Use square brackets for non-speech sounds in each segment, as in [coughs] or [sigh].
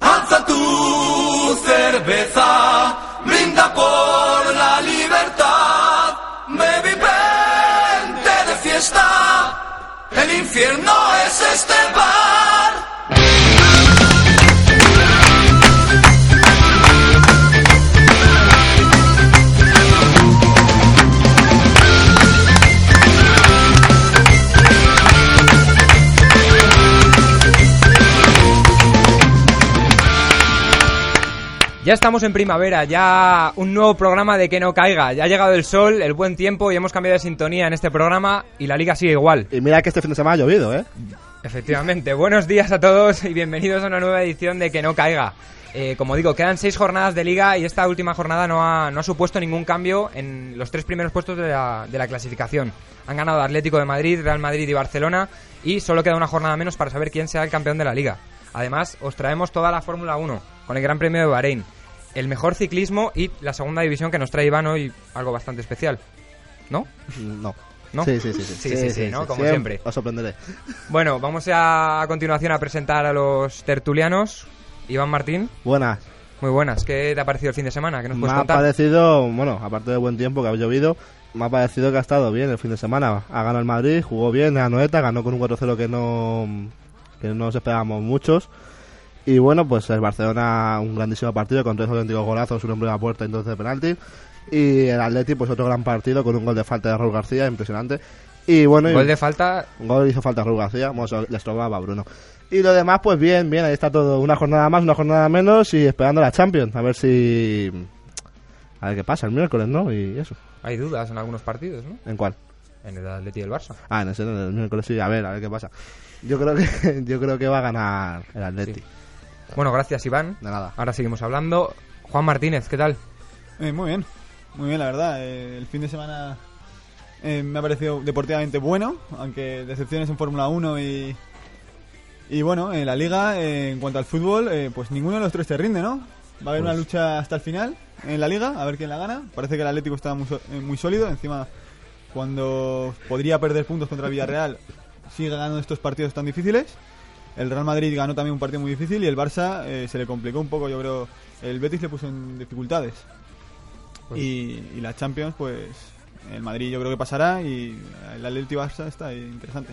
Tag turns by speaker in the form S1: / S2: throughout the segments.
S1: Alza tu cerveza, brinda por la libertad, baby, vente de fiesta, el infierno es este bar.
S2: Ya estamos en primavera, ya un nuevo programa de que no caiga. Ya ha llegado el sol, el buen tiempo y hemos cambiado de sintonía en este programa y la liga sigue igual.
S3: Y mira que este fin de semana ha llovido, ¿eh?
S2: Efectivamente, buenos días a todos y bienvenidos a una nueva edición de que no caiga. Eh, como digo, quedan seis jornadas de liga y esta última jornada no ha, no ha supuesto ningún cambio en los tres primeros puestos de la, de la clasificación. Han ganado Atlético de Madrid, Real Madrid y Barcelona y solo queda una jornada menos para saber quién será el campeón de la liga. Además, os traemos toda la Fórmula 1 con el Gran Premio de Bahrein, el mejor ciclismo y la segunda división que nos trae Iván hoy, algo bastante especial. ¿No?
S3: No.
S2: ¿No?
S3: Sí, sí, sí. Sí,
S2: Sí, sí, sí, ¿no? Como siempre.
S3: Os sorprenderé.
S2: Bueno, vamos a, a continuación a presentar a los tertulianos. Iván Martín,
S3: Buenas.
S2: muy buenas. ¿Qué te ha parecido el fin de semana? ¿Qué nos
S3: Me
S2: puedes
S3: ha
S2: contar?
S3: parecido, bueno, aparte de buen tiempo que ha llovido, me ha parecido que ha estado bien el fin de semana. Ha ganado el Madrid, jugó bien, ganó ETA, ganó con un 4-0 que no, que no nos esperábamos muchos. Y bueno, pues el Barcelona, un grandísimo partido con tres auténticos golazos, uno en primera puerta y dos de penalti. Y el Atleti, pues otro gran partido con un gol de falta de Raúl García, impresionante. Y bueno, y-
S2: Gol de falta.
S3: Un gol hizo falta a Raúl García, bueno, eso les tocaba a Bruno. Y lo demás, pues bien, bien, ahí está todo. Una jornada más, una jornada menos y esperando la Champions. A ver si. A ver qué pasa el miércoles, ¿no? Y eso.
S2: Hay dudas en algunos partidos, ¿no?
S3: ¿En cuál?
S2: En el Atleti y el Barça.
S3: Ah, en ese, en el miércoles sí, a ver, a ver qué pasa. Yo creo que, [laughs] yo creo que va a ganar el Atleti.
S2: Sí. Bueno, gracias Iván.
S3: De nada.
S2: Ahora seguimos hablando. Juan Martínez, ¿qué tal?
S4: Eh, muy bien, muy bien, la verdad. Eh, el fin de semana eh, me ha parecido deportivamente bueno, aunque decepciones en Fórmula 1 y. Y bueno, en la liga, eh, en cuanto al fútbol, eh, pues ninguno de los tres se rinde, ¿no? Va a haber una lucha hasta el final en la liga, a ver quién la gana. Parece que el Atlético está muy, so- eh, muy sólido, encima cuando podría perder puntos contra el Villarreal, sigue ganando estos partidos tan difíciles. El Real Madrid ganó también un partido muy difícil y el Barça eh, se le complicó un poco, yo creo. El Betis le puso en dificultades.
S2: Pues-
S4: Y, y la Champions, pues el Madrid yo creo que pasará y el Atleti Barça está ahí interesante.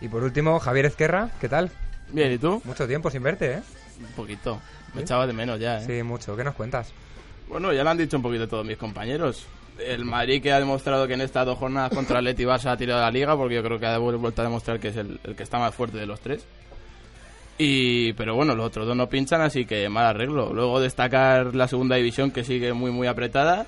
S2: Y por último, Javier Ezquerra, ¿qué tal?
S5: Bien, ¿y tú?
S2: Mucho tiempo sin verte, ¿eh?
S5: Un poquito. Me echaba de menos ya, ¿eh?
S2: Sí, mucho. ¿Qué nos cuentas?
S5: Bueno, ya lo han dicho un poquito todos mis compañeros. El Madrid que ha demostrado que en estas dos jornadas contra Atleti y Barça ha tirado la liga, porque yo creo que ha vuel- vuelto a demostrar que es el, el que está más fuerte de los tres. Y, pero bueno, los otros dos no pinchan, así que mal arreglo. Luego destacar la segunda división que sigue muy, muy apretada.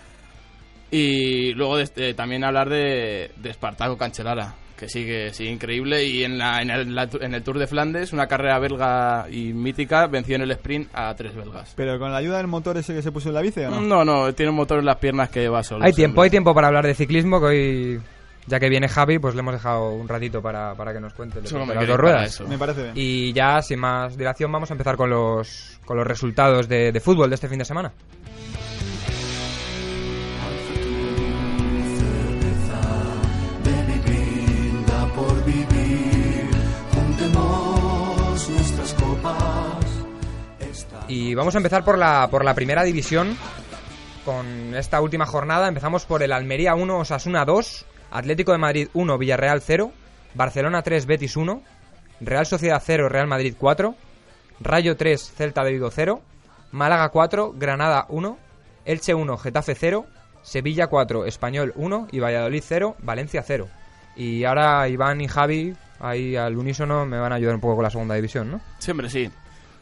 S5: Y luego de este- también hablar de, de Espartaco Cancelara, que sigue, sigue increíble. Y en, la, en, el, la- en el Tour de Flandes, una carrera belga y mítica, venció en el sprint a tres belgas.
S4: Pero con la ayuda del motor ese que se puso en la bici, ¿o
S2: Mm.
S4: no?
S5: No, no, tiene un motor en las piernas que va solo.
S2: Hay tiempo,
S5: siempre.
S2: hay tiempo para hablar de ciclismo, que hoy, ya que viene Javi, pues le hemos dejado un ratito para, para que nos cuente lo de
S5: Solo me
S2: las
S5: queréis
S2: dos
S5: para
S2: ruedas.
S5: eso.
S4: Me parece bien.
S2: Y ya, sin más dilación, vamos a empezar con los, con los resultados de, de fútbol de este fin de semana.
S1: Baby, brinda por vivir, juntemos nuestras copas. Esta
S2: Y vamos a empezar por la, por la primera división. Con esta última jornada empezamos por el Almería 1, Osasuna 2, Atlético de Madrid 1, Villarreal 0, Barcelona 3, Betis 1, Real Sociedad 0, Real Madrid 4, Rayo 3, Celta de Vigo 0, Málaga 4, Granada 1, Elche 1, Getafe 0, Sevilla 4, Español 1 y Valladolid 0, Valencia 0. Y ahora Iván y Javi, ahí al unísono, me van a ayudar un poco con la segunda división, ¿no?
S5: Siempre sí.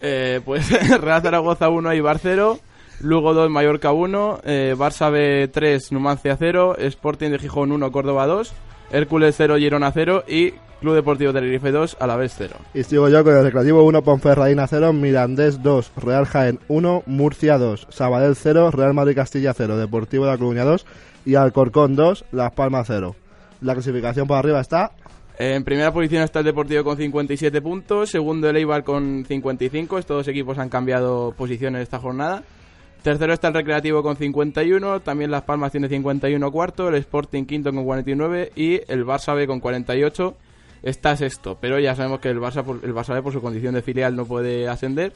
S5: Eh, pues [laughs] Real Zaragoza 1, Ibar 0, Lugo 2, Mallorca 1, eh, Barça B 3, Numancia 0, Sporting de Gijón 1, Córdoba 2, Hércules 0, Girona 0 y Club Deportivo Tenerife 2, Alavés 0.
S3: Y sigo yo con el Recreativo 1, Ponferradina 0, Mirandés 2, Real Jaén 1, Murcia 2, Sabadell 0, Real Madrid Castilla 0, Deportivo de la Coruña 2 y Alcorcón 2, Las Palmas 0. La clasificación por arriba está
S5: En primera posición está el Deportivo con 57 puntos, segundo el Eibar con 55, estos dos equipos han cambiado posiciones esta jornada. Tercero está el Recreativo con 51, también Las Palmas tiene 51 cuarto, el Sporting quinto con 49 y el Barça B con 48 está sexto, pero ya sabemos que el Barça, por- el Barça B por su condición de filial no puede ascender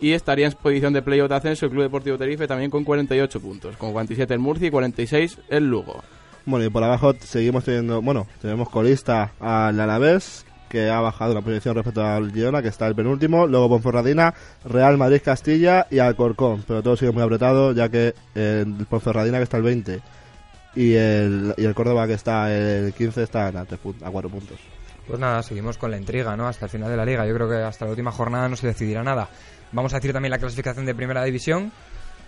S5: y estaría en posición de playoff de ascenso el Club Deportivo Tenerife también con 48 puntos, con 47 el Murcia y 46 el Lugo.
S3: Bueno, y por abajo seguimos teniendo, bueno, tenemos colista al Alavés, que ha bajado una posición respecto al Girona, que está el penúltimo, luego Ponferradina, Real Madrid Castilla y Alcorcón, pero todo sigue muy apretado, ya que el Ponferradina que está el 20 y el, y el Córdoba que está el 15 están a, tres pun- a cuatro puntos.
S2: Pues nada, seguimos con la intriga, ¿no? Hasta el final de la liga. Yo creo que hasta la última jornada no se decidirá nada. Vamos a decir también la clasificación de primera división.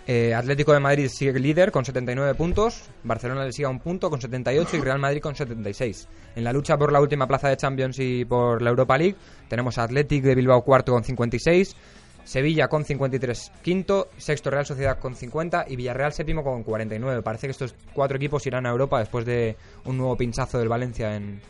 S2: Eh, Atlético de Madrid sigue líder con 79 puntos, Barcelona le sigue a un punto con 78 y Real Madrid con 76. En la lucha por la última plaza de Champions y por la Europa League tenemos a Athletic de Bilbao cuarto con 56, Sevilla con 53 quinto, sexto Real Sociedad con 50 y Villarreal séptimo con 49. Parece que estos cuatro equipos irán a Europa después de un nuevo pinchazo del Valencia en,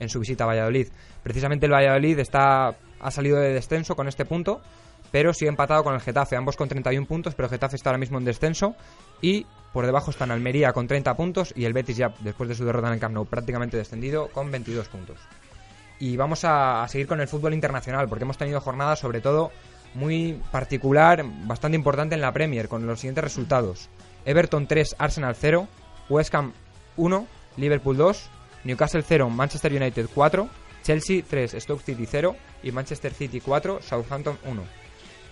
S2: en su visita a Valladolid. Precisamente el Valladolid está, ha salido de descenso con este punto, pero sigue empatado con el Getafe, ambos con 31 puntos, pero Getafe está ahora mismo en descenso y por debajo están Almería con 30 puntos y el Betis ya después de su derrota en el Camp Nou prácticamente descendido con 22 puntos. Y vamos a, a seguir con el fútbol internacional, porque hemos tenido jornadas sobre todo muy particular, bastante importante en la Premier, con los siguientes resultados. Everton 3, Arsenal 0, West Ham 1, Liverpool 2, Newcastle 0, Manchester United 4, Chelsea 3, Stoke City 0 y Manchester City 4, Southampton 1.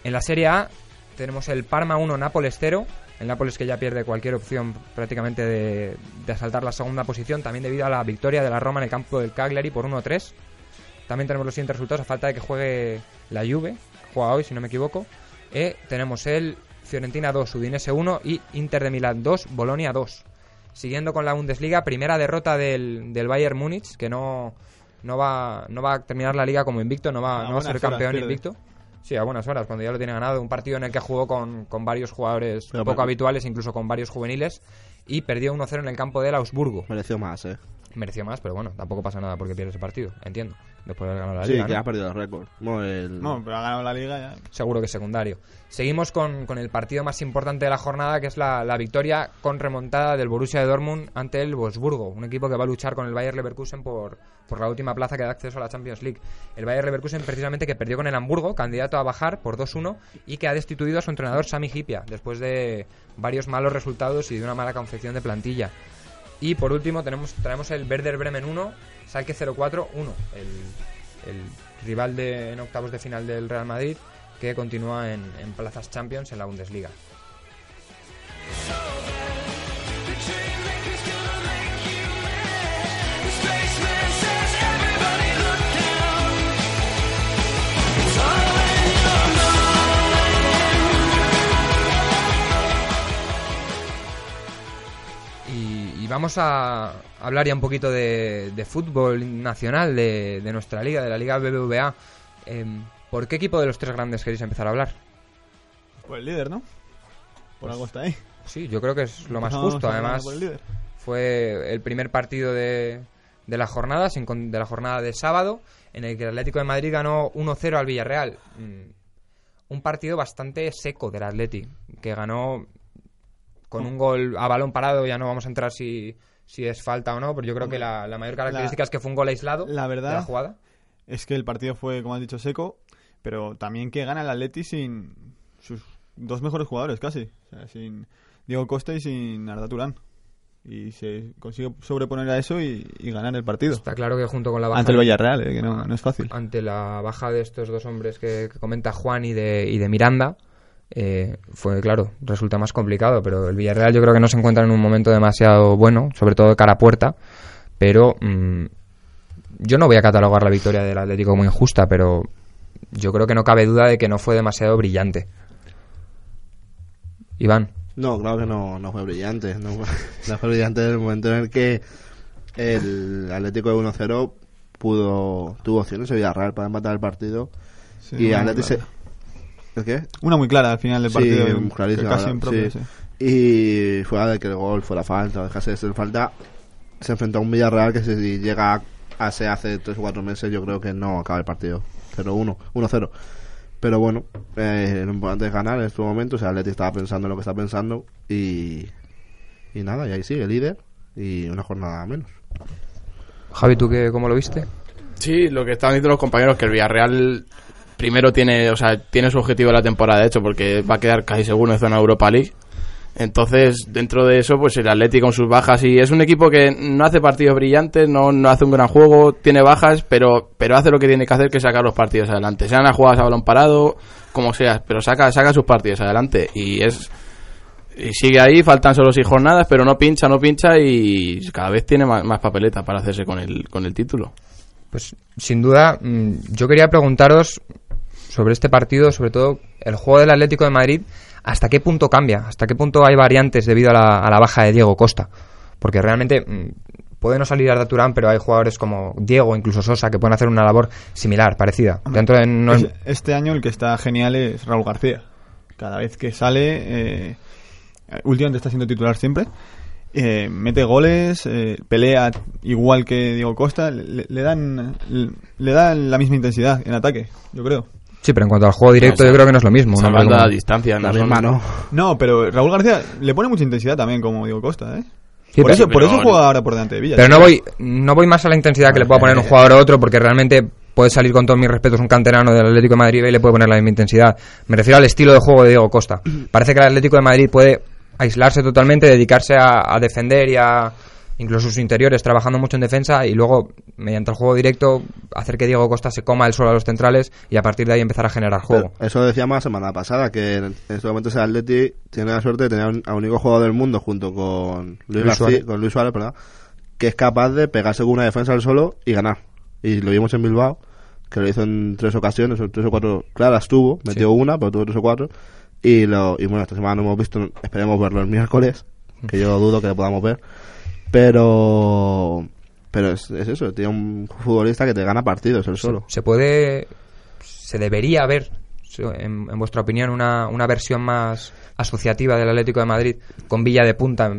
S2: En la Serie A tenemos el Parma 1, Nápoles 0. El Nápoles que ya pierde cualquier opción prácticamente de, de asaltar la segunda posición, también debido a la victoria de la Roma en el campo del Cagliari por 1-3. También tenemos los siguientes resultados a falta de que juegue la Juve, juega hoy si no me equivoco. Eh, tenemos el Fiorentina 2, Udinese 1 y Inter de Milán 2, Bolonia 2. Siguiendo con la Bundesliga, primera derrota del, del Bayern Múnich, que no, no, va, no va a terminar la liga como invicto, no va,
S4: A
S2: no va a ser
S4: buenas horas
S2: campeón
S4: pierde.
S2: invicto. Sí, a buenas horas, cuando ya lo tiene ganado. Un partido en el que jugó con, con varios jugadores
S3: Pero
S2: poco
S3: per-
S2: habituales, incluso con varios juveniles, y perdió 1-0 en el campo del Augsburgo.
S3: Mereció más, ¿eh?
S2: Mereció más, pero bueno, tampoco pasa nada porque pierde ese partido, entiendo. Después de haber ganado la
S3: sí,
S2: liga.
S3: que
S2: ¿no?
S3: ha perdido el récord. Bueno, el-
S4: No, pero ha ganado la liga ya.
S2: Seguro que secundario. Seguimos con, con el partido más importante de la jornada, que es la, la victoria con remontada del Borussia de Dortmund ante el Wolfsburgo, un equipo que va a luchar con el Bayer Leverkusen por, por la última plaza que da acceso a la Champions League. El Bayer Leverkusen precisamente que perdió con el Hamburgo, candidato a bajar por 2-1, y que ha destituido a su entrenador Sami Hipia, después de varios malos resultados y de una mala confección de plantilla. Y por último tenemos, traemos el Werder Bremen 1, Salke 0-4-1, el, el rival de, en octavos de final del Real Madrid que continúa en, en plazas Champions en la Bundesliga. Y, y vamos a hablar ya un poquito de, de fútbol nacional, de, de nuestra liga, de la liga BBVA. Em, ¿Por qué equipo de los tres grandes queréis empezar a hablar?
S4: Por el líder, ¿no? Por algo está ahí.
S2: Sí, yo creo que es Pues lo más
S4: Empezamos
S2: justo.
S4: empezando
S2: Además,
S4: por el líder.
S2: fue el primer partido de, de la jornada, sin con- de la jornada de sábado, en el que el Atlético de Madrid ganó 1-0 al Villarreal. Mm, Un partido bastante seco del Atleti, que ganó con un gol a balón parado. Ya no vamos a entrar si, si es falta o no, pero yo creo que la, la mayor característica es que fue un gol aislado
S4: la verdad-
S2: de la jugada.
S4: Es que el partido fue, como has dicho, seco, pero también que gana el Atleti sin sus dos mejores jugadores casi. O sea, sin Diego Costa y sin Arda Turán. Y se consigue sobreponer a eso y, y ganar el partido.
S2: Está claro que junto con la baja
S4: Ante el
S2: de-
S4: Villarreal, eh, que no, no es fácil.
S2: ante la baja de estos dos hombres que, que comenta Juan y de, y de Miranda, eh, fue claro, resulta más complicado, pero el Villarreal yo creo que no se encuentra en un momento demasiado bueno, sobre todo de cara a puerta, pero mm, yo no voy a catalogar la victoria del Atlético como injusta, pero yo creo que no cabe duda de que no fue demasiado brillante. Iván,
S3: No, claro que no, no fue brillante. No, fue- no fue brillante en el momento en el que el Atlético de 1-0 pudo tuvo opciones el Villarreal para empatar el partido
S4: Sí,
S3: y
S4: una
S3: el
S4: muy
S3: Atlético se-
S4: clara.
S3: ¿El qué?
S4: Una muy clara al final del
S3: Sí,
S4: partido.
S3: clarísima,
S4: casi
S3: ¿verdad?
S4: impropia,
S3: Sí.
S4: sí.
S3: Y fuera de que el gol fuera falta o dejase de ser falta, se enfrentó a un Villarreal que si llega a ser hace 3 o 4 meses, yo creo que no acaba el partido. 0-1, 1-0. Pero bueno, eh, lo importante es ganar en este momento. O sea, el Atleti estaba pensando en lo que está pensando y, y nada, y ahí sigue líder y una jornada menos.
S2: Javi, ¿tú qué, cómo lo viste?
S5: Sí, lo que estaban diciendo los compañeros, que el Villarreal primero tiene, o sea, tiene su objetivo de la temporada, de hecho, porque va a quedar casi seguro en zona Europa League. Entonces, dentro de eso, pues el Atlético con sus bajas y es un equipo que no hace partidos brillantes, no, no hace un gran juego, tiene bajas, pero, pero hace lo que tiene que hacer, que es sacar los partidos adelante. Sean las jugadas a balón parado, como sea, pero saca, saca sus partidos adelante y es y sigue ahí, faltan solo seis jornadas, pero no pincha, no pincha y cada vez tiene más, más papeleta para hacerse con el, con el título.
S2: Pues sin duda, mm, yo quería preguntaros sobre este partido, sobre todo el juego del Atlético de Madrid, ¿hasta qué punto cambia? ¿Hasta qué punto hay variantes debido a la, a la baja de Diego Costa? Porque realmente mm, puede no salir Arda Turán, pero hay jugadores como Diego, incluso Sosa, que pueden hacer una labor similar, parecida. Dentro de- no es-
S4: Es- Este año el que está genial es Raúl García. Cada vez que sale, eh, últimamente está siendo titular siempre. eh, mete goles, eh, pelea igual que Diego Costa, le, le dan le, le dan la misma intensidad en ataque, yo creo.
S2: Sí, pero en cuanto al juego directo,
S5: No,
S2: yo
S5: sí.
S2: creo que no es lo mismo. un hombre
S5: Salvando la
S2: como-
S5: distancia, no
S3: La
S5: son-
S3: misma no.
S4: No, pero Raúl García le pone mucha intensidad también como Diego Costa, ¿eh?
S2: Sí,
S4: por,
S2: pero-
S4: eso, por
S5: pero-
S4: eso juega ahora por delante de Villa.
S2: Pero
S4: tío.
S2: no voy, no voy más a la intensidad que le pueda poner un jugador a otro, porque realmente puede salir con todos mis respetos un canterano del Atlético de Madrid y le puede poner la misma intensidad. Me refiero al estilo de juego de Diego Costa. Parece que el Atlético de Madrid puede aislarse totalmente, dedicarse a, a defender y a incluso sus interiores, trabajando mucho en defensa y luego, mediante el juego directo, hacer que Diego Costa se coma el sol a los centrales y a partir de ahí empezar a generar juego.
S3: Pero Eso decíamos la semana pasada, que en este momento el Atleti tiene la suerte de tener a un- a un único jugador del mundo junto con Luis,
S2: Luis
S3: García-
S2: Suárez.
S3: con Luis Suárez, ¿verdad? que es capaz de pegarse con una defensa al solo y ganar. Y lo vimos en Bilbao, que lo hizo en tres ocasiones, o tres o cuatro claras tuvo, metió una, pero tuvo tres o cuatro. Y, lo, y bueno, esta semana no hemos visto, esperemos verlo el miércoles, que yo dudo que lo podamos ver. Pero pero es, es eso, tiene un futbolista que te gana partidos el solo.
S2: se puede se debería ver se- en, en vuestra opinión una, una versión más asociativa del Atlético de Madrid con Villa de punta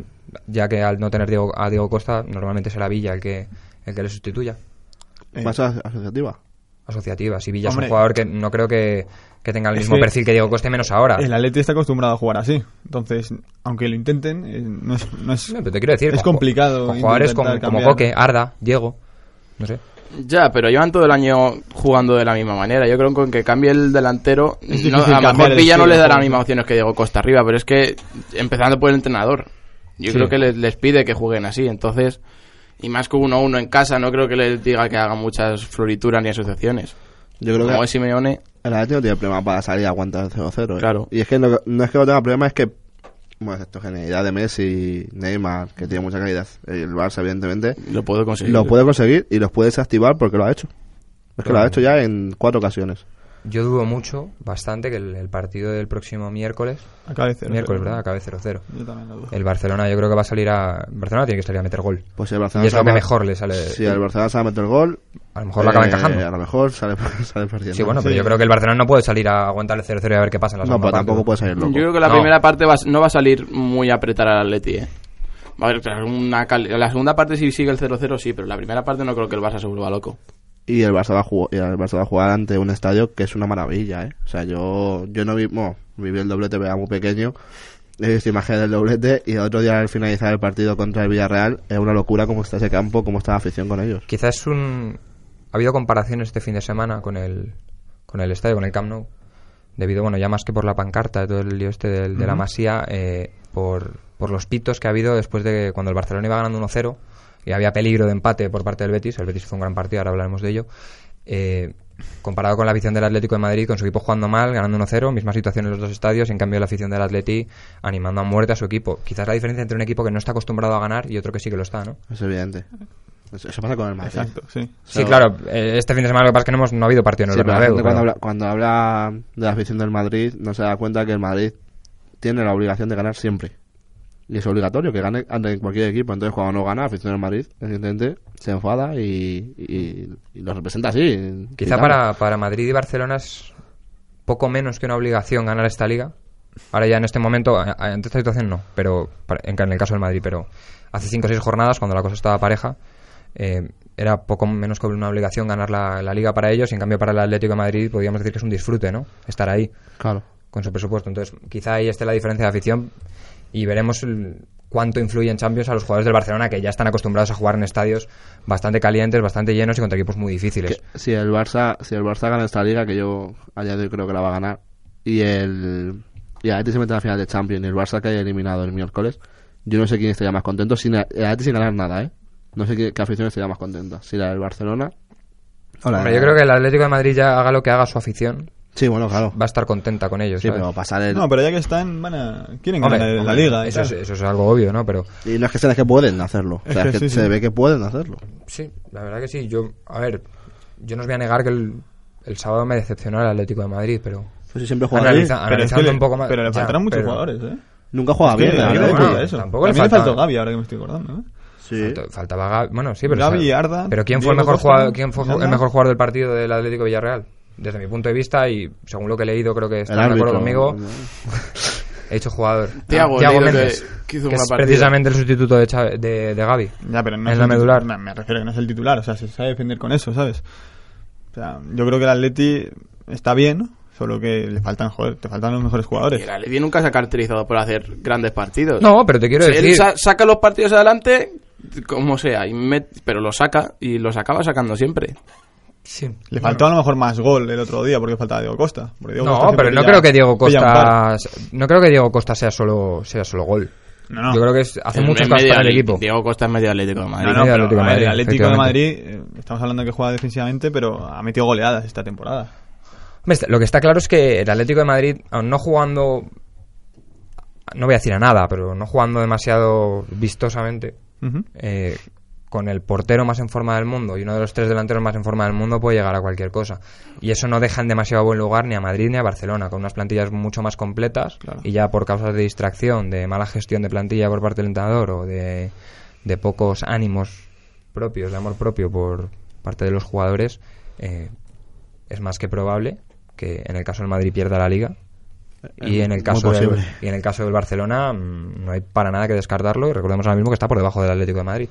S2: ya que al no tener Diego- a Diego Costa normalmente será Villa el que el que le sustituya
S4: Eh,
S3: Más as- asociativa.
S2: asociativa si Villa es
S4: Hombre.
S2: un jugador que no creo que, que tenga el
S4: Es
S2: mismo
S4: que
S2: perfil que Diego Costa y menos ahora
S4: El Atleti está acostumbrado a jugar así. Entonces, aunque lo intenten, eh, no es, no es-
S2: No, pero te quiero decir
S4: es
S2: con-
S4: complicado
S2: con jugadores como-
S4: intentar
S2: como
S4: cambiar.
S2: Coque Arda Diego no sé
S5: Ya, pero llevan todo el año jugando de la misma manera. Yo creo que con que cambie el delantero,
S4: difícil
S5: no, a lo
S4: cambiar
S5: mejor
S4: el
S5: Villa no
S4: estilo
S5: le
S4: de
S5: dará
S4: juego.
S5: las mismas opciones que Diego Costa arriba, pero es que empezando por el entrenador. Yo
S2: Sí.
S5: creo que les, les pide que jueguen así, entonces, y más que uno a uno en casa, no creo que les diga que hagan muchas florituras ni asociaciones.
S3: Yo creo
S5: Como
S3: que
S5: es Simeone,
S3: El Atlético no tiene problema para salir y aguantar el 0-0. ¿eh?
S5: Claro.
S3: Y es que lo que- no es que no tenga problema, es que, bueno, esto genialidad de Messi, Neymar, que tiene mucha calidad, el Barça, evidentemente,
S5: lo puedo conseguir.
S3: lo puede conseguir y los puede desactivar porque lo ha hecho. Es que lo
S2: Claro.
S3: ha hecho ya en cuatro ocasiones.
S2: yo dudo mucho bastante que el, el partido del próximo miércoles
S4: Acaba de cero.
S2: miércoles verdad acabe 0-0
S4: Yo también lo dudo.
S2: el Barcelona yo creo que va a salir a Barcelona tiene que salir a meter gol
S3: Pues si el Barcelona
S2: Y es lo
S3: sabe-
S2: que mejor le sale.
S3: Si el Barcelona sabe meter el gol,
S2: A lo mejor lo acaba
S3: eh,
S2: encajando.
S3: A lo mejor sale, [laughs] sale perdiendo.
S2: Sí, bueno, pero
S4: Sí.
S2: yo creo que el Barcelona no puede salir a aguantar el 0-0 y a ver qué pasa en la
S3: No,
S2: segunda
S3: pero
S2: parte.
S3: tampoco puede salir
S5: Yo
S3: loco.
S5: creo que la
S2: No.
S5: primera parte va- no va a salir muy a apretar al Atleti, eh. Va a haber, claro, una cal- la segunda parte sí sigue el 0-0, sí, pero la primera parte no creo que el Barça se vuelva loco.
S3: Y el Barça va a jugar, y el Barça va a jugar ante un estadio que es una maravilla, ¿eh? O sea, yo, yo no vi, bueno, viví el doblete, pero era muy pequeño. He visto imágenes del doblete y el otro día al finalizar el partido contra el Villarreal es una locura cómo está ese campo, cómo está la afición con ellos.
S2: Quizás es un. Ha habido comparaciones este fin de semana con el, con el estadio, con el Camp Nou. Debido, bueno, ya más que por la pancarta de todo el lío este del- de, la Masía, eh, por, por los pitos que ha habido después de que cuando el Barcelona iba ganando 1-0 y había peligro de empate por parte del Betis. El Betis hizo un gran partido, ahora hablaremos de ello. eh, comparado con la afición del Atlético de Madrid, con su equipo jugando mal, ganando 1-0, misma situación en los dos estadios, y en cambio la afición del Atleti animando a muerte a su equipo. Quizás la diferencia entre un equipo que no está acostumbrado a ganar y otro que sí que lo está, ¿no?
S3: Es evidente. Eso, eso pasa con el Madrid.
S4: Exacto, sí.
S2: Sí, claro. eh, Este fin de semana lo que pasa es que no, hemos, no ha habido partido en el
S3: Sí, pero la
S2: Bernabéu.
S3: gente cuando,
S2: pero-
S3: habla, cuando habla de la afición del Madrid no se da cuenta que el Madrid tiene la obligación de ganar siempre. y es obligatorio que gane ante cualquier equipo. Entonces, cuando no gana, afición al Madrid, evidentemente, se enfada y, y- y lo representa así.
S2: Quizá
S3: gritando.
S2: para, para Madrid y Barcelona es poco menos que una obligación ganar esta liga. Ahora ya en este momento, a- a- ante esta situación no, pero para- en ca- en el caso del Madrid, pero hace 5 o 6 jornadas, cuando la cosa estaba pareja, eh, era poco menos que una obligación ganar la, la liga para ellos y en cambio para el Atlético de Madrid podríamos decir que es un disfrute, ¿no? Estar ahí
S3: Claro.
S2: con su presupuesto. Entonces, quizá ahí esté la diferencia de afición y veremos el- cuánto influye en Champions a los jugadores del Barcelona que ya están acostumbrados a jugar en estadios bastante calientes, bastante llenos y contra equipos muy difíciles.
S3: Que si el Barça si el Barça gana esta liga que yo a día de hoy creo que la va a ganar y el y el Atleti se mete a la final de Champions y el Barça que haya eliminado el miércoles yo no sé quién estaría más contento sin el Atleti sin ganar nada eh no sé qué, qué afición estaría más contenta si la del Barcelona o la
S2: Hombre,
S3: del-
S2: yo creo que el Atlético de Madrid ya haga lo que haga su afición,
S3: sí bueno claro
S2: va a estar contenta con ellos.
S3: sí pero pasar el
S4: No, pero ya que están, van a... quieren ganar la, la liga. y
S2: Eso es,
S4: tal.
S2: eso es algo obvio, ¿no? Pero
S3: y no es que sea es que pueden hacerlo o sea,
S4: Es
S3: es
S4: que
S3: que
S4: sí,
S3: se
S4: sí.
S3: ve que pueden hacerlo
S2: sí, la verdad que sí. Yo, a ver, yo no os voy a negar que el, el sábado me decepcionó el Atlético de Madrid, pero
S3: pues si siempre juega bien
S2: analiza-
S4: Pero es que
S2: analizando
S4: le-
S2: un poco más.
S4: Pero le
S2: ya,
S4: faltaron muchos
S2: pero-
S4: jugadores, ¿eh?
S3: nunca juega bien
S4: Sí,
S3: el
S4: yo
S2: no
S4: creo
S3: Atleti.
S4: que
S2: bueno,
S4: eso.
S2: tampoco le
S4: A mí me
S2: falta-
S4: faltó Gaby, ahora que me estoy acordando. ¿eh?
S3: sí
S2: Falta- Faltaba Gavi- bueno, sí, pero
S4: Gavi,
S2: o sea,
S4: Arda,
S2: pero quién fue el
S4: Diego
S2: mejor
S4: Costa,
S2: jugador, quién fue
S4: Yanda.
S2: el mejor jugador del partido del Atlético Villarreal? Desde mi punto de vista y según lo que he leído creo que
S3: el
S2: están de
S3: árbitro
S2: acuerdo conmigo. [laughs] He hecho jugador.
S5: Thiago,
S2: Ah,
S5: he leído
S2: Méndez,
S5: que- que hizo
S2: que
S5: una
S2: es
S5: partida.
S2: precisamente el sustituto de, Xavi- de, de Gaby.
S4: Ya, pero no
S2: En
S4: es
S2: la
S4: el titu-
S2: medular.
S4: No, me refiero a que no es el titular, o sea, se sabe defender con eso, ¿sabes? O sea, yo creo que el Atleti está bien, solo que le faltan, joder, te faltan los mejores
S5: Y
S4: jugadores.
S5: el Atleti nunca se ha caracterizado por hacer grandes partidos.
S2: No, pero te quiero
S5: Si él
S2: decir,
S5: sa- saca los partidos adelante como sea, y met- pero los saca y los acaba sacando siempre.
S2: Sí.
S4: Le faltó a lo mejor más gol el otro día porque faltaba Diego Costa. porque Diego Costa
S2: No,
S4: siempre
S2: pero no
S4: pilla-
S2: creo que Diego
S4: pilla un par.
S2: Costa no creo que Diego Costa sea solo sea solo gol.
S4: No, no.
S2: Yo creo que es- hace
S5: En-
S2: muchas
S5: en
S2: cosas
S5: medio
S2: para el
S5: atl-
S2: equipo.
S5: Diego Costa es medio Atlético de Madrid.
S4: No, no,
S2: Medio
S4: pero,
S2: Atlético de
S4: a ver, el
S2: Madrid,
S4: Atlético de Madrid, eh, estamos hablando que juega defensivamente, pero ha metido goleadas esta temporada.
S2: Hombre, está- Lo que está claro es que el Atlético de Madrid, aun no jugando, no voy a decir a nada, pero no jugando demasiado vistosamente,
S4: Ujú.
S2: eh, con el portero más en forma del mundo y uno de los tres delanteros más en forma del mundo puede llegar a cualquier cosa. Y eso no deja en demasiado buen lugar ni a Madrid ni a Barcelona, con unas plantillas mucho más completas
S4: Claro.
S2: y ya por causas de distracción, de mala gestión de plantilla por parte del entrenador o de, de pocos ánimos propios, de amor propio por parte de los jugadores, eh, es más que probable que en el caso del Madrid pierda la liga. Y en, el
S3: Eh, muy
S2: caso del,
S3: posible.
S2: y en el caso del Barcelona mm, no hay para nada que descartarlo y recordemos ahora mismo que está por debajo del Atlético de Madrid.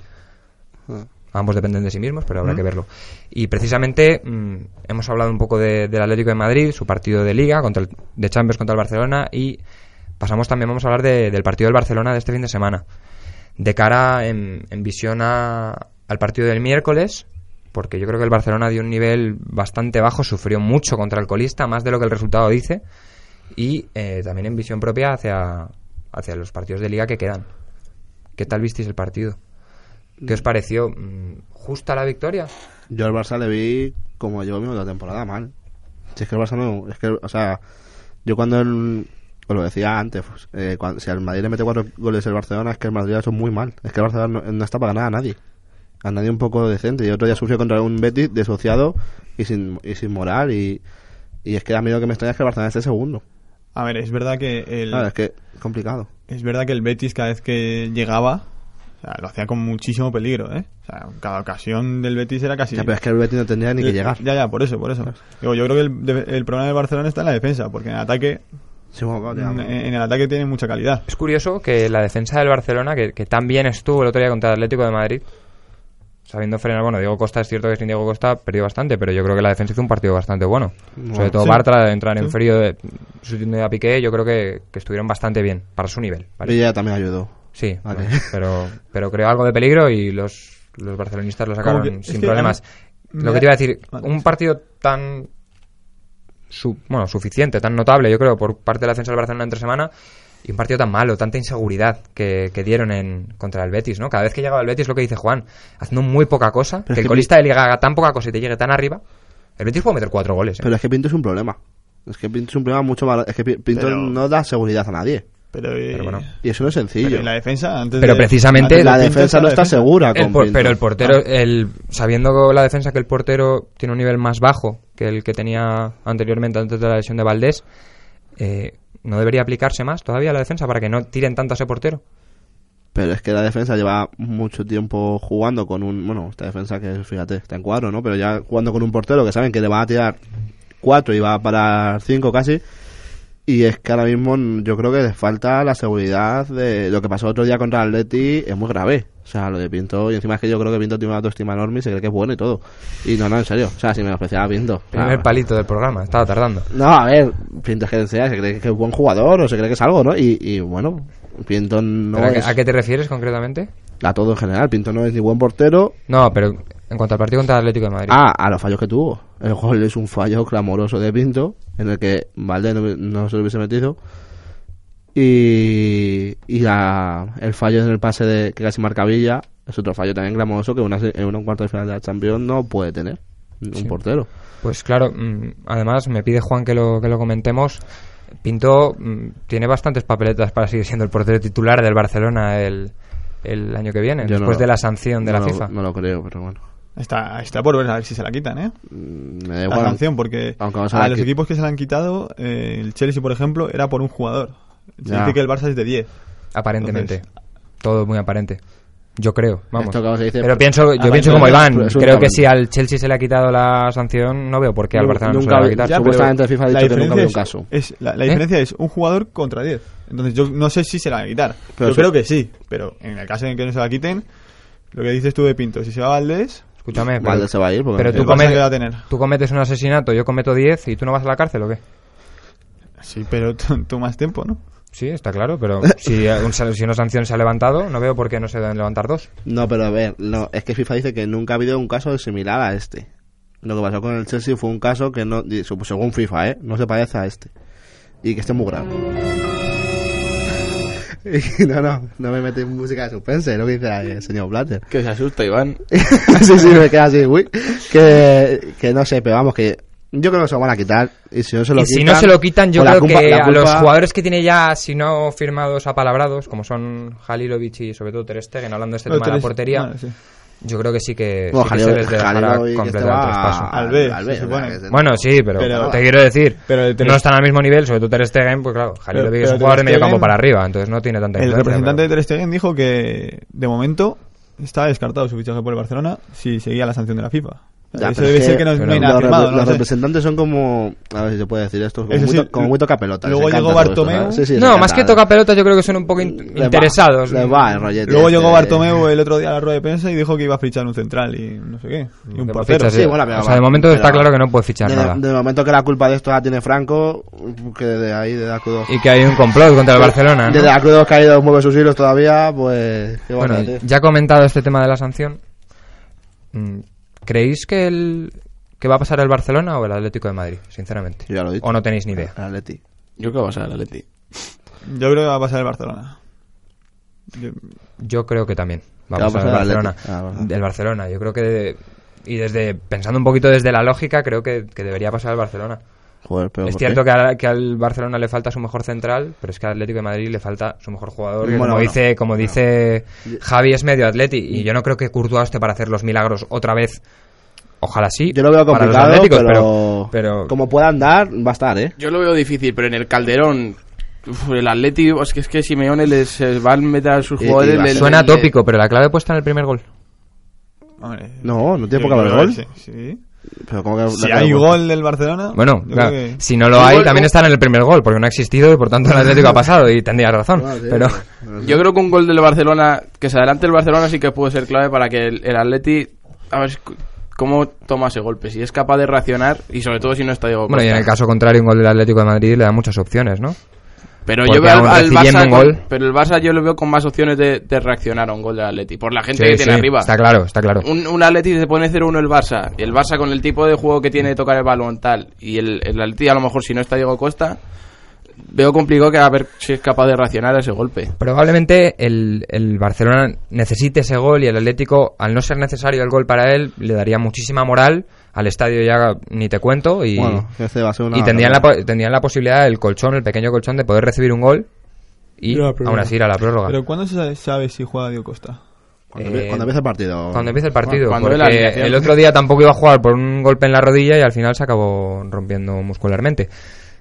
S2: Ambos dependen de sí mismos, pero habrá que verlo. Y precisamente mm, hemos hablado un poco de- del Atlético de Madrid, su partido de Liga, contra el- de Champions contra el Barcelona y pasamos también, vamos a hablar de- del partido del Barcelona de este fin de semana. De cara en, en visión a- al partido del miércoles, porque yo creo que el Barcelona dio un nivel bastante bajo, sufrió mucho contra el colista, más de lo que el resultado dice, y eh, también en visión propia hacia, hacia los partidos de Liga que quedan. ¿Qué tal visteis el partido? ¿Qué os pareció? Mm, ¿Justa la victoria?
S3: Yo al Barça le vi como llevo viendo la temporada mal. Si es que el Barça no. Es que, o sea, yo cuando. el- os lo decía antes, pues, eh, cuan- si al Madrid le mete cuatro goles el Barcelona, es que el Madrid lo ha hecho muy mal. Es que el Barcelona no, no está para ganar a nadie. A nadie un poco decente. Y otro día sufrió contra un Betis desociado y sin, y sin moral. Y, y es que a mí lo que me extraña es que el Barcelona esté segundo.
S4: A ver, es verdad que el,
S3: Claro, es que es complicado.
S4: Es verdad que el Betis cada vez que llegaba o sea, lo hacía con muchísimo peligro, ¿eh? O sea, cada ocasión del Betis era casi...
S3: Ya, pero es que el Betis no tendría ni que
S4: Eh,
S3: llegar.
S4: Ya, ya, por eso, por eso. Digo, yo creo que el, de- el problema del Barcelona está en la defensa, porque en el ataque
S3: Sí, bueno, claro,
S4: en,
S3: ya.
S4: en el ataque tiene mucha calidad.
S2: Es curioso que la defensa del Barcelona, que, que tan bien estuvo el otro día contra el Atlético de Madrid, sabiendo frenar, bueno, Diego Costa es cierto que sin Diego Costa perdió bastante, pero yo creo que la defensa hizo un partido bastante bueno. Sobre todo
S4: sí.
S2: Bartra de entrar en
S4: Sí.
S2: frío, de- sustituyendo a Piqué, yo creo que, que estuvieron bastante bien para su nivel. ¿vale?
S3: Villa también ayudó.
S2: Sí,
S3: Vale.
S2: bueno, pero, pero creo algo de peligro y los, los barcelonistas lo sacaron
S4: Como que- es
S2: sin
S4: que
S2: problemas.
S4: a mí- me
S2: Lo que
S4: da-
S2: te iba a decir,
S4: Vale.
S2: un partido tan su- bueno, suficiente, tan notable, yo creo, por parte de la defensa del Barcelona entre semana, y un partido tan malo, tanta inseguridad que, que dieron en contra el Betis, ¿no? Cada vez que llegaba el Betis, lo que dice Juan, haciendo muy poca cosa,
S3: Pero es
S2: que el
S3: que
S2: colista de liga haga tan poca cosa y te llegue tan arriba, el Betis puede meter cuatro goles. ¿eh?
S3: Pero es que Pinto es un problema. Es que Pinto es un problema mucho más. Es que Pi- Pinto
S4: Pero-
S3: no da seguridad a nadie.
S4: Pero, eh,
S2: Pero bueno.
S3: Y eso no es
S4: pero
S3: sencillo.
S4: en la defensa, antes
S2: Pero
S4: de-
S2: precisamente-
S4: antes
S3: la
S4: de Pinto
S3: defensa no
S4: la
S3: está
S4: defensa.
S3: segura
S2: El
S3: con Ah.
S2: por-
S3: Pinto.
S2: pero el portero, el, sabiendo la defensa que el portero tiene un nivel más bajo que el que tenía anteriormente antes de la lesión de Valdés, eh, ¿no debería aplicarse más todavía la defensa para que no tiren tanto a ese portero?
S3: Pero es que la defensa lleva mucho tiempo jugando con un. Bueno, esta defensa que, fíjate, está en cuadro, ¿no? Pero ya jugando con un portero que saben que le va a tirar cuatro y va a parar cinco casi. Y es que ahora mismo yo creo que les falta la seguridad de lo que pasó otro día contra el Atleti es muy grave. O sea, lo de Pinto, y encima es que yo creo que Pinto tiene una autoestima enorme y se cree que es bueno y todo. Y no, no, en serio. O sea, si me menospreciaba Pinto.
S2: Primer
S3: Ah,
S2: palito del programa, estaba tardando.
S3: no, a ver, Pinto es que sea, se cree que es buen jugador o se cree que es algo, ¿no? Y, y bueno, Pinto no
S2: ¿Pero a, qué,
S3: es
S2: a qué te refieres concretamente?
S3: a todo en general. Pinto no es ni buen portero.
S2: No, pero en cuanto al partido contra el Atlético de Madrid.
S3: Ah, a los fallos que tuvo. El gol es un fallo clamoroso de Pinto, en el que Valde no, no se lo hubiese metido. Y, y la- el fallo en el pase de, que casi marca Villa es otro fallo también clamoroso que una, se- en un cuarto de final de la Champions no puede tener un
S2: Sí.
S3: portero.
S2: Pues claro, mm, además me pide Juan que lo, que lo comentemos. Pinto mm, tiene bastantes papeletas para seguir siendo el portero titular del Barcelona el, el año que viene,
S3: Yo no
S2: después
S3: lo-
S2: de la sanción de
S3: no
S2: la
S3: lo-
S2: FIFA.
S3: No lo creo, pero bueno.
S4: Está, está por ver a ver si se la quitan, ¿eh?
S3: Mm, Me da
S4: La
S3: igual.
S4: sanción, porque
S3: aunque no se la
S4: a los
S3: qui-
S4: equipos que se la han quitado, eh, el Chelsea, por ejemplo, era por un jugador. Se
S3: Ya.
S4: dice que el Barça es de 10.
S2: Aparentemente. Todo muy aparente. Yo creo, vamos.
S3: Esto que se dice-
S2: Pero pienso, yo
S3: Además,
S2: pienso
S3: es
S2: como
S3: un-
S2: Iván.
S3: es un
S2: Creo que
S3: cabrón.
S2: si al Chelsea se le ha quitado la sanción, no veo por qué al
S3: Nu-
S2: Barcelona no se
S3: nunca
S2: la va a
S3: vi-
S2: quitar.
S3: Ya, Supuestamente la FIFA ha
S4: la
S3: dicho que nunca
S4: diferencia
S3: había un
S4: es-
S3: caso.
S4: es- la la
S2: ¿Eh?
S4: diferencia es un jugador contra 10. Entonces yo no sé si se la van a quitar.
S3: Pero
S4: yo
S3: eso-
S4: creo que sí, pero en el caso en que no se la quiten, lo que dices tú de Pinto, si se va Valdés,
S2: Escúchame, pero,
S3: Valde se va a ir porque
S2: pero
S3: no
S2: tú,
S4: el
S3: tiene-
S4: Barça
S2: cometes,
S4: que va a tener.
S2: tú cometes un asesinato, yo cometo 10 y tú no vas a la cárcel o qué?
S4: Sí, pero [laughs] tú tú más tiempo, ¿no?
S2: Sí, está claro,
S3: [laughs]
S2: pero si, eh, un- si una sanción se ha levantado, no veo por qué no se deben levantar dos.
S3: No, pero a ver, no, es que FIFA dice que nunca ha habido un caso similar a este. Lo que pasó con el Chelsea fue un caso que no, di- sup- según FIFA, ¿eh? no se parece a este. Y que este es muy grave. [laughs] Y- no, no, no me metes música de suspense, es lo que dice el señor Blatter. [laughs]
S5: Que se asusta, Iván.
S3: sí, sí, me queda así, uy. Que, que no sé, pero vamos, que yo creo que se lo van a quitar. Y si no se lo
S2: Y
S3: quitan.
S2: si no se lo quitan, yo
S3: o la
S2: creo
S3: culpa-
S2: que
S3: la
S2: a los
S3: culpa-
S2: jugadores que tiene ya, si no firmados, apalabrados, como son Halilovic y sobre todo Ter Stegen, hablando de este
S4: Lo
S2: tema de la
S4: tres-
S2: portería,
S4: bueno, sí.
S2: yo creo que sí que,
S3: Bueno,
S2: sí que se
S3: Jalil-
S2: les dejará
S3: Jalil- que este
S2: completar el
S3: va
S2: traspaso.
S4: Al B, se
S3: B, o sea,
S4: supone.
S3: que se-
S2: Bueno, sí, pero,
S4: Pero-
S2: te quiero decir,
S4: pero el Ter-
S2: no están al mismo nivel, sobre todo Ter Stegen, pues claro, Halilovic
S4: pero
S2: es un
S4: Ter
S2: jugador de medio
S4: Stegen-
S2: campo para arriba, entonces no tiene tanta
S4: El
S2: influencia,
S4: representante
S2: pero-
S4: de Ter Stegen dijo que, de momento, está descartado su fichaje por el Barcelona si seguía la sanción de la FIFA.
S3: Ya,
S4: Eso
S3: pero
S4: debe
S3: es
S4: ser que no, no
S3: pero
S4: hay nada
S3: los,
S4: firmado,
S3: repre-
S4: ¿no?
S3: los
S4: No sé.
S3: representantes son como. A ver si se puede decir esto. Como,
S4: Eso
S3: muy,
S4: sí,
S3: to- como muy toca pelota.
S4: luego llegó Bartomeu.
S2: No, más que toca pelota, yo creo que son un poco in- interesados.
S3: Les va el rollete
S4: Luego
S3: este
S4: llegó
S3: de-
S4: Bartomeu eh, el otro día a la rueda de prensa y dijo que iba a fichar un central y no sé qué. Y un
S2: Que
S4: portero.
S2: fichas,
S3: Sí, bueno, pero
S2: o sea, de momento
S3: pero-
S2: está claro que no puede fichar
S3: De,
S2: nada.
S3: de momento que la culpa de esto la tiene Franco, que desde ahí, desde Acudo.
S2: Y que hay un complot contra el Barcelona. ¿no?
S3: Desde Acudo que ha ido, mueve sus hilos todavía, pues. qué
S2: Bueno,
S3: guarda, tío.
S2: ya comentado este tema de la sanción, mm, ¿creéis que el que va a pasar el Barcelona o el Atlético de Madrid, sinceramente?
S3: Yo ya lo he dicho.
S2: ¿O no tenéis ni idea?
S3: El Atleti.
S5: Yo creo que va a ser el Atleti.
S4: Yo creo que va a pasar el Barcelona. Yo-
S2: Yo creo que también va a
S3: Ya va a
S2: pasar el
S3: pasar el
S2: Barcelona.
S3: Atleti. Ah, bueno.
S2: Del Barcelona, yo creo que y desde pensando un poquito desde la lógica, creo que, que debería pasar el Barcelona.
S3: Joder, pero.
S2: es
S3: ¿por
S2: cierto que,
S3: qué?
S2: al- que al Barcelona le falta su mejor central, pero es que al Atlético de Madrid le falta su mejor jugador. que como
S3: Bueno, bueno.
S2: dice, como dice Javi, es medio atleti. Y yo no creo que Courtois esté para hacer los milagros otra vez. Ojalá sí.
S3: Yo lo veo
S2: para los
S3: complicado,
S2: atléticos,
S3: pero,
S2: pero-
S3: Como pueda andar, va a estar, ¿eh?
S5: Yo lo veo difícil, pero en el Calderón, uf, el Atleti, es que, es que Simeone les eh, va a meter a sus
S3: Y- y
S5: jugadores.
S3: va a
S5: le-
S3: ser-
S2: Suena
S5: le- le-
S2: tópico, pero la clave puesta en el primer gol.
S4: hombre,
S3: No, no tiene
S4: yo
S3: por qué haber
S4: creo que
S3: gol.
S4: sí, sí.
S3: Pero como que.
S4: Si hay gol del Barcelona.
S2: Bueno,
S4: yo
S2: claro,
S4: creo que-
S2: si no lo
S5: Igual
S2: hay,
S5: no-
S2: también está en el primer gol, porque no ha existido y por tanto el Atlético ha pasado y tendría razón.
S3: Ah, sí,
S2: pero
S5: Yo creo que un gol del Barcelona, que se adelante el Barcelona, sí que puede ser clave para que el, el Atleti. A ver c- cómo toma ese golpe. Si es capaz de reaccionar y sobre todo si no está Diego
S2: bueno, y en
S5: Costa.
S2: el caso contrario, un gol del Atlético de Madrid le da muchas opciones, ¿no?
S5: Pero
S2: Porque
S5: yo veo al,
S2: aún
S5: al
S2: recibiendo
S5: Barça.
S2: un
S5: con-
S2: gol-
S5: pero el Barça yo lo veo con más opciones de, de reaccionar a un gol del Atleti. Por la gente que
S2: Sí,
S5: tiene
S2: sí,
S5: arriba.
S2: Está claro, está claro.
S5: un, un Atleti se pone 0-1 el Barça. Y el Barça con el tipo de juego que tiene de tocar el balón tal. Y el, el Atleti a lo mejor si no está Diego Costa. Veo complicado que a ver si es capaz de reaccionar a ese golpe.
S2: Probablemente el, el Barcelona necesite ese gol y el Atlético, al no ser necesario el gol para él, le daría muchísima moral al estadio ya ni te cuento y,
S3: Bueno, este va a ser una.
S2: y tendrían, la, po- tendrían la posibilidad, el colchón, el pequeño colchón, de poder recibir un gol y
S4: Ir a la prórroga.
S2: aún así ir a la prórroga.
S4: Pero ¿cuándo se sabe, sabe si juega Diego Costa?
S3: Cuando,
S2: Eh,
S3: cuando empiece el partido.
S2: cuando empiece el partido,
S5: Cuando ve la
S2: porque
S5: alineación.
S2: el otro día tampoco iba a jugar por un golpe en la rodilla y al final se acabó rompiendo muscularmente.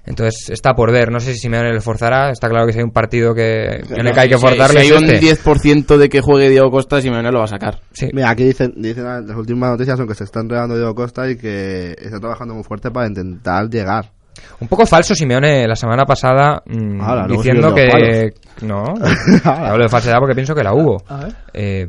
S2: Entonces está por ver. No sé si Simeone le forzará. Está claro que si hay un partido que, que en el
S5: No,
S2: que hay que
S5: si-
S2: forzarle
S5: Si,
S2: es
S5: hay
S2: este.
S5: un 10% de que juegue Diego Costa, Simeone lo va a sacar.
S2: Sí.
S3: Mira, aquí dicen, dicen ah, las últimas noticias son que se está entregando Diego Costa y que está trabajando muy fuerte para intentar llegar.
S2: Un poco falso Simeone la semana pasada mm,
S3: Ahora, luego
S2: diciendo
S3: siguiendo
S2: que...
S5: [laughs]
S2: No, hablo de falsedad porque pienso que la hubo.
S4: A ver.
S2: Eh,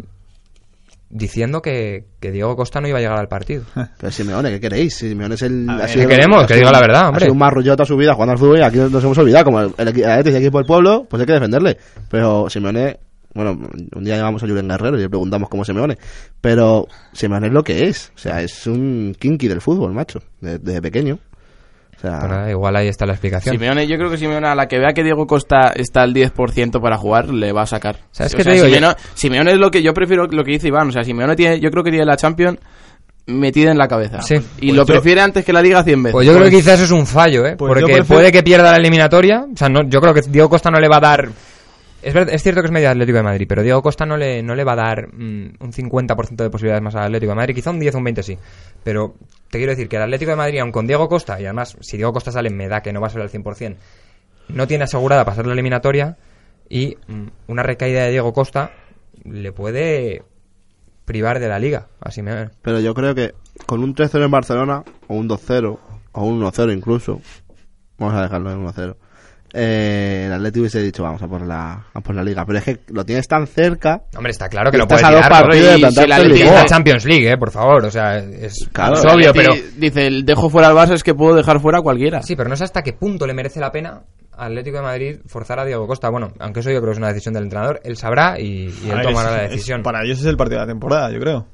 S2: diciendo que, que Diego Costa no iba a llegar al partido.
S3: Pero Simeone, ¿qué queréis? Si Simeone es el... ha
S2: ¿qué queremos?
S3: ha
S2: Que
S3: sido-
S2: diga la verdad,
S3: Ha
S2: hombre.
S3: sido un marrullota a su vida jugando al fútbol y aquí nos hemos olvidado. Como el, el, equi- el Athletic es el equipo del pueblo, pues hay que defenderle. Pero Simeone... Bueno, un día llamamos a Julián Guerrero y le preguntamos cómo es Simeone. Pero Simeone es lo que es. O sea, es un kinky del fútbol, macho. de- Desde pequeño. O sea...
S2: Pues nada, igual ahí está la explicación.
S5: Simeone, yo creo que Simeone, a la que vea que Diego Costa está al 10% para jugar, le va a sacar.
S2: ¿Sabes
S5: O
S2: qué
S5: sea,
S2: te digo?
S5: Simeone, Simeone es lo que yo prefiero lo que dice Iván. O sea, Simeone tiene, yo creo que tiene la Champions metida en la cabeza.
S2: Sí.
S5: Y lo prefiere antes que la Liga 100 veces.
S2: Pues yo creo que quizás es un fallo, ¿eh?
S4: Pues yo
S2: Porque
S4: prefiero-
S2: puede que pierda la eliminatoria. O sea, no, yo creo que Diego Costa no le va a dar... Es, ver- es cierto que es medio Atlético de Madrid, pero Diego Costa no le, no le va a dar mm, un 50% de posibilidades más al Atlético de Madrid. Quizá un 10 o un 20 sí. Pero te quiero decir que el Atlético de Madrid, aun con Diego Costa, y además si Diego Costa sale me da que no va a ser al 100%, no tiene asegurada pasar la eliminatoria y mm, una recaída de Diego Costa le puede privar de la liga. Así me...
S3: Pero yo creo que con un 3-0 en Barcelona, o un 2-0, o un 1-0 incluso, vamos a dejarlo en 1-0, eh, el Atleti hubiese dicho, vamos a por, la, a por la liga. Pero es que lo tienes tan cerca.
S2: Hombre, está claro que lo
S3: estás
S2: puede
S3: a dos
S2: tirar. pero-
S3: partidos de
S5: y si
S3: plantarte
S5: la
S3: en
S5: Atleti-
S2: Es
S3: Lisboa.
S2: la Champions League, eh, por favor, o sea, es,
S3: Claro.
S2: es obvio, pero Ah,
S5: Dice- Dice, el dejo fuera al Barça es que puedo dejar fuera a cualquiera.
S2: sí, pero no sé hasta qué punto le merece la pena al Atlético de Madrid forzar a Diego Costa. Bueno, aunque eso yo creo que es una decisión del entrenador, él sabrá y, y
S4: A
S2: él
S4: ver,
S2: tomará
S4: es-
S2: la
S4: es-
S2: decisión.
S4: para ellos es el partido de la temporada, yo creo.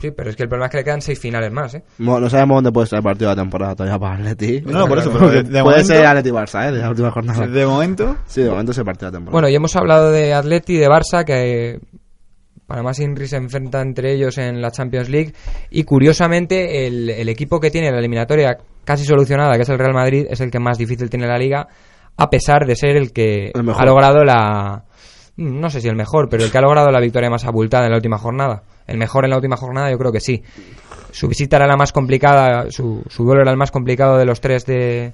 S2: Sí, pero es que el problema es que le quedan seis finales más, ¿eh?
S3: No, no sabemos dónde puede estar el partido de la temporada todavía para Atleti.
S4: No, no, por eso, pero de, de
S3: puede
S4: momento,
S3: ser Atleti Barça, ¿eh? De la última jornada.
S4: de momento,
S3: Sí, de momento es el partido de la temporada.
S2: Bueno, y hemos hablado de Atleti, de Barça, que eh, Panamá Inri se enfrenta entre ellos en la Champions League. Y curiosamente, el, el equipo que tiene la eliminatoria casi solucionada, que es el Real Madrid, es el que más difícil tiene la liga, a pesar de ser el que
S3: El mejor.
S2: ha logrado la. mm, No sé si el mejor, pero el que ha logrado la victoria más abultada en la última jornada. El mejor en la última jornada, yo creo que sí. Su visita era la más complicada, su, su duelo era el más complicado de los tres de,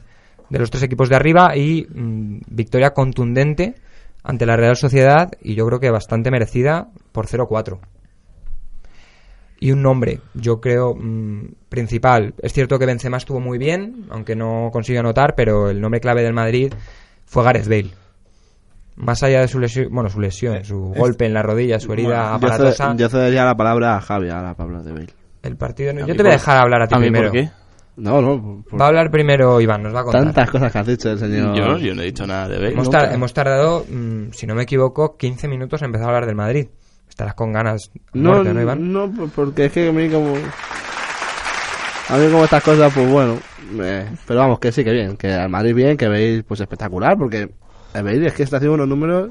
S2: de los tres equipos de arriba y mm, victoria contundente ante la Real Sociedad y yo creo que bastante merecida por 0-4. Y un nombre, yo creo, mm, principal. Es cierto que Benzema estuvo muy bien, aunque no consiguió anotar, pero el nombre clave del Madrid fue Gareth Bale. Más allá de su lesión, bueno, su lesión, su
S4: es-
S2: golpe en la rodilla, su herida
S3: yo,
S2: aparatosa,
S3: ced- yo cedería la palabra a Javi, a la palabra de Bale.
S2: el partido... no-
S5: ¿A
S2: Yo
S5: mí
S2: te voy a
S5: por-
S2: dejar hablar a ti
S5: ¿A mí
S2: primero.
S5: por qué?
S3: No, no, por- por
S2: Va a hablar primero Iván, nos va a contar.
S3: tantas cosas que has dicho el señor.
S5: Yo, yo no he dicho nada de Bale.
S2: Hemos,
S5: nunca.
S2: tar- hemos tardado, mm, si no me equivoco, 15 minutos en empezar a hablar del Madrid. Estarás con ganas. a
S3: No,
S2: muerte, ¿no, Iván?
S3: no, por- porque es que a mí como... A mí como estas cosas, pues bueno... eh, pero vamos, que sí, que bien. Que al Madrid bien, que veis pues espectacular. Porque el Bale es que está haciendo unos números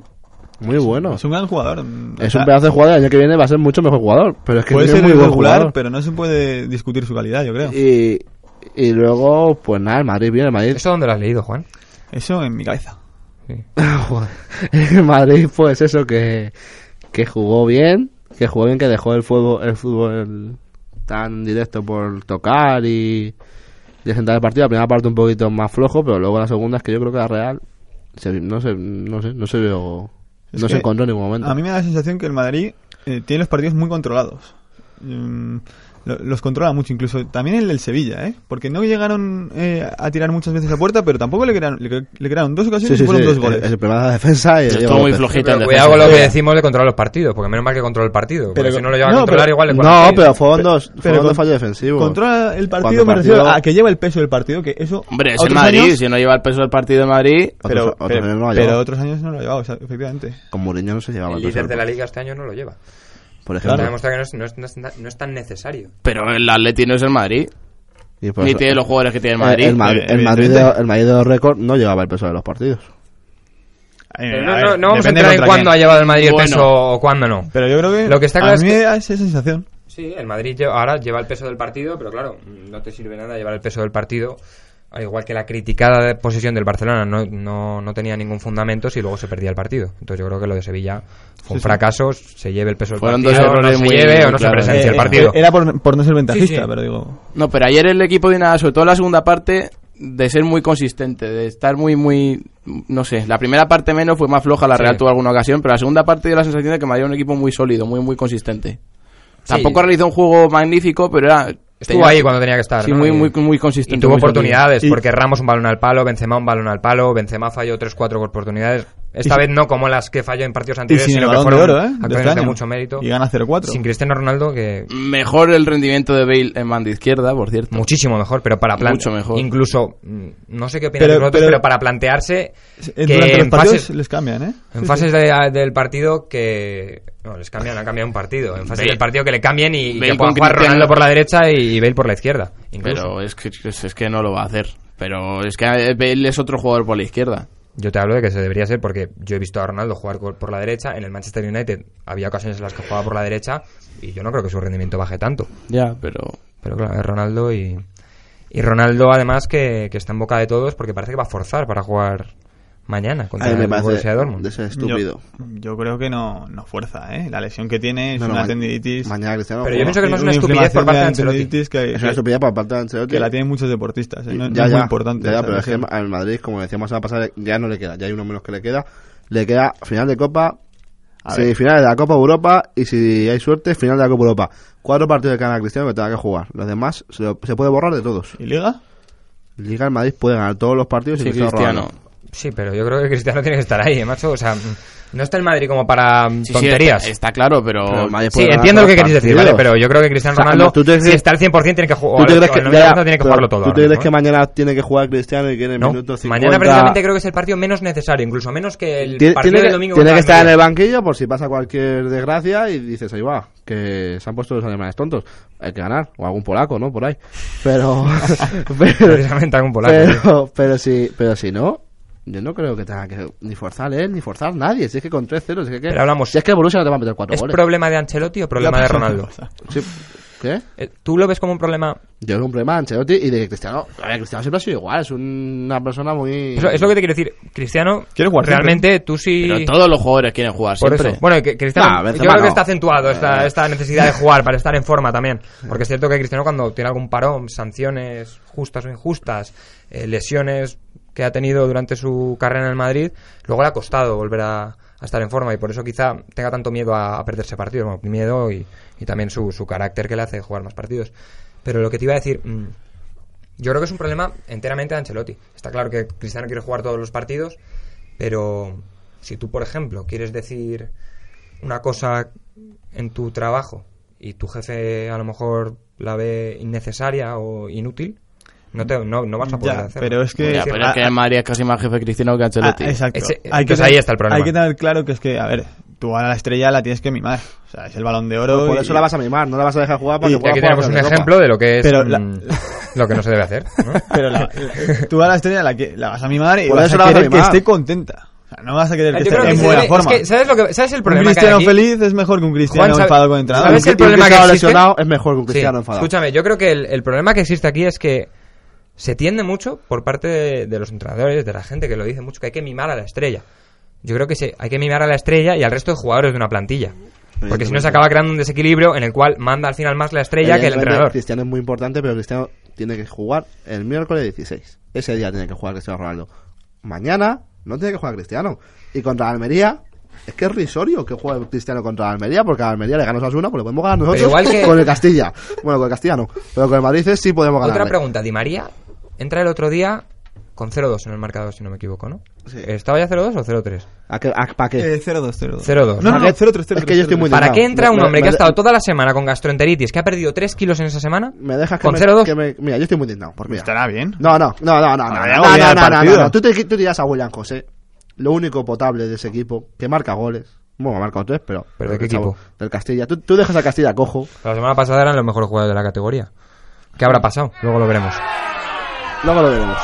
S3: muy buenos.
S4: es un gran jugador.
S3: Es un pedazo de jugador. El año que viene va a ser mucho mejor jugador. Pero es que
S4: Puede
S3: es
S4: ser
S3: muy buen
S4: irregular,
S3: jugador.
S4: pero no se puede discutir su calidad, yo creo.
S3: Y, y luego, pues nada, el Madrid bien, el Madrid...
S2: ¿Eso dónde lo has leído, Juan?
S4: Eso en mi cabeza.
S3: Ah, Joder. [laughs] El Madrid, pues eso, que, que jugó bien, que jugó bien, que dejó el fútbol, el fútbol tan directo por tocar y, y sentar el partido. La primera parte un poquito más flojo, pero luego la segunda es que yo creo que la Real se- no, se, no sé, no se vio,
S4: Es
S3: no se
S4: que
S3: encontró en ningún momento.
S4: A mí me da la sensación que el Madrid eh, tiene los partidos muy controlados. Mm, lo- los controla mucho, incluso también el del Sevilla, ¿eh? Porque no llegaron eh, a tirar muchas veces a puerta, pero tampoco le crearon, le, cre- le crearon dos ocasiones
S3: Sí, sí,
S4: y fueron
S3: sí,
S4: dos
S3: el-
S4: goles.
S3: El, problema de la defensa y el Diego
S5: Estuvo muy
S3: López.
S5: flojito en
S2: Pero
S5: defensa.
S2: cuidado con lo que decimos de controlar los partidos, porque menos mal que controla el partido. Porque
S4: Pero-
S2: si no lo lleva a
S4: no,
S2: controlar,
S4: pero-
S2: igual le cuelga
S3: No,
S2: el
S3: pero
S2: partido.
S3: fueron dos,
S4: pero
S3: fueron dos
S4: con-
S3: fallos defensivos.
S4: Controla el partido,
S3: Cuando
S4: me refiero
S3: partido-
S4: a que lleva el peso del partido, que eso...
S5: Hombre, es el
S4: otros
S5: Madrid.
S4: años-
S5: Si no lleva el peso del partido de Madrid,
S3: Otros-
S4: pero,
S3: otros
S4: pero-
S3: años no lo ha
S4: pero
S3: llevado.
S4: otros años no lo ha llevado, o sea, efectivamente.
S3: Con Mourinho no se llevaba
S2: El
S3: el peso
S2: líder
S3: del-
S2: de la liga este año no lo lleva.
S3: por
S2: Está
S3: ejemplo.
S2: demostrado que no es, no es- no es- no es tan necesario.
S5: pero el Atleti no es el
S3: Y
S5: Madrid.
S2: Pues
S3: pues por
S5: ni
S3: eso-
S5: tiene los jugadores que tiene el
S3: el-
S5: Madrid.
S3: el Madrid, el Madrid de, el Madrid de los récords no llevaba el peso de los partidos.
S4: Eh,
S2: Pero
S4: a
S2: no,
S4: ver,
S2: no- no vamos a
S4: depende
S2: entrar
S4: de
S2: en
S4: contra
S2: cuándo ha
S4: quién.
S2: llevado el Madrid el
S5: Bueno.
S2: peso o cuándo no.
S4: Pero yo creo que...
S2: Lo que está
S4: a
S2: claro es
S4: mí
S2: que-
S4: me da esa sensación.
S2: Sí, el Madrid lle- ahora lleva el peso del partido, pero claro, mm, no te sirve nada llevar el peso del partido. Al igual que la criticada de- posesión del Barcelona no, no, no tenía ningún fundamento si luego se perdía el partido. Entonces yo creo que lo de Sevilla fue un
S4: Sí, sí.
S2: fracaso, se lleve el peso del
S5: Fueron
S2: partido,
S5: dos
S2: no
S5: errores
S2: se
S5: muy
S2: lleve o no se
S5: claros.
S2: presencie
S4: Eh,
S2: el
S4: eh,
S2: partido.
S4: Era por, por no ser ventajista,
S2: sí.
S4: pero digo...
S5: No, pero ayer el equipo de nada, sobre todo en la segunda parte, de ser muy consistente, de estar muy, muy. No sé, la primera parte menos fue más floja, la
S2: Sí.
S5: Real tuvo alguna ocasión, pero la segunda parte dio la sensación de que Madrid era un equipo muy sólido, muy, muy consistente. Tampoco realizó un juego magnífico, pero era.
S2: Estuvo
S5: tenía-
S2: ahí cuando tenía que estar.
S5: Sí,
S2: ¿no?
S5: muy,
S2: Y-
S5: muy, muy
S2: Y
S5: consistente.
S2: tuvo
S5: muy sólido.
S2: oportunidades,
S3: Y-
S2: porque Ramos un balón al palo, Benzema un balón al palo, Benzema falló 3-4 oportunidades. Esta
S4: Y-
S2: vez no como las que falló en partidos
S4: Y
S2: anteriores,
S4: sin el
S2: sino que
S4: balón de
S2: fueron
S4: oro, ¿eh? De
S2: actuaciones
S4: este
S2: de
S4: año.
S2: mucho mérito.
S4: Y gana 0-4.
S2: Sin Cristiano Ronaldo, que
S5: Mejor el rendimiento de Bale en banda izquierda, por cierto.
S2: muchísimo mejor, pero para plantear.
S5: Mucho mejor.
S2: Incluso, mm, no sé qué opinas
S4: Pero-
S2: vosotros, pero,
S4: pero-
S2: para plantearse
S4: Eh,
S2: que
S4: Durante los
S2: en
S4: partidos
S2: fases,
S4: les cambian, ¿eh?
S2: en fases de- del partido que. No, les cambian, han cambiado un partido. En fases
S5: Bale-
S2: del partido que le cambien y, y
S5: Bale
S2: que puedan
S5: con
S2: jugar
S5: Cristiano-
S2: Ronaldo por la derecha y, y Bale por la izquierda. Incluso.
S5: Pero es que, es, es que no lo va a hacer. Pero es que eh, Bale es otro jugador por la izquierda.
S2: Yo te hablo de que se debería ser porque yo he visto a Ronaldo jugar co- por la derecha. En el Manchester United había ocasiones en las que jugaba por la derecha y yo no creo que su rendimiento baje tanto.
S5: Ya, pero.
S2: Pero claro, es Ronaldo y. Y Ronaldo, además, que, que está en boca de todos porque parece que va a forzar para jugar mañana
S3: A
S2: contra
S3: mí me
S2: el
S3: parece
S2: Borussia Dortmund.
S3: de ser estúpido.
S4: Yo, yo creo que no, no fuerza, ¿eh? La lesión que tiene es
S3: No, no,
S4: una
S3: ma-
S4: tendinitis.
S3: Mañana Cristiano
S2: Pero yo
S3: juega.
S2: pienso que es más una
S4: inflamación
S2: estupidez por parte de Ancelotti.
S4: tendinitis Que,
S3: Es una
S4: que-
S3: estupidez por parte de Ancelotti.
S4: que la tienen muchos deportistas. ¿eh?
S3: Ya,
S4: No, no es
S3: ya,
S4: muy importante.
S3: ya, ya,
S4: esa
S3: pero es que
S4: lesión.
S3: al Madrid, como decíamos la semana pasada, ya no le queda, ya hay uno menos que le queda. Le queda final de Copa,
S4: A ver.
S3: semifinales de la Copa Europa y si hay suerte, final de la Copa Europa. Cuatro partidos de Canal Cristiano que tenga que jugar. Los demás se, lo- se puede borrar de todos.
S4: ¿Y Liga?
S3: Liga el Madrid puede ganar todos los partidos
S5: Sí,
S3: y Cristiano
S5: Cristiano.
S3: Ronaldo.
S2: Sí, pero yo creo que Cristiano tiene que estar ahí, ¿eh, macho. O sea, no está el Madrid como para mm,
S5: Sí, sí,
S2: tonterías.
S5: está, está claro, pero.
S3: Pero el Madrid
S2: Sí,
S3: puede ganar
S2: entiendo lo
S3: todos
S2: que
S3: los
S2: queréis decir,
S3: partidos.
S2: ¿vale? Pero yo creo que Cristiano
S3: O sea,
S2: Ronaldo,
S3: ¿tú te
S2: si
S3: crees-
S2: está al 100% tiene que jugar.
S3: ¿Tú te crees que, ya, ya,
S2: tiene que
S3: pero
S2: jugarlo todo.
S3: ¿tú te
S2: ahora mismo,
S3: crees que
S2: ¿eh?
S3: mañana tiene que jugar Cristiano y que en el
S2: No,
S3: minuto 50...
S2: mañana precisamente creo que es el partido menos necesario, incluso menos que el
S3: Tiene,
S2: partido
S3: tiene
S2: del
S3: que,
S2: domingo.
S3: tiene
S2: contra
S3: que estar en
S2: Almería.
S3: el banquillo por si pasa cualquier desgracia y dices, ahí va, que se han puesto los alemanes tontos. Hay que ganar, o algún polaco, ¿no? Por ahí.
S2: [laughs]
S3: Pero. [laughs] pero,
S2: Precisamente algún
S3: [laughs]
S2: polaco. ¿eh?
S3: pero, pero si, pero si no, yo no creo que tenga que ni forzar él, ni forzar nadie. Si es que con 3-0, si es que.
S2: Pero hablamos-
S3: Si es que el Borussia no te va a meter 4
S2: ¿Es
S3: goles.
S2: problema de Ancelotti o problema de Ronaldo?
S3: Sí. ¿Qué?
S2: Eh, ¿Tú lo ves como un problema?
S3: Yo no un problema de Ancelotti y de Cristiano. A ver, Cristiano siempre ha sido igual, es un- una persona muy.
S2: Eso- es lo que te quiero decir. Cristiano,
S4: Quiere jugar siempre.
S2: realmente tú sí...
S5: Pero todos los jugadores quieren jugar
S2: Por
S5: siempre.
S2: eso. Bueno, que Cristiano,
S3: Nah,
S2: yo
S3: Benzema
S2: creo que
S3: no. Eh.
S2: está acentuado esta, esta necesidad de jugar para estar en forma también. Porque es cierto que Cristiano cuando tiene algún parón, sanciones justas o injustas, eh, lesiones que ha tenido durante su carrera en el Madrid, luego le ha costado volver a, a estar en forma y por eso quizá tenga tanto miedo a, a perderse partidos, bueno, miedo y, y también su, su carácter que le hace jugar más partidos. Pero lo que te iba a decir, mm, yo creo que es un problema enteramente de Ancelotti. Está claro que Cristiano quiere jugar todos los partidos, pero si tú, por ejemplo, quieres decir una cosa en tu trabajo y tu jefe a lo mejor la ve innecesaria o inútil, no, te, no, no vas a poder
S4: Ya,
S2: hacerlo.
S4: pero es que-
S5: Ya,
S2: Sí,
S5: pero es que
S4: Ah, ah.
S5: María es casi más jefe cristiano que Ancelotti.
S4: Ah, exacto.
S2: Ese- entonces ahí está el problema.
S4: Hay que tener claro que es que, a ver, tú a la estrella la tienes que mimar. O sea, es el balón de oro.
S3: Pues Por
S4: y-
S3: eso la vas a mimar, no la vas a dejar jugar
S4: Y
S3: porque
S4: aquí
S2: Y
S3: pueda
S2: aquí
S3: jugar
S2: tenemos un
S3: con la Copa.
S2: ejemplo de lo que es
S4: Pero la-
S2: mm, lo que no se debe hacer.
S4: [laughs]
S2: ¿no?
S4: Pero la- la- tú a la estrella la, que- la vas a mimar y
S3: Por
S4: vas
S3: eso
S4: a
S3: la vas a
S4: querer que
S3: mimar.
S4: esté contenta. O sea, no vas a querer que
S2: Yo creo
S4: esté
S2: que
S4: en
S2: se
S4: buena
S2: debe-
S4: forma.
S2: es que, ¿sabes, lo que, ¿Sabes el problema?
S4: un
S2: que hay
S4: cristiano
S2: aquí?
S4: feliz es mejor que un cristiano
S2: Juan, ¿sabe-
S4: enfadado con el entrenador.
S2: ¿sabes
S3: Y
S2: el problema
S3: que
S2: que
S3: estaba
S2: existe?
S3: lesionado es mejor que un
S2: Sí,
S3: Cristiano enfadado.
S2: Escúchame, yo creo que el, el problema que existe aquí es que se tiende mucho por parte de, de los entrenadores, de la gente que lo dice mucho, que hay que mimar a la estrella. Yo creo que sí, hay que mimar a la estrella y al resto de jugadores de una plantilla. Porque si no se acaba creando un desequilibrio en el cual manda al final más la estrella que el
S3: Evidentemente,
S2: entrenador.
S3: Cristiano es muy importante, pero Cristiano tiene que jugar el miércoles 16. Ese día tiene que jugar Cristiano Ronaldo. Mañana no tiene que jugar Cristiano. Y contra Almería, es que es risorio que juegue Cristiano contra Almería, porque a Almería le ganamos a Osasuna, pues le podemos ganar nosotros
S2: Pero igual que-
S3: [laughs] con el Castilla. Bueno, con el Castilla no, pero con el Madrid sí podemos ganar.
S2: Otra pregunta, Di María entra el otro día con 0-2 en el marcador, si no me equivoco, ¿no?
S3: Sí.
S2: ¿Estaba ya 0-2 o 0-3?
S3: ¿Para qué?
S4: Eh, 0-2, 0-2.
S2: 0-2.
S4: No, no, no,
S3: Es que
S4: 0-3, 0-3.
S3: yo estoy muy
S2: ¿Para
S3: indignado.
S2: qué entra un
S3: Me-
S2: hombre
S3: me-
S2: que ha estado toda la semana con gastroenteritis, que ha perdido 3 kilos en esa semana,
S3: Me dejas que,
S2: con
S3: me-
S2: 0-2?
S3: que me- Mira, yo estoy muy indignado. Por mí.
S4: Estará bien.
S3: No, no, no, no, no, no,
S2: Ah,
S4: Habría
S3: no,
S4: algo bien
S3: no,
S4: al
S3: no, no,
S4: partido.
S3: no. Tú te, tú te dirás a William José, lo único potable de ese equipo, que marca goles. Bueno, ha marcado tres, pero...
S2: ¿Pero de qué
S3: chavo,
S2: equipo?
S3: Del Castilla. Tú, tú dejas a Castilla cojo.
S2: La semana pasada eran los mejores jugadores de la categoría. ¿Qué habrá pasado? Luego lo veremos.
S3: Luego lo
S2: [laughs]
S3: veremos.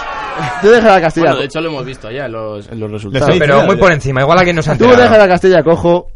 S3: Tú dejas a Castilla
S5: Bueno, de
S3: cojo.
S5: hecho lo hemos visto ya en los, en los
S4: Lo
S5: resultados.
S4: estoy-
S2: Pero
S4: sí,
S2: muy
S4: ya.
S2: por encima, igual alguien nos ha
S3: Tú
S2: enterado.
S3: dejas a Castilla cojo,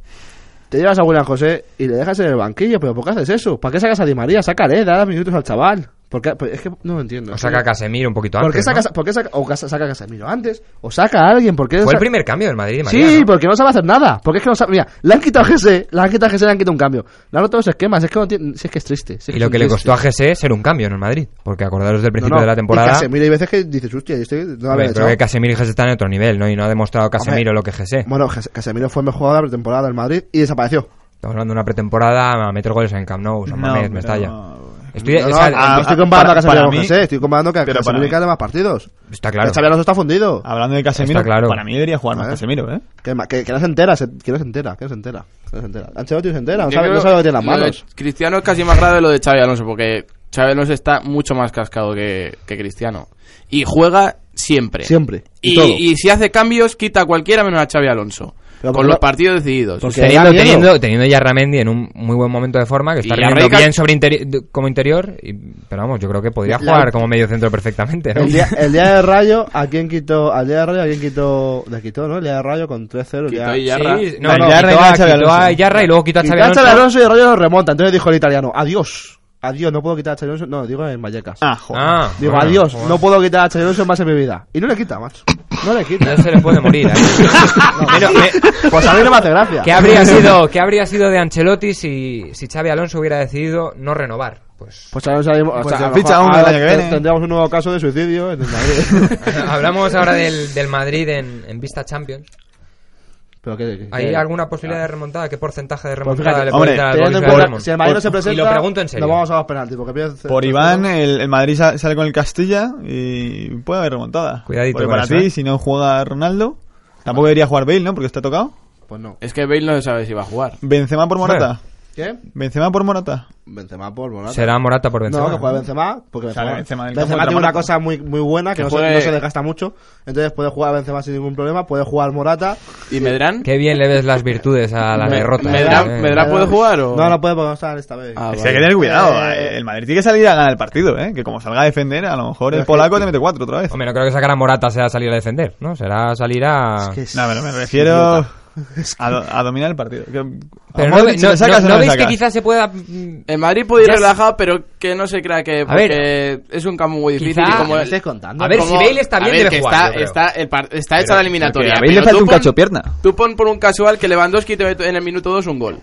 S3: te llevas a eh, William José y le dejas en el banquillo. ¿Pero por qué haces eso? ¿Para qué sacas a Di María? Sácale, dale minutos al chaval. Porque, pues, es que no lo entiendo.
S2: O saca a Casemiro un poquito antes.
S3: ¿Por qué saca,
S2: ¿no?
S3: por qué saca, o casa- saca a Casemiro antes? ¿O saca a alguien? ¿Por qué
S2: Fue el
S3: saca-
S2: primer cambio del Madrid de María,
S3: Sí, pues,
S2: ¿no?
S3: porque no sabe hacer nada. Porque es que no sabe. Mira, le han quitado a GC, le han quitado a GC, le han quitado un cambio. Le han roto los esquemas. Es que no tiene- Si es que es triste. si es
S2: Y lo
S3: es
S2: que le
S3: triste.
S2: costó a GC ser un cambio en el Madrid. Porque acordaros del principio
S3: No, no,
S2: de la temporada.
S3: Y Casemiro, hay veces que dices, hostia, yo estoy. No
S2: Hombre,
S3: haber
S2: creo
S3: echado.
S2: que Casemiro y GC están en otro nivel, ¿no? Y no ha demostrado Casemiro lo que GC.
S3: Bueno, Cas- Casemiro fue mejor jugador de la temporada del Madrid y desapareció.
S2: Estamos hablando de una pretemporada a meter goles en Camp Nou, San Mamés,
S4: pero
S2: Mestalla.
S4: no.
S2: Estoy-
S3: No, no,
S2: o sea,
S3: ah, no estoy
S4: ah,
S3: comparando
S4: para-
S3: a Casemiro
S4: para
S3: con
S4: mí-
S3: José, estoy comparando que a
S4: pero para
S3: Casemiro
S4: mí-
S3: hay que darle más partidos.
S2: está claro. Ah.
S3: El Xavi Alonso está fundido.
S4: Hablando de Casemiro,
S2: Está claro.
S4: para mí debería jugar más
S3: Vale.
S4: Casemiro, ¿eh?
S3: Que, ma- que, que no se entera, se- que no se entera, que no se entera. Que no se entera. Ancelotti se entera, no
S5: Yo
S3: sabe,
S5: creo
S3: no sabe lo que tiene en las
S5: lo de
S3: manos.
S5: Cristiano es casi más grave lo de Xavi Alonso, porque Xavi Alonso está mucho más cascado que, que Cristiano. Y juega siempre.
S3: Siempre. Y
S5: Y,
S3: todo.
S5: y si hace cambios, quita a cualquiera menos a Xavi Alonso.
S3: Pero
S5: con
S3: porque
S5: los
S3: no-
S5: partidos decididos.
S3: porque- que
S2: Teniendo,
S3: da miedo.
S2: teniendo, teniendo ya a Ramendi en un muy buen momento de forma, que está
S5: Ah, Y a
S2: rindiendo
S5: Reika-
S2: bien sobre interi- de- como interior, y- pero vamos, yo creo que podría
S3: La-
S2: jugar como medio centro perfectamente, ¿no?
S3: El día, el día de Rayo, ¿a quién quitó? Al día de Rayo, ¿a quién quitó? Le quitó, ¿no? El día de Rayo con 3-0.
S5: Quitó
S3: ya-
S5: a
S2: Sí,
S5: Yarra.
S2: no,
S4: La
S2: no,
S4: Yarra
S2: quitó
S4: y
S2: a-
S4: Xavi
S2: quitó a
S4: Alonso.
S2: Yarra y luego quitó a
S3: Quitó
S2: Xavi
S3: a
S2: Alonso.
S3: Xavi Alonso y el Rayo lo remonta. Entonces dijo el italiano, adiós. Adiós, no puedo quitar a Xavi Alonso. No, digo en Vallecas.
S4: Ah, joder.
S2: Ah,
S3: digo,
S2: bueno,
S3: adiós,
S2: joder.
S3: no puedo quitar a Xavi Alonso más en mi vida. Y no le quita, macho. No le quita.
S2: No se le puede
S3: [laughs]
S2: morir. ahí. Pero, eh,
S3: pues a mí no me hace gracia.
S2: ¿qué, habría
S3: [laughs]
S2: sido, ¿Qué habría sido de Ancelotti si, si Xavi Alonso hubiera decidido no renovar? Pues [laughs]
S3: Pues ahora no sabemos. o
S4: Pues
S3: sea,
S4: se
S3: a lo
S4: ficha
S3: mejor
S4: uno el
S3: ahora
S4: año que viene.
S3: te- Tendríamos un nuevo caso de suicidio en el Madrid. [laughs]
S2: hablamos ahora del, del Madrid en, en Vista Champions.
S3: Pero que- que-
S2: ¿Hay
S3: que-
S2: alguna posibilidad de remontada? ¿Qué porcentaje de
S3: Pues
S2: remontada
S3: fíjate,
S2: le
S4: hombre,
S2: puede dar al
S3: teniendo en
S2: Borussia
S3: cuenta-
S2: Dortmund?
S3: si el Madrid no se
S2: Por-
S3: presenta,
S2: y lo pregunto en serio.
S3: nos vamos a los penaltis. Porque pierde-
S4: Por Iván, eh, el, el Madrid sa- sale con el Castilla y puede haber remontada.
S2: Cuidadito
S4: Porque
S2: con
S4: para
S2: eso,
S4: ti,
S2: ¿eh?
S4: si no juega Ronaldo, tampoco debería jugar Bale, ¿no? Porque está tocado.
S3: Pues no.
S5: Es que Bale no sabe si va a jugar.
S4: Benzema por Morata.
S3: ¿Qué?
S4: Benzema por Morata.
S3: Benzema por Morata.
S2: Será Morata por Benzema.
S3: No, que juega Benzema, porque
S4: Sale
S3: Benzema,
S4: Benzema del
S3: Benzema
S4: campo de
S3: tiene una
S4: Morata.
S3: cosa muy, muy buena, que,
S5: Que
S3: no, se-
S5: juegue-
S3: no se desgasta mucho, entonces puede jugar Benzema sin ningún problema, puede jugar Morata.
S5: ¿Y Medrán?
S2: Qué bien le ves las virtudes a la
S3: Me-
S2: derrota.
S5: Medrán-
S2: eh.
S5: Medrán- puede jugar o-
S3: No, no puede porque no está esta vez.
S4: Es
S5: Ah,
S4: que
S5: vale.
S4: hay que tener cuidado.
S3: Eh.
S4: El Madrid tiene que salir a ganar el partido, ¿eh? Que como salga a defender, a lo mejor
S3: Pero
S4: el
S3: es que-
S4: polaco te mete cuatro otra vez.
S2: Hombre, no creo que sacar a Morata sea salir a defender, ¿no? Será salir a...
S3: Es que es-
S4: No, pero me refiero [laughs] a, do- a dominar el partido. Que- a
S2: Pero no,
S4: Modric,
S2: ve-
S4: si
S2: no-
S4: le sacas,
S2: no-
S4: no
S2: ¿no
S4: le
S2: veis que
S4: sacas.
S2: quizás se pueda... mm,
S5: El Madrid puede ir
S2: Ya es-
S5: relajado, pero que no se crea que porque es un campo muy difícil.
S2: Quizá-
S5: y como
S3: ¿Me
S5: el-
S3: estáis contando?
S2: A ver,
S5: como-
S2: si Bale está
S5: a
S2: bien,
S5: ver,
S2: debe
S5: que
S2: jugar, yo
S5: está,
S2: creo.
S5: está, el par- está hecha la eliminatoria.
S4: Pero Pues a Bale le
S5: pero
S4: falta
S5: tú
S4: un
S5: pon-
S4: cacho pierna.
S5: Tú pon por un casual que Lewandowski te mete en el minuto 2 un gol.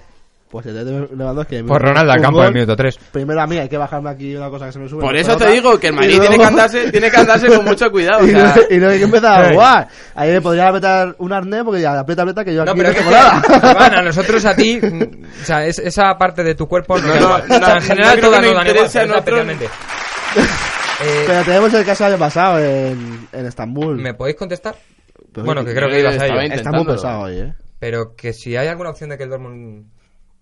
S3: Pues te Lewandowski.
S2: Por Pues Ronaldo al
S3: Un
S2: campo
S3: gol.
S2: en el minuto 3.
S3: Primero a mí, hay que bajarme aquí una cosa que se me sube.
S5: Por
S3: la
S5: eso te
S3: pelota.
S5: digo que el Madrid
S3: Y
S5: tiene que
S3: luego-
S5: andarse, tiene que andarse con mucho cuidado.
S3: [laughs]
S5: o
S3: y,
S5: sea,
S3: luego, y luego hay que empezar a
S2: Sí.
S3: jugar. Ahí le podría apretar un arnés porque ya aprieta, aprieta que yo
S2: No,
S3: aquí
S2: pero
S3: no
S2: es que,
S3: tengo
S5: [laughs]
S3: [laughs] nada.
S2: Iván, a nosotros, a ti, mm, o sea, es- esa parte de tu cuerpo no, da
S5: No, no,
S2: igual.
S5: no,
S2: O sea, en
S5: no
S2: general
S5: creo
S2: todas
S5: que me
S2: no dan igual,
S5: interese a
S2: pero esa
S5: nosotros.
S2: especialmente. Eh,
S3: Pero tenemos el caso del año pasado en, en Estambul.
S2: ¿Me podéis contestar?
S3: Pero
S2: bueno,
S3: yo-
S2: que creo que ibas a ello.
S5: estaba intent-
S3: Está muy
S5: intentándolo.
S3: pesado hoy, eh.
S2: Pero que si hay alguna opción de que el Dortmund...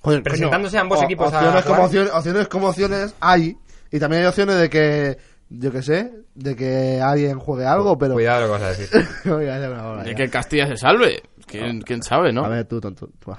S3: Joder,
S2: Presentándose
S3: coño,
S2: ambos
S3: o-
S2: equipos a
S3: opciones como
S2: jugar.
S3: opciones, opciones como opciones hay y también hay opciones de que yo que sé de que alguien juegue algo pero [laughs]
S2: Cuidado lo que vas a decir.
S3: Oiga, ya una hora,
S5: de
S3: ya.
S5: que el Castilla se salve. ¿Quién, quién sabe, no?
S3: a ver tú tonto tú, va.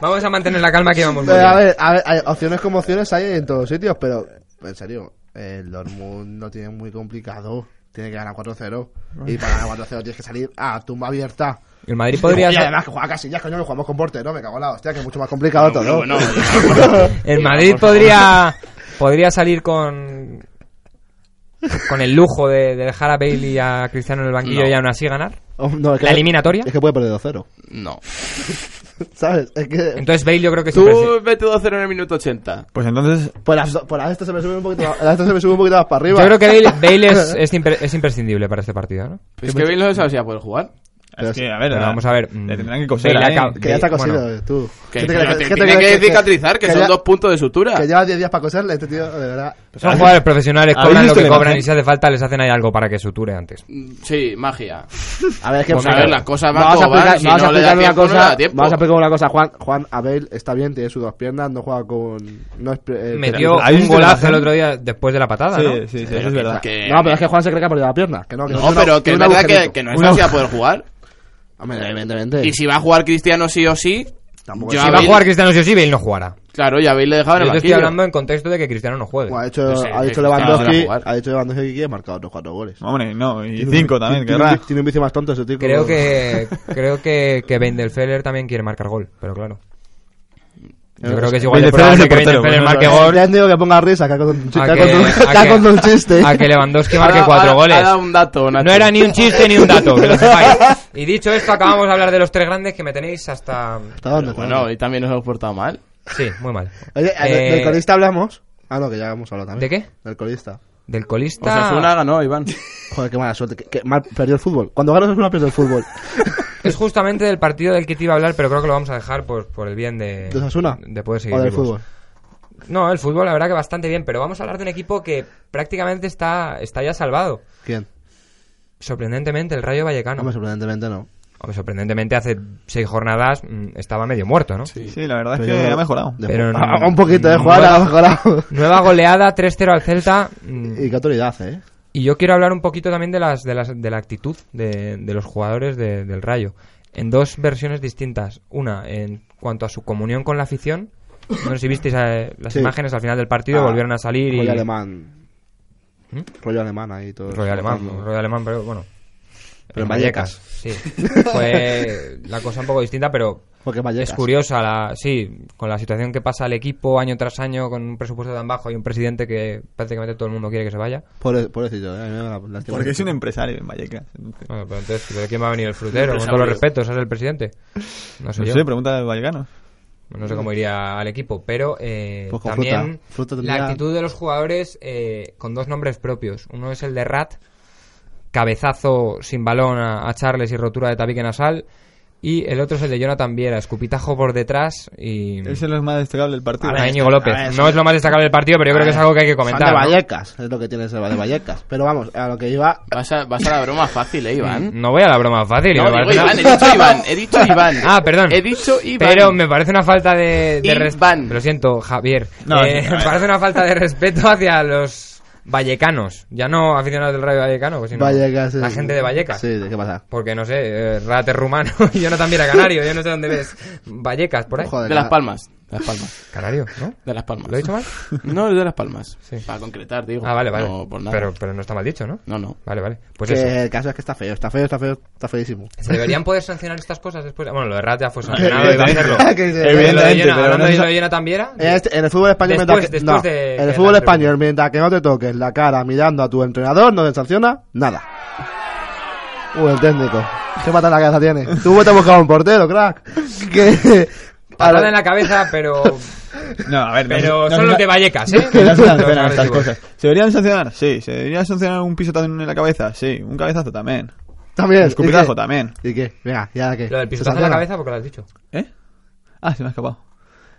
S2: Vamos a mantener la calma que vamos
S4: [laughs]
S2: muy
S3: Eh, a
S2: bien.
S3: ver a ver hay opciones como opciones hay en todos sitios pero en serio el Dortmund no tiene muy complicado tiene que ganar 4-0 y para ganar 4-0 tienes que salir a tumba abierta
S2: El Madrid podría...
S3: y
S2: sa-
S3: además que juega casi ya coño que jugamos con portero me cago en la hostia que es mucho más complicado todo
S5: Bueno, bueno,
S2: El Madrid podría, podría salir con con el lujo de, de dejar a Bale y a Cristiano en el banquillo
S5: No.
S2: y aún así ganar.
S3: [laughs] Oh, no, es que-
S2: ¿La eliminatoria?
S3: es que puede perder 2-0
S5: no.
S3: [laughs] ¿Sabes? Es que
S2: Entonces Bale yo creo que siempre
S5: Tú vete 2-0 en el minuto 80.
S4: Pues entonces,
S3: Por las, por las estas se me sube un poquito, más- las estas se me sube un poquito más para
S2: Yo
S3: arriba.
S2: creo que Bale,
S3: [laughs]
S2: Bale
S4: [laughs]
S2: es, es imper- es imprescindible para este partido, ¿no?
S5: Es que Bale no se sabe si va a poder jugar.
S3: Pero
S4: es que, a ver,
S2: Pero
S4: la-
S2: vamos a ver. mm,
S4: Le tendrán que coser.
S2: Bale
S4: ¿eh?
S2: acaba-
S3: que ya está
S2: Bale-
S3: cosido,
S2: bueno,
S3: eh, tú.
S5: Que,
S3: ¿Qué te
S5: que
S3: crees?
S5: te-
S3: ¿Qué te
S5: tiene
S3: crees?
S5: que cicatrizar, que, son
S3: ya-
S5: dos puntos de sutura.
S3: Que lleva 10 días para coserle, este tío, de verdad.
S2: son jugadores profesionales,
S4: ¿Habéis
S2: cobran lo que
S4: visto la
S2: cobran
S4: imagen?
S2: y si hace falta les hacen ahí algo para que suture antes.
S5: Mm, Sí, magia.
S3: A ver, es que
S5: Pues a ver, las cosas van
S3: vamos a
S5: como van,
S3: explicar,
S5: si
S3: vamos a
S5: no le da
S3: explicar una
S5: tiempo, no le
S3: cosa.
S5: da tiempo.
S3: Vamos a explicar una cosa. Juan, Juan Abel está bien, tiene sus dos piernas, no juega con. No es, pre- eh,
S2: Metió
S4: ¿Habéis
S2: un
S4: visto la
S2: golazo
S4: imagen?
S2: el otro día después de la patada,
S4: Sí,
S2: ¿no?
S4: sí, sí, eso
S5: Pero
S4: es
S5: que-
S4: verdad.
S5: que-
S3: No, pero es que Juan se cree que ha perdido la pierna. Que no, que
S5: No,
S3: tiene
S5: pero
S3: una-
S5: que es
S3: tiene un
S5: verdad que,
S3: agujerito.
S5: que no es así pues. a poder jugar.
S3: Hombre, evidentemente.
S5: Y si va a jugar Cristiano sí o sí,
S3: Tampoco
S5: yo
S3: es-
S2: Si va a jugar Cristiano sí o sí, Bale no jugará.
S5: claro, ya habéis dejado en el
S2: Yo te estoy
S5: banquillo.
S2: hablando en contexto de que Cristiano no juegue.
S3: Como ha dicho,
S5: Sí, sí,
S3: ha dicho
S5: que- que
S3: Lewandowski,
S5: van a jugar.
S3: ha dicho Lewandowski que quiere marcar otros cuatro goles.
S4: Hombre, no, y
S3: Tiene un-
S4: cinco también,
S3: tiene un
S4: querrá.
S3: bi- Tiene un vicio más tonto ese tío.
S2: Creo
S3: [laughs]
S2: que creo que, que Vendelfeller también quiere marcar gol, pero claro. Yo creo que es igual de probable que Benítez
S3: pues
S2: Pérez marque
S3: Ya
S2: gol
S3: han dicho que ponga risa, que ha contado un chi-
S2: A
S3: que ha
S2: que-
S3: contado un-
S2: a
S3: que ha
S2: que-
S3: contado un chiste.
S2: a que Lewandowski
S5: Ha
S2: marque
S5: dado-
S2: cuatro
S5: ha-
S2: goles.
S5: Ha dado un dato, Nacho.
S2: No era ni un chiste ni un dato, que lo
S3: [laughs]
S2: sepáis. Y dicho esto, acabamos de hablar de los tres grandes que me tenéis hasta...
S3: ¿Hasta dónde? hasta
S5: Bueno,
S3: dónde?
S5: y también nos hemos portado mal.
S2: Sí, muy mal.
S3: Oye,
S2: Eh,
S3: del colista hablamos. Ah, no, que ya hemos hablado también.
S2: ¿De qué?
S3: Del colista.
S2: Del
S5: O sea,
S2: colista...
S5: Osasuna
S2: [laughs]
S5: ganó, Iván.
S3: Joder, qué mala suerte. Que, que mal perdió el fútbol. Cuando ganas es una pierde
S2: [laughs]
S3: el fútbol.
S2: Es justamente del partido del que te iba a hablar, pero creo que lo vamos a dejar por, por el bien de...
S3: ¿De Osasuna?
S2: De poder seguir
S3: o del
S2: vivos.
S3: fútbol.
S2: No, el fútbol la verdad que bastante bien, pero vamos a hablar de un equipo que prácticamente está, está ya salvado.
S3: ¿Quién?
S2: Sorprendentemente, el Rayo Vallecano.
S3: Hombre, sorprendentemente no.
S2: Hombre, sorprendentemente, hace seis jornadas mm, estaba medio muerto, ¿no?
S4: Sí, la verdad es
S3: Pero
S4: que
S3: yo-
S4: ha mejorado.
S3: de-
S2: Pero no-
S3: Ah, un poquito de jugar,
S2: no-
S3: ha mejorado. [laughs]
S2: Nueva goleada, 3-0 al Celta. mm,
S3: Y qué autoridad, eh.
S2: Y yo quiero hablar un poquito también de, las, de, las, de la actitud de, de los jugadores de- del Rayo. En dos versiones distintas. Una, en cuanto a su comunión con la afición. No sé si visteis eh, las
S3: Sí.
S2: imágenes al final del partido,
S3: Ah,
S2: volvieron a salir y...
S3: Rollo alemán.
S2: ¿Mm?
S3: Rollo alemán ahí todo.
S2: Rollo alemán,
S3: Cortando.
S2: rollo alemán, pero bueno.
S3: Pues Pero en
S2: Sí.
S3: [laughs]
S2: Fue la cosa un poco distinta, pero
S3: Porque Vallecas.
S2: es curiosa. La, sí, con la situación que pasa el equipo año tras año, con un presupuesto tan bajo y un presidente que prácticamente todo el mundo quiere que se vaya.
S3: Pobre- pobrecillo, eh. a mí me da la- la-
S4: Porque es un empresario en Vallecas.
S2: Bueno, pero entonces, ¿de quién va a venir el frutero? Con todos los respetos, es el presidente. No sé
S4: No
S2: yo.
S4: sé, pregunta al vallecano.
S2: No sé cómo iría al equipo, pero eh,
S3: Pues con
S2: también
S3: fruta. Fruta
S2: la
S3: tendría-
S2: actitud de los jugadores eh, con dos nombres propios. Uno es el de Rat, cabezazo sin balón a, a Charles y rotura de tabique nasal. Y el otro es el de Jonathan Viera, escupitajo por detrás y...
S4: Ese es lo más destacable del partido.
S2: A ver, Íñigo López.
S3: a ver,
S2: no es lo más destacable del partido, pero yo creo que es algo que hay que
S3: Son
S2: comentar.
S3: de
S2: ¿no?
S3: Vallecas, es lo que tiene ese de Vallecas. Pero vamos, a lo que iba.
S5: Vas a, vas a la broma fácil, eh, Iván.
S2: No voy a la broma fácil. y
S5: No,
S2: me
S5: digo
S2: parece una-
S5: Iván, he dicho Iván, he dicho Iván.
S2: [laughs] Ah, perdón.
S5: He dicho Iván.
S2: Pero me parece una falta de, de res-
S5: Iván.
S2: Lo siento, Javier.
S4: No,
S2: Eh,
S4: sí,
S2: [laughs]
S4: a
S2: me
S4: ver.
S2: parece una falta de respeto hacia los vallecanos. Ya no aficionados del Rayo Vallecano, pues, sino
S3: Vallecas. sí.
S2: la gente de Vallecas.
S3: Sí, ¿de qué pasa?
S2: Porque no sé, eh, Rate rumano, [laughs] yo no también era canario, yo no sé dónde ves Vallecas por ahí.
S3: Joder,
S5: De las
S3: la-
S5: Palmas. De las Palmas.
S2: Canario, ¿no?
S5: De las Palmas.
S2: ¿Lo he dicho mal?
S5: No, de las Palmas.
S2: Sí.
S5: Para concretar, digo.
S2: Ah, vale, vale.
S5: No, por nada.
S2: Pero, pero no está mal dicho, ¿no?
S5: No, no.
S2: Vale, vale. Pues
S3: que
S2: eso.
S3: el caso es que está feo, está feo, está feo, está feísimo.
S2: ¿Se deberían poder sancionar estas cosas después? Bueno, lo de
S3: [laughs]
S2: Rat ya fue [laughs] sancionado y va a hacerlo.
S3: Que se-
S2: Lo de
S4: Evidentemente,
S2: Llena-
S4: pero
S2: hablando
S4: no
S2: de
S4: es-
S2: lo de Llena Tambiera,
S3: En, este- en el fútbol español,
S2: Después-
S3: mientras que,
S2: después
S3: no,
S2: de-
S3: en
S2: de
S3: el fútbol
S2: la
S3: español, mientras que no te toques la cara mirando a tu entrenador, no te sanciona
S2: [laughs]
S3: nada. Uh, el técnico. Qué pata en la cabeza tiene. Tú vete a buscar un portero, crack. [laughs] Que,
S2: patada
S3: ahora-
S2: en la cabeza, pero
S3: [laughs]
S4: No, a ver, no
S2: Pero
S4: se- no
S2: son
S4: se-
S2: los de Vallecas, ¿eh?
S4: que no se
S2: Los
S4: sancionan estas
S2: agresivos.
S4: cosas. [laughs] ¿Se deberían sancionar? Sí. ¿Se debería sancionar un pisotazo en la cabeza? Sí. Un cabezazo también.
S3: También.
S4: Un escupitajo
S3: ¿y qué?
S4: también.
S3: ¿Y qué? Venga, ya que.
S2: Lo del pisotazo en la cabeza porque lo has dicho.
S4: ¿Eh? Ah, se me ha escapado.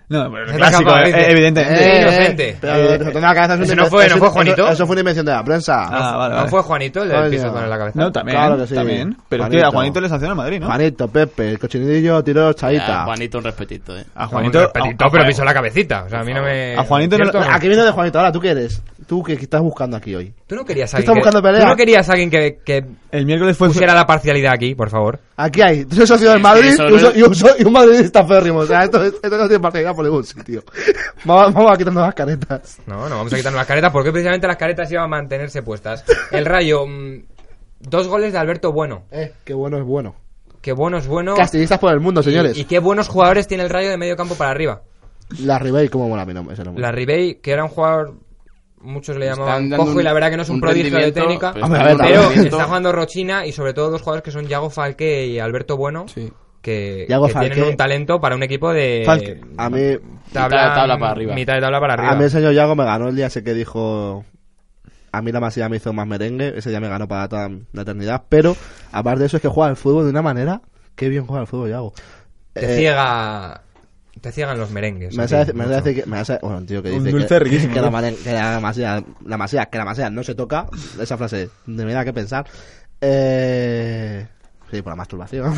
S4: No, pero
S2: Se
S4: el
S2: te ha
S4: clásico,
S2: escapado,
S4: eh,
S2: dice.
S4: evidentemente.
S2: Eh, inocente.
S3: Pero el pisotón en la cabeza es un
S2: Ese no fue- no
S3: eso-
S2: fue
S3: eso-
S2: Juanito.
S3: Eso, fue una invención de la prensa.
S4: Ah, vale,
S2: ¿No
S4: vale.
S2: fue Juanito el
S3: Coño.
S2: del pisotón en la cabeza?
S4: No, también.
S3: Claro que sí.
S4: También. Pero es que
S3: Juanito.
S4: a Juanito le sanciona Madrid, ¿no?
S3: Juanito, Pepe, el cochinillo, tiró
S5: Ya,
S3: Chaita.
S5: Juanito, un respetito, eh.
S4: A
S2: Juanito,
S4: Juanito. a- a-
S2: pero pisó la cabecita. O sea, pues. a mí no me.
S4: A Juanito no le-
S2: ¿Cierto o no?
S3: ¿A qué viene de Juanito ahora? ¿Tú qué eres? ¿Tú qué qué estás buscando aquí hoy?
S2: Tú no querías
S3: ¿Tú
S2: alguien.
S3: estás buscando
S2: que-
S3: pelea?
S2: Tú no querías alguien que, que
S4: El miércoles fue.
S2: pusiera la parcialidad aquí, por favor.
S3: Aquí hay tres socios del Madrid
S5: eso
S3: y, un,
S5: no
S3: so-
S5: es-
S3: y un so- y un madridista férrimo. O sea, esto, es- esto no tiene parcialidad por ningún sitio. [laughs] Vamos, vamos a quitarnos las caretas.
S2: No,
S4: [laughs]
S2: no, vamos a quitarnos las caretas porque precisamente las caretas iban a mantenerse puestas. El rayo. mm, dos goles de Alberto Bueno.
S3: Eh, qué bueno es bueno.
S2: Qué bueno es bueno.
S3: Castellistas por el mundo, señores.
S2: Y, y qué buenos jugadores tiene el rayo de medio campo para arriba.
S3: La Ribey, cómo mola mi nombre. Ese nombre.
S2: La Ribey, que era un jugador. Muchos le
S5: Están
S2: llamaban
S5: dando
S2: cojo
S5: un-
S2: y la verdad que no es un,
S5: un
S2: prodigio de
S5: rendimiento, pues,
S2: técnica.
S5: pero
S3: Hombre,
S5: están
S3: a ver,
S5: dando un
S2: Pero
S3: También.
S2: está
S5: rendimiento.
S2: jugando Rochina y sobre todo dos jugadores que son Yago Falque y Alberto Bueno,
S5: Sí.
S2: que,
S3: Yago
S2: que tienen
S3: Falque.
S2: un talento para un equipo de
S4: Falque.
S3: A mí,
S2: tabla,
S5: Mitad de tabla para arriba.
S2: mitad de tabla para arriba.
S3: a mí el señor Yago me ganó el día ese que dijo... A mí la masía me hizo más merengue. Ese día me ganó para toda la eternidad. Pero, aparte de eso, es que juega al fútbol de una manera... Qué bien juega al fútbol, Yago.
S2: te
S3: Eh,
S2: ciega te ciegan los merengues.
S3: Me
S2: a
S3: vas
S2: ti,
S3: a decir, me vas a
S2: mucho.
S3: decir que, me vas a- bueno, un tío que
S4: Un
S3: dice
S4: dulce
S3: que,
S4: riquísimo,
S3: que la
S4: ¿no?
S3: marea, que la masía, la masía, que la masía no se toca, esa frase de me da que pensar. Eh, sí, por la [laughs] masturbación.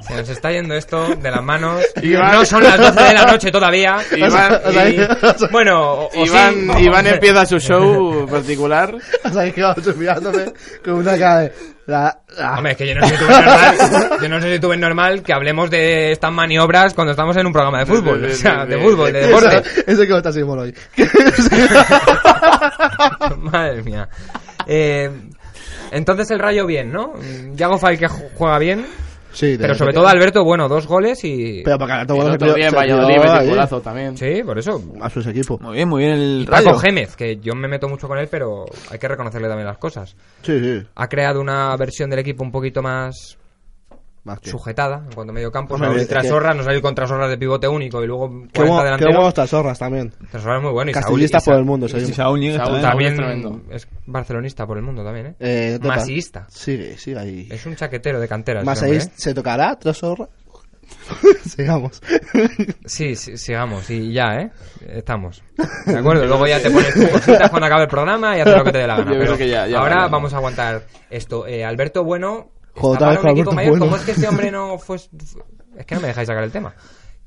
S2: Se nos está yendo esto de las manos.
S5: [laughs] Iván-
S2: No son las 12 de la noche todavía.
S5: [laughs] Iván,
S3: O sea, o sea,
S2: Bueno, o- o sí,
S5: Iván,
S2: no.
S5: Iván empieza su [laughs] show particular.
S3: o sea, que vas mirándome con una cara de, la, la-
S2: Ah,
S3: [laughs]
S2: Hombre, es que yo no sé si tú ves normal, yo no sé si tú ves normal que hablemos de estas maniobras cuando estamos en un programa de fútbol,
S5: de-
S2: o sea,
S5: de-
S2: de fútbol, de
S5: de-
S2: deporte.
S3: Eso- Eso que está sin hoy.
S2: [laughs]
S3: [laughs]
S2: Madre mía. Eh, entonces el Rayo bien, ¿no? Mm, Yago Falque ju- juega bien.
S3: Sí, de-
S2: Pero sobre
S3: de-
S2: todo Alberto, bueno, dos goles y...
S3: Pero para ganar todo
S5: El
S3: bueno,
S5: otro día en
S3: se tiró
S5: Valladolid metió
S3: ahí
S5: un golazo también.
S2: Sí, por eso.
S3: A sus equipos.
S4: Muy bien, muy bien el
S2: Paco
S4: rayo.
S2: Gémez, que yo me meto mucho con él, pero hay que reconocerle también las cosas.
S3: Sí, sí.
S2: Ha creado una versión del equipo un poquito más
S3: Más que-
S2: sujetada en cuanto a medio campo.
S3: Hombre,
S2: No
S3: es
S2: salir
S3: que-
S2: tras Sorras, no salir contra Sorras de pivote único y luego
S3: Qué
S2: 40
S3: bueno, qué bueno
S2: delanteros.
S3: estas zorras también.
S2: Tras Sorras es muy bueno. y Saúl-
S3: Castellistas
S2: y
S3: por
S2: Sa-
S3: el mundo,
S4: Y
S3: seguimos.
S4: Saúl Ñíguez
S5: Saúl
S4: también.
S2: También
S5: Saúl es tremendo.
S2: es barcelonista por el mundo también, ¿eh?
S3: Eh, no te pa-
S2: Masista.
S3: Sigue, sigue ahí.
S2: Es un chaquetero de cantera.
S3: Más
S2: ese
S3: ahí
S2: hombre, ¿eh?
S3: se tocará
S2: [laughs]
S3: tres zorras. Sigamos.
S2: Sí, sí, sigamos, y ya, ¿eh?
S5: [laughs]
S2: Estamos. De acuerdo, luego ya te pones tus cositas cuando acabe el programa y haces lo que te dé la gana.
S5: [laughs] Yo
S2: pero
S5: creo que ya- ya
S2: ahora
S5: vale.
S2: vamos a aguantar esto. Eh, Alberto Bueno.
S3: Joder,
S2: estaba
S3: otra vez
S2: en
S3: con
S2: un equipo
S3: Alberto
S2: mayor.
S3: Bueno.
S2: ¿Cómo es que este hombre
S3: [laughs]
S2: no fue. Es que no me dejáis sacar el tema.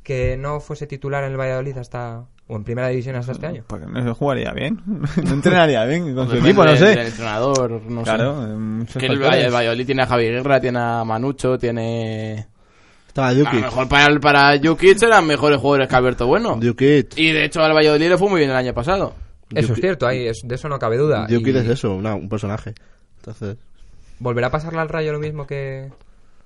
S2: Que no fuese titular en el Valladolid hasta. o en primera división hasta este año.
S4: Porque no jugaría bien. [laughs] No entrenaría bien con su
S5: Depende
S4: equipo, no
S5: Pues del- del
S4: sé.
S5: entrenador, no sé.
S4: Claro, eh, muchos
S5: Que el,
S4: factores.
S5: Valle- el Valladolid tiene a Javi Guerra, tiene a Manucho, tiene...
S3: Estaba
S5: A lo
S3: Dukic.
S5: mejor para, el- para Jukic eran mejores jugadores que Alberto Bueno.
S3: Dukic.
S5: Y de hecho al Valladolid le fue muy bien el año pasado.
S2: Eso es
S3: Dukic-
S2: cierto, ahí, es- de eso no cabe duda.
S3: Dukic
S2: Y
S3: es eso, una- un personaje. Entonces,
S2: ¿Volverá a pasarle al rayo lo mismo que,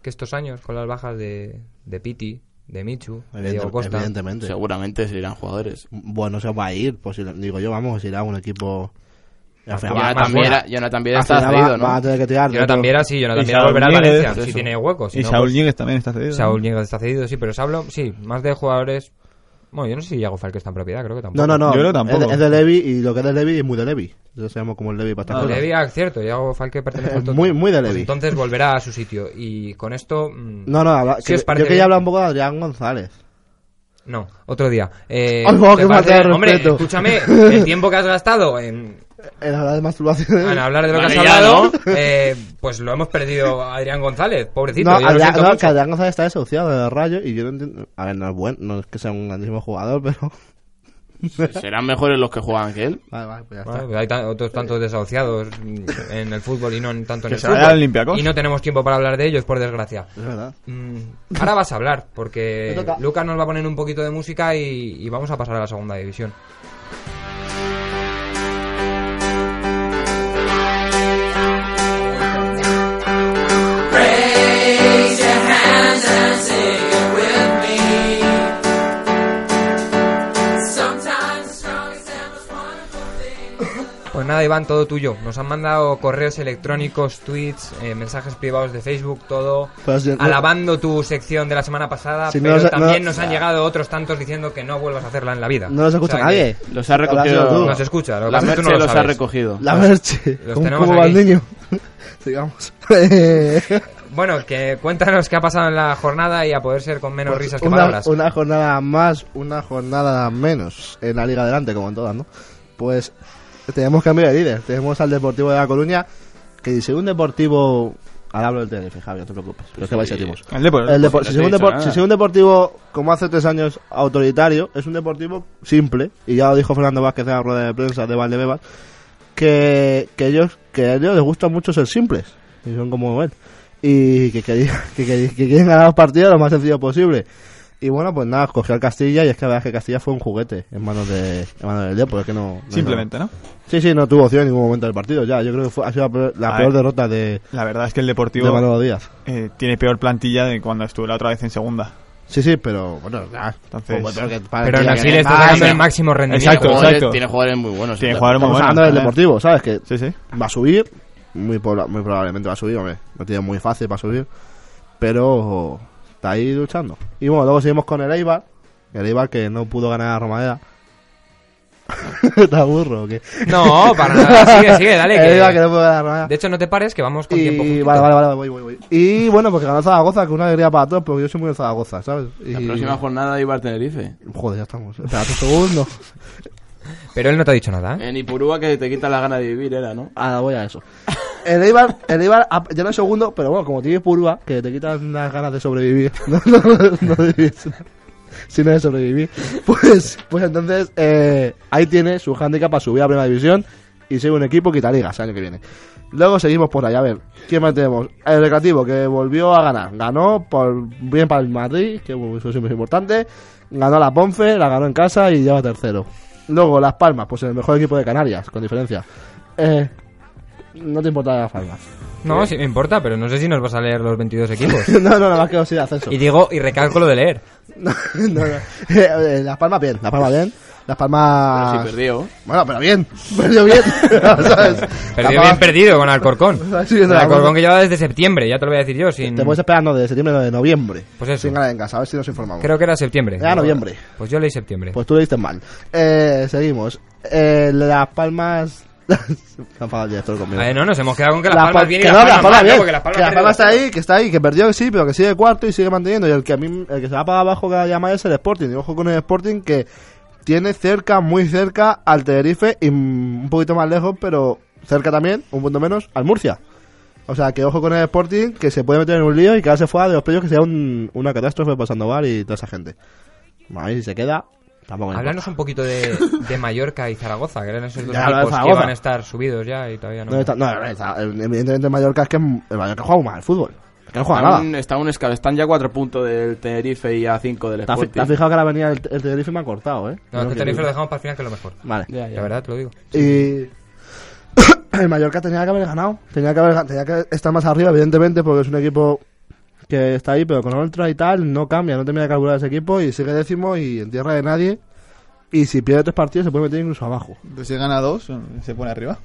S2: que estos años con las bajas de, de Piti, de Michu, de
S3: evidente-
S2: Diego Costa?
S3: evidentemente.
S5: Seguramente se irán jugadores.
S3: Bueno, se va a ir, pues si- digo yo, vamos, si irá a un equipo. Y al final
S2: Ya
S3: va-
S2: más
S5: Jonathan
S2: buena.
S5: Viera, Jonathan Viera
S3: al
S5: está
S3: final va-
S5: cedido,
S3: va a
S5: ¿no?
S3: tener que tirar. de
S2: Yo
S3: otro-
S2: también sí, yo
S4: Y
S2: también
S4: Saúl
S2: volverá al
S4: Ñíguez,
S2: Valencia, si
S5: eso.
S2: tiene huecos. si
S4: Y
S2: no,
S4: Saúl
S2: pues-
S4: Ñíguez también está cedido.
S2: Saúl Ñíguez está cedido, sí, pero se habla, sí, más de jugadores. Bueno, yo no sé si Iago Falque está en propiedad, creo que tampoco.
S3: No, no, no.
S4: Yo creo tampoco.
S3: Es, de, es de Levi y lo que es de Levi es muy de Levi. Entonces se llama como el Levi para estas
S4: Ah,
S3: cosas.
S2: Levi, ah, cierto, Iago Falque pertenece al Tottenham.
S3: Eh, Muy- muy de Levi.
S2: Pues entonces volverá a su sitio. Y con esto. mm,
S3: No, no, habla-
S2: Si
S3: que-
S2: os parece
S3: yo quería
S2: bien.
S3: hablar un poco de Adrián González.
S2: No, otro día. Eh,
S3: Ay, guau,
S2: ¿te
S3: qué
S2: parece-
S3: falta de
S2: Hombre,
S3: respeto.
S2: escúchame, el tiempo que has gastado en,
S3: En hablar de masturbaciones.
S2: en hablar de lo que has
S5: Vale, ya,
S2: hablado,
S5: ¿no?
S2: eh, pues lo hemos perdido a Adrián González, pobrecito.
S3: No,
S2: yo lo
S3: Adrián-
S2: siento
S3: no,
S2: mucho.
S3: que Adrián González está desahuciado de Rayo y yo no entiendo. A ver, no es bueno, no es que sea un grandísimo jugador, pero.
S5: Serán mejores los que juegan que él.
S3: [laughs] Vale, vale, pues ya
S2: Bueno,
S3: está.
S2: pues hay tan- otros tantos desahuciados mm, en el fútbol y no en tanto en
S4: Que
S2: el
S4: se vaya
S2: fútbol.
S4: al Olympiacos.
S2: Y no tenemos tiempo para hablar de ellos, por desgracia.
S3: Es verdad.
S2: Mm, Ahora vas a hablar,
S3: [laughs] Me
S2: porque
S3: toca.
S2: Lucas nos va a poner un poquito de música y, y vamos a pasar a la segunda división. Pues nada, Iván, todo tuyo. Nos han mandado correos electrónicos, tweets, eh, mensajes privados de Facebook, todo
S3: Pues yo-
S2: alabando tu sección de la semana pasada,
S3: Si no
S2: pero
S3: los- no-
S2: también nos han llegado otros tantos diciendo que no vuelvas a hacerla en la vida.
S3: No los
S2: O sea
S3: escucha
S2: que
S3: nadie.
S5: Los ha
S3: Lo has sido
S5: recogido...
S3: tú.
S2: Nos escucha, lo que pasa
S5: La
S2: es que tú
S5: Merche
S2: no lo
S5: los ha
S2: sabes.
S5: recogido.
S3: La merche.
S2: los
S3: ¿Cómo,
S2: tenemos
S3: cómo va el
S2: aquí. [laughs]
S3: niño? Sigamos. Pues
S2: Bueno, que cuéntanos qué ha pasado en la jornada y a poder ser con menos risas que
S3: Pues una,
S2: palabras.
S3: una jornada más, una jornada menos en la Liga Adelante, como en todas, ¿no? Pues tenemos cambio de líder. Tenemos al Deportivo de La Coruña, que si un Deportivo... Ahora hablo del Tenerife, Javier, no te preocupes. Pero es que vais a timos.
S4: El Depor-
S3: El depo-
S5: no
S3: si,
S5: te
S3: soy
S5: he
S3: un
S5: dicho
S3: depo-
S5: nada.
S3: si soy un deportivo como hace tres años autoritario, es un deportivo simple, y ya lo dijo Fernando Vázquez en la rueda de prensa de Valdebebas, que, que, ellos, que a ellos les gusta mucho ser simples, y son como él, y que, quería- [laughs] que, quería- que quieren ganar los partidos lo más sencillo posible. Y bueno, pues nada, cogió al Castilla y es que la verdad es que Castilla fue un juguete en manos de en manos del Depor, es que no... no hay
S4: Simplemente, ¿no?
S3: nada. Sí, sí, no tuvo opción en ningún momento del partido, ya, yo creo que fue, ha sido la peor, la
S4: A
S3: peor
S4: ver.
S3: derrota de,
S4: La verdad es que el
S3: de
S4: Deportivo
S3: Manolo Díaz.
S4: eh, tiene peor plantilla de cuando estuvo la otra vez en segunda.
S3: Sí, sí, pero bueno, ya,
S4: Entonces-
S3: poco peor que para
S2: Pero
S3: el
S2: en
S3: día
S2: así
S3: que-
S2: le está
S3: Ah,
S2: sacando
S3: mira,
S2: el máximo rendimiento.
S4: Exacto,
S5: tiene, jugadores,
S4: exacto.
S5: tiene jugadores muy buenos.
S4: Tiene
S5: claro.
S4: jugadores muy
S3: Estamos
S4: buenos.
S3: hablando del
S4: ¿eh?
S3: deportivo, ¿sabes? Que
S4: Sí, sí.
S3: va a subir, muy, proba- muy probablemente va a subir, hombre. No tiene muy fácil para subir, pero está ahí luchando. Y bueno, luego seguimos con el Eibar. El Eibar que no pudo ganar a [laughs] Romadera. ¿Está burro o qué?
S2: No, para
S3: [laughs]
S2: nada. Sigue, sigue, dale.
S3: El Eibar que
S2: que-
S3: no pudo ganar a Romadera.
S2: De hecho, no te pares, que vamos con tiempo.
S3: Y
S2: justito.
S3: vale, vale, vale, voy, voy, voy. Y bueno, porque ganó Zaragoza, que una alegría para todos, porque yo soy muy de Zaragoza, ¿sabes? Y...
S5: La próxima jornada iba al Tenerife.
S3: Joder, ya estamos. Espera un segundo.
S2: Pero él no te ha dicho nada, ¿eh?
S5: En Ipurúa que te quita la gana de vivir era, ¿no?
S3: Ahora voy a eso. [laughs] El Eibar, el Eibar ah, ya no es segundo, pero bueno, como tienes purva, que te quitan las ganas de sobrevivir. [laughs] No, no, no de vivir, sino- sino de sobrevivir. Pues, pues entonces, eh, ahí tiene su hándicap para subir a Primera División y ser un equipo quitaligas el año que viene. Luego seguimos por ahí, a ver, ¿quién más tenemos? El Recreativo, que volvió a ganar. Ganó por bien para el Madrid, que bueno, eso siempre es importante. Ganó a la Ponfe, la ganó en casa y lleva tercero. Luego Las Palmas, pues el mejor equipo de Canarias, con diferencia. Eh, no te importa Las Palmas.
S2: No, sí, me importa, pero no sé si nos vas a leer los 22 equipos.
S3: [laughs] no, no, nada más que os ir a ascenso.
S2: y digo, y recalco lo de leer.
S3: [laughs] No, no, no. Eh, eh, Las Palmas bien, Las Palmas bien. Las Palmas...
S5: Pero sí perdió.
S3: Bueno, pero bien. Perdió bien. ¿sabes?
S2: Perdido
S3: Las Palmas-
S2: bien perdido con
S3: [laughs]
S2: Alcorcón.
S3: Está subiendo la
S2: Alcorcón
S3: mano.
S2: que lleva desde septiembre, ya te lo voy a decir yo. Sin...
S3: Te puedes esperando de septiembre o de noviembre.
S2: Pues eso.
S3: Sin ganar en casa, a ver si nos informamos.
S2: Creo que era septiembre.
S3: Era noviembre.
S2: Pues yo leí septiembre.
S3: Pues tú lo diste mal. Eh, seguimos. Eh, las Palmas... [laughs] Se ha enfadado el director conmigo.
S2: Eh, no, nos hemos quedado con que las
S3: La
S2: palmas
S3: Pal-
S2: viene
S3: que
S2: y
S3: no,
S2: las
S3: la
S2: palmas
S3: Palma
S2: mal, ¿no?
S3: bien,
S2: Porque las palmas
S3: que la
S2: tiene
S3: Palma está
S2: dos-
S3: ahí, que está ahí, que perdió, sí, pero que sigue cuarto y sigue manteniendo. Y el que a mí, el que se va para abajo cada día más es el Sporting. Y ojo con el Sporting que tiene cerca, muy cerca al Tenerife y mm, un poquito más lejos, pero cerca también, un punto menos, al Murcia. O sea, que ojo con el Sporting, que se puede meter en un lío y quedarse fuera de los playoffs, que sea un- una catástrofe para Sandoval y toda esa gente. A ver si se queda. Tampoco me
S2: Háblanos un poquito de, de Mallorca y Zaragoza, que eran esos dos
S3: Ya, lo de
S2: equipos que
S3: Zaragoza.
S2: van a estar subidos ya y todavía no.
S3: No está- no, está- evidentemente el Mallorca es que el Mallorca juega muy mal al fútbol. Es que no juega
S5: Está
S3: nada.
S5: un, está un escalón. Están ya a cuatro puntos del Tenerife y a cinco del
S3: ¿Te has, fi- te has
S5: Sporting.
S3: fijado que la avenida del el Tenerife me ha cortado,
S2: No,
S3: eh?
S2: es que
S3: Creo Ah,
S2: Tenerife lo dejamos para el final que es lo mejor.
S3: Vale.
S5: Ya, ya.
S2: La verdad, te lo digo.
S3: Y. [coughs] el Mallorca tenía que haber ganado. Tenía que, haber, ga- tenía que estar más arriba, evidentemente, porque es un equipo que está ahí, pero con Oltra y tal, no cambia, no termina de calcular ese equipo y sigue décimo y en tierra de nadie. Y si pierde tres partidos, se puede meter incluso abajo.
S4: Pues si gana dos, se pone arriba.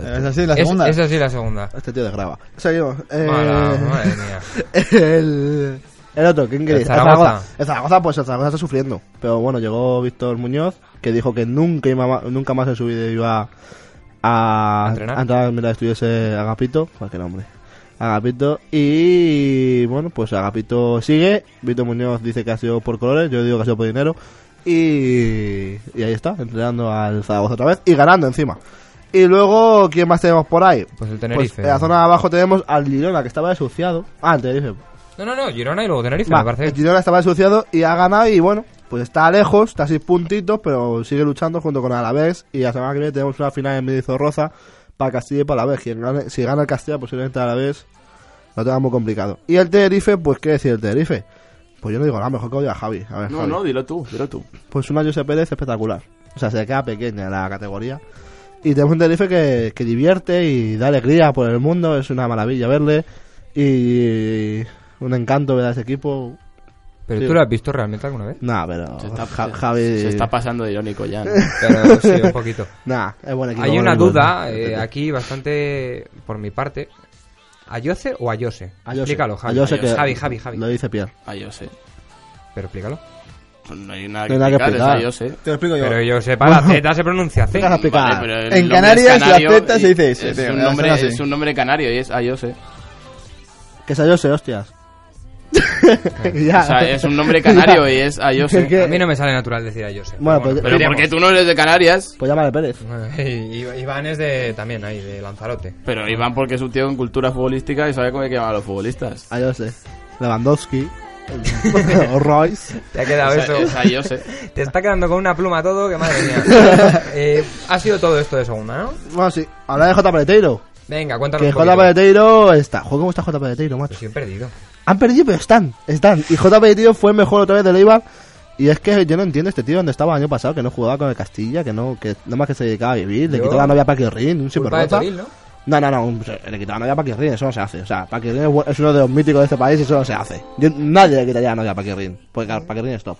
S4: Es así, la
S2: Es-
S4: segunda.
S2: Esa sí la segunda.
S3: Este tío desgraba. Seguimos. Eh,
S2: Mala, madre mía. Pues
S3: el, el otro, ¿quién queréis?
S2: El Zaragoza.
S3: El Zaragoza, pues el Zaragoza está sufriendo. Pero bueno, llegó Víctor Muñoz, que dijo que nunca, iba ma- nunca más en su vida iba
S2: ¿A
S3: a,
S2: entrenar?
S3: a entrar mira, estuviese Agapito, cualquier nombre. Agapito, y bueno, pues Agapito sigue. Víctor Muñoz dice que ha sido por colores, yo digo que ha sido por dinero. Y, y ahí está, entrenando al Zaragoza otra vez y ganando encima. Y luego, ¿quién más tenemos por ahí?
S2: Pues el
S3: Pues,
S2: Tenerife.
S3: en la zona de abajo tenemos al Girona, que estaba desuciado. Ah, el Tenerife.
S2: No, no, no, Girona y luego Tenerife,
S3: Va,
S2: me parece.
S3: el Girona estaba desuciado y ha ganado y bueno, pues está lejos, está a 6 puntitos, pero sigue luchando junto con Alavés y la semana que viene tenemos una final en Medizorroza para Castilla y para Alavés. Quien gane- si gana el Castilla, posiblemente Alavés lo tenga muy complicado. Y el Tenerife, pues qué decir el Tenerife. Pues yo no digo nada, mejor que odio a Javi. A ver,
S5: No,
S3: Javi.
S5: no, dilo tú, dilo tú.
S3: Pues una Josep Pérez espectacular. O sea, se queda pequeña la categoría. Y tenemos un Tenerife que, que divierte y da alegría por el mundo. Es una maravilla verle. Y un encanto ver a ese equipo.
S2: Pero
S3: sí.
S2: tú lo has visto realmente alguna vez.
S3: Nah, pero
S5: Se está,
S3: Ja-
S5: se-
S3: Javi...
S5: se está pasando de irónico
S3: [laughs]
S5: ya. ¿no?
S2: Pero sí, un poquito.
S3: Nah, es buen equipo.
S2: Hay
S3: buen
S2: una
S3: equipo.
S2: duda eh, aquí bastante por mi parte. ¿Ayose o Ayose?
S3: A Jose.
S2: Explícalo, Javi.
S3: A Jose
S5: Ayose.
S3: que-
S2: Javi, Javi, Javi.
S3: Lo dice Pierre.
S5: Ah, yo sé. Pues
S2: Pero explícalo.
S5: No hay nada
S3: No
S5: que
S3: hay nada que
S5: explicar, esa
S3: explicar.
S5: yo sé.
S4: Te lo explico yo.
S2: Pero yo sepa, la Z se pronuncia
S3: [laughs] Venga,
S2: C.
S3: explica.
S5: Vale, pero el
S4: En
S5: nombre
S4: Canarias
S5: es
S4: la
S5: canario
S4: Z se
S5: y-
S4: dice ese,
S5: Es,
S4: tío,
S5: un
S4: no
S5: nombre,
S4: son así.
S5: es un nombre canario y es ah, yo sé.
S3: Que es a
S2: [laughs]
S3: Jose, hostias. ya.
S5: O
S3: [laughs]
S5: sea, es un nombre canario
S3: Ya.
S5: y es ah, yo
S3: Ah, [laughs] Es que-
S5: sé.
S2: A mí no me sale natural decir Ayose.
S3: Bueno, pues-
S5: Pero
S2: veremos. [laughs]
S5: porque tú no eres de Canarias.
S3: Pues llámale Pérez.
S2: I- Iván es de también ahí, de Lanzarote.
S5: Pero Iván porque es un tío con cultura futbolística y sabe cómo hay que llamar a los futbolistas.
S3: A Jose.
S5: [laughs]
S3: Lewandowski. o Royce.
S2: Te ha quedado
S5: Esa-
S2: eso.
S5: esa yo sé.
S2: [laughs] Te está quedando con una pluma todo, que madre mía.
S3: [laughs]
S2: Eh, ha sido todo esto de segunda, ¿no?
S3: Bueno, sí. Habla de J. Paleteiro.
S2: Venga, cuéntanos
S3: Que
S2: un
S3: J.
S2: poquito.
S3: Paleteiro está. Joder, ¿Cómo está J. Paleteiro, macho?
S2: Pues sí, he perdido.
S3: Han perdido, pero están, están. Y JP tío fue mejor otra vez del Eibar. Y es que yo no entiendo este tío donde estaba el año pasado, que no jugaba con el Castilla, que no, que nada más que se dedicaba a vivir, le
S2: Yo-
S3: quitó la novia a Paquirrin,
S2: Culpa
S3: un
S2: de
S3: sinvergüenza.
S2: Toril, ¿no?
S3: No, no, no, un- le quitó la novia a Paquirrin, eso no se hace. O sea, Paquirrin es bu- es uno de los míticos de este país y eso no se hace. Yo- nadie le quitaría la novia a Paquirrin, porque claro, Paquirrin es top.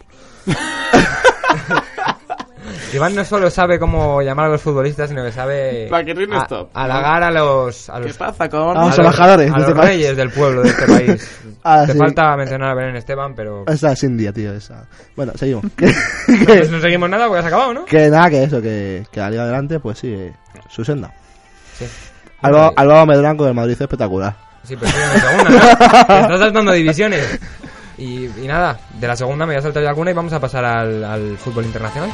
S2: Iván no solo sabe cómo llamar a los futbolistas, sino que sabe
S5: Para que rime
S2: a-
S5: stop.
S2: halagar a los, a
S5: ¿Qué
S2: los,
S5: pasa con...?
S3: Ah,
S2: a
S3: los
S2: los, a
S3: embajadores de
S2: los
S3: este país.
S2: reyes del pueblo de
S3: [laughs]
S2: este país.
S3: Ah,
S2: Te
S3: sí.
S2: falta mencionar a Belén Esteban, pero
S3: Esa [laughs] es India, tío, esa. Bueno,
S2: [laughs]
S3: seguimos. que,
S2: pues no seguimos nada porque has acabado, ¿no?
S3: que nada, que eso, que, que la liga adelante, pues sigue su senda.
S2: Sí.
S3: Álvaro, Álvaro Medranco del Madrid es espectacular.
S2: Sí, pero estoy en la segunda, ¿no?
S3: [laughs]
S2: Te estás saltando divisiones. Y, y nada, de la segunda me voy a saltar yo alguna y vamos a pasar al, al fútbol internacional.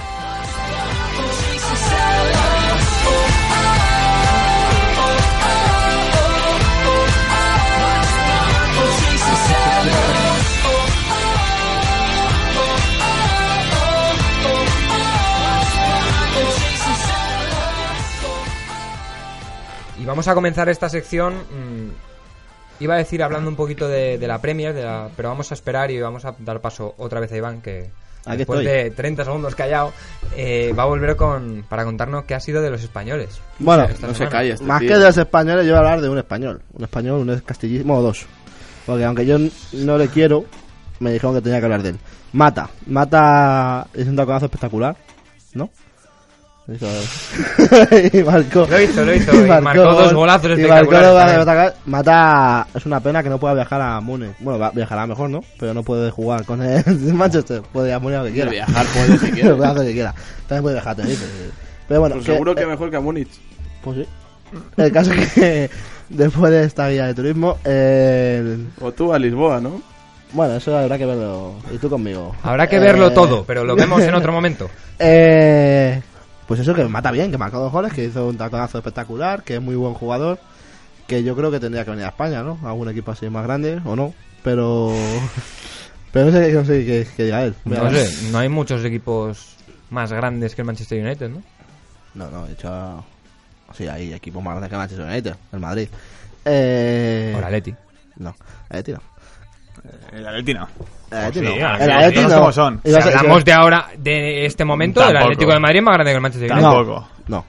S2: Y vamos a comenzar esta sección. mm, iba a decir hablando un poquito de, de la Premier, de la- pero vamos a esperar y vamos a dar paso otra vez a Iván, que
S3: Aquí
S2: después
S3: estoy.
S2: de 30 segundos callado, eh, va a volver con, para contarnos qué ha sido de los españoles.
S3: Bueno,
S2: Esta
S5: No se
S2: semana.
S5: calla este
S3: más
S5: tío.
S3: que de los españoles, yo voy a hablar de un español. Un español, un castillismo o dos. Porque aunque yo n- no le quiero, me dijeron que tenía que hablar de él. Mata. Mata es un taconazo espectacular, ¿no? Hizo- [laughs] y marcó.
S2: Lo hizo, lo hizo, y marcó dos
S3: gol,
S2: golazos
S3: y
S2: espectaculares
S3: marcó dos
S2: también.
S3: golazos. Mata. Es una pena que no pueda viajar a Múnich. Bueno, va- viajará mejor, ¿no? Pero no puede jugar con el [laughs] Manchester. Puede ir a Múnich a lo que
S5: Quiere
S3: quiera.
S5: viajar,
S3: [laughs]
S5: puede si quiere.
S3: Puede hacer lo que quiera. También puede viajar a Tenerife. Pero bueno,
S5: Pues seguro que
S3: eh,
S5: mejor que a Múnich.
S3: pues sí. El caso es que [laughs] después de esta guía de turismo, el-
S5: O tú a Lisboa, ¿no?
S3: bueno, eso habrá que verlo. Y tú conmigo.
S2: Habrá que verlo
S3: Eh,
S2: todo, pero lo vemos en [laughs] otro momento.
S3: eh, Pues eso que mata bien, que marcó dos goles, que hizo un taconazo espectacular, que es muy buen jugador, que yo creo que tendría que venir a España, ¿no? Algún equipo así más grande o no, pero [laughs] pero no sé, no sé qué, qué diga él. Voy a
S2: No
S3: ver.
S2: sé, no hay muchos equipos más grandes que el Manchester United, ¿no?
S3: No, no, de hecho sí hay equipos más grandes que Manchester United, el Madrid. Eh,
S2: O la Leti.
S3: No, eh, el Atleti no.
S4: El Atleti no.
S3: El Atleti Eh, no.
S2: sí,
S3: El
S2: el
S3: Atleti
S4: Atleti
S3: no.
S4: no como son.
S3: Iba a ser-
S2: hablamos de ahora, de este momento, el
S4: Tampoco.
S2: Atlético de Madrid es más grande que el Manchester United.
S4: Tampoco.
S3: No.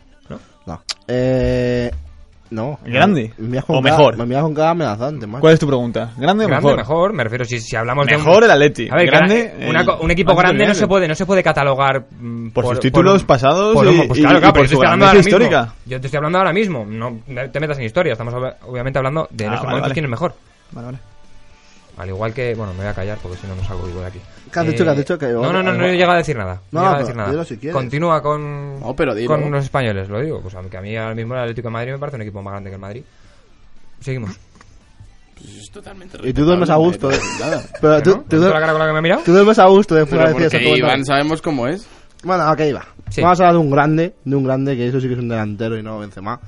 S3: No. Eh. No.
S4: ¿Grande?
S3: Me has
S4: ¿O
S3: con cada-
S4: mejor?
S3: Me has con cada amenazante, macho.
S4: ¿Cuál es tu pregunta? ¿Grande o
S2: Grande, mejor.
S4: mejor?
S2: me refiero si, si hablamos de un-
S4: Mejor el Atleti.
S2: A ver,
S4: grande, eh,
S2: cara, una
S4: el
S2: co- un equipo
S4: Manchester
S2: grande no se
S4: United.
S2: puede no se puede catalogar mm,
S4: Por sus títulos
S2: un-
S4: pasados
S2: por un-
S4: y-
S2: pues
S4: y-
S2: claro,
S4: y
S2: claro,
S4: por
S2: pero yo te
S4: su
S2: estoy hablando ahora
S4: grandeza
S2: mismo.
S4: histórica.
S2: Yo te estoy hablando ahora mismo, no no te metas en historia, estamos ob- obviamente hablando de en
S4: Ah,
S2: estos
S4: vale,
S2: momentos
S4: vale.
S2: quién es mejor.
S4: Vale, vale.
S2: Al igual que, bueno, me voy a callar porque si no no salgo vivo de aquí. Eh,
S3: ¿Qué has dicho, qué has dicho? Que-
S2: no, no, no, no, he llegado a decir nada. No,
S3: No,
S2: he llegado a
S3: pero
S2: decir nada.
S3: dilo si quieres.
S2: Continúa con,
S5: No, pero dilo.
S2: con los españoles, lo digo. Pues a mí, que a mí ahora mismo el Atlético de Madrid me parece un equipo más grande que el Madrid. Seguimos.
S5: Pues es totalmente
S3: Y tú duermes a gusto,
S5: respetable, no
S3: eh.
S5: hay nada.
S3: Pero
S2: ¿No?
S3: tú,
S2: ¿Has
S3: tú,
S2: visto
S3: duer-
S2: la cara con la que me ha mirado?
S3: tú duermes a gusto después de
S5: Pero
S3: decir eso.
S5: porque Iván sabemos cómo es.
S3: Bueno, ok, iba.
S2: Sí.
S3: Vamos a hablar de un grande, de un grande, que eso sí que es un delantero y no vence más.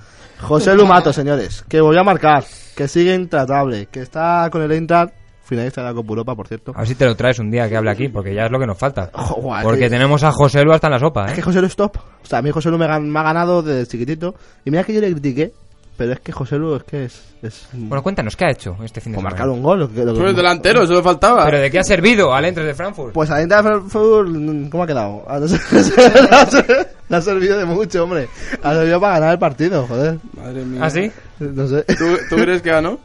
S3: José Lumato, señores, que volvió a marcar, que sigue intratable, que está con el Eintracht, finalista de la Copa Europa, por cierto.
S2: A ver si te lo traes un día que hable aquí, porque ya es lo que nos falta.
S3: Jo, guau,
S2: Ah, Porque
S3: tío.
S2: tenemos a José Lu hasta en la sopa,
S3: Es
S2: ¿eh?
S3: que José Lu es top. O sea, a mí José Lu me, gan- me ha ganado desde chiquitito. Y mira que yo le critiqué, pero es que José Lu es que es. es
S2: Bueno, cuéntanos, ¿qué ha hecho este fin de
S3: por
S2: semana?
S3: marcar un gol. lo que- lo que-
S5: Tú eres delantero, eso le faltaba.
S2: ¿Pero de qué ha servido al entre de Frankfurt?
S3: Pues a Inter Frankfurt, mm, ¿cómo ha quedado? [laughs] Ha- no ha- no ha servido [laughs] de mucho, hombre. Ha servido para ganar el partido, joder.
S5: Madre mía.
S2: ¿Ah, sí?
S3: No sé. [laughs]
S5: ¿Tú, tú crees que ganó?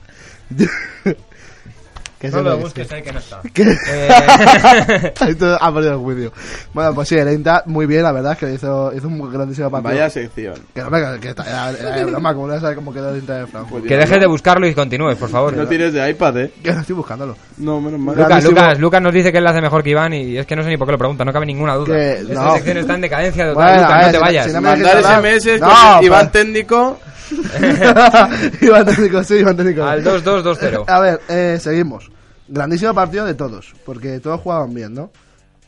S3: ¿Qué
S2: No
S3: se
S2: lo
S3: me-
S2: busques, ahí que no está.
S3: este. ¿Qué?
S2: Eh,
S3: Entonces, [laughs] ha perdido el juicio. Bueno, pues sí, el Inter muy bien, la verdad es que hizo, hizo un grandísimo partido.
S5: Vaya sección.
S3: Que no me que está- era, era broma, como no sabes cómo quedó el Inter de Frankfurt.
S5: Pues
S2: que
S5: ya,
S2: dejes de buscarlo y continúes, por
S3: [laughs]
S2: favor.
S5: No tienes de iPad, eh.
S3: Que no estoy buscándolo.
S5: No, menos mal.
S2: Pues Lucas,
S3: Grandísimo.
S2: Lucas, Lucas nos dice que él la hace mejor que Iván y es que no sé ni por qué lo pregunta, no cabe ninguna duda.
S3: Que-
S2: Esta
S3: no.
S2: sección está en decadencia total,
S3: Bueno,
S2: Lucas,
S3: a ver,
S2: no te
S3: si-
S2: vayas.
S3: si no me-
S5: Mandar SMS con
S3: No,
S5: Iván
S3: pa-
S5: técnico.
S3: [laughs] Iván Técnico, sí, Iván Técnico.
S2: Al 2-2-2-0.
S3: A ver, eh, seguimos. Grandísimo partido de todos, porque todos jugaban bien, ¿no?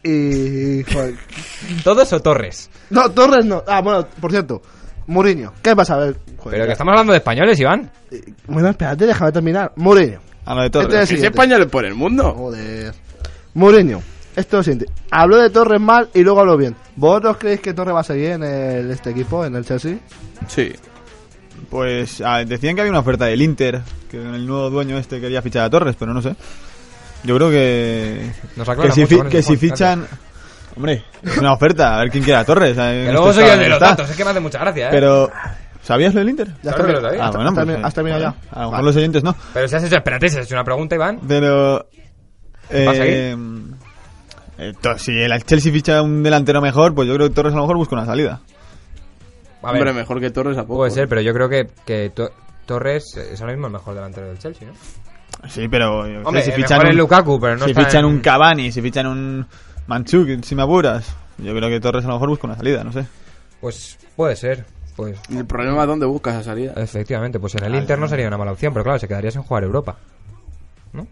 S3: Y.
S2: [laughs]
S3: joder.
S2: ¿Todos o Torres?
S3: No, Torres no. Ah, bueno, por cierto, Mourinho. ¿Qué pasa? A ver, joder,
S2: Pero que estamos hablando de españoles, Iván.
S3: eh, Bueno, espérate, déjame terminar. Mourinho.
S4: A lo de Torres.
S3: Este es-
S5: Que es
S3: siguiente.
S5: español por el mundo.
S3: Joder. Mourinho. Esto es lo siguiente. Habló de Torres mal y luego habló bien. ¿Vosotros creéis que Torres va a seguir en el- este equipo, en el Chelsea?
S5: Sí.
S4: Pues ah, decían que había una oferta del Inter, que el nuevo dueño este quería fichar a Torres, pero no sé. Yo creo que.
S2: Nos
S4: que
S2: aclara
S4: si,
S2: mucho
S4: fi-
S2: con
S4: que
S2: eso,
S4: si
S2: Juan,
S4: fichan. Hombre, es una oferta, a ver quién quiere a Torres. eh, a ver,
S2: Que luego
S4: esto
S2: soy
S4: está-
S2: el de los
S4: está.
S2: datos, es que me hace mucha gracia, ¿eh?
S4: Pero. ¿Sabías lo del Inter?
S3: Ya
S2: Claro que
S3: está.
S2: lo sabía.
S4: Ah, bueno,
S3: has
S4: pues,
S3: termi- has terminado
S4: vale.
S3: ya.
S4: A lo mejor
S3: Vale.
S4: los oyentes no.
S2: Pero si has hecho, espérate, si has hecho una pregunta, Iván.
S4: Pero.
S2: ¿Vas a
S4: Eh, eh, to- si el Chelsea ficha un delantero mejor, pues yo creo que Torres a lo mejor busca una salida.
S2: A ver,
S5: Hombre, mejor que Torres a poco. eh.
S2: puede ser, pero yo creo que, que To- Torres es ahora mismo el mejor delantero del Chelsea, ¿no?
S4: Sí, pero. eh, yo qué
S2: Hombre,
S4: sé,
S2: el mejor es Lukaku, pero no
S4: si
S2: está
S4: fichan
S2: en-
S4: un Cavani, si fichan un Manchuk, si me apuras, yo creo que Torres a lo mejor busca una salida, no sé.
S2: Pues puede ser. Pues
S5: El problema es dónde buscas esa salida.
S2: efectivamente, pues en el Inter no sería una mala opción, pero claro, se quedaría sin jugar Europa. ¿No?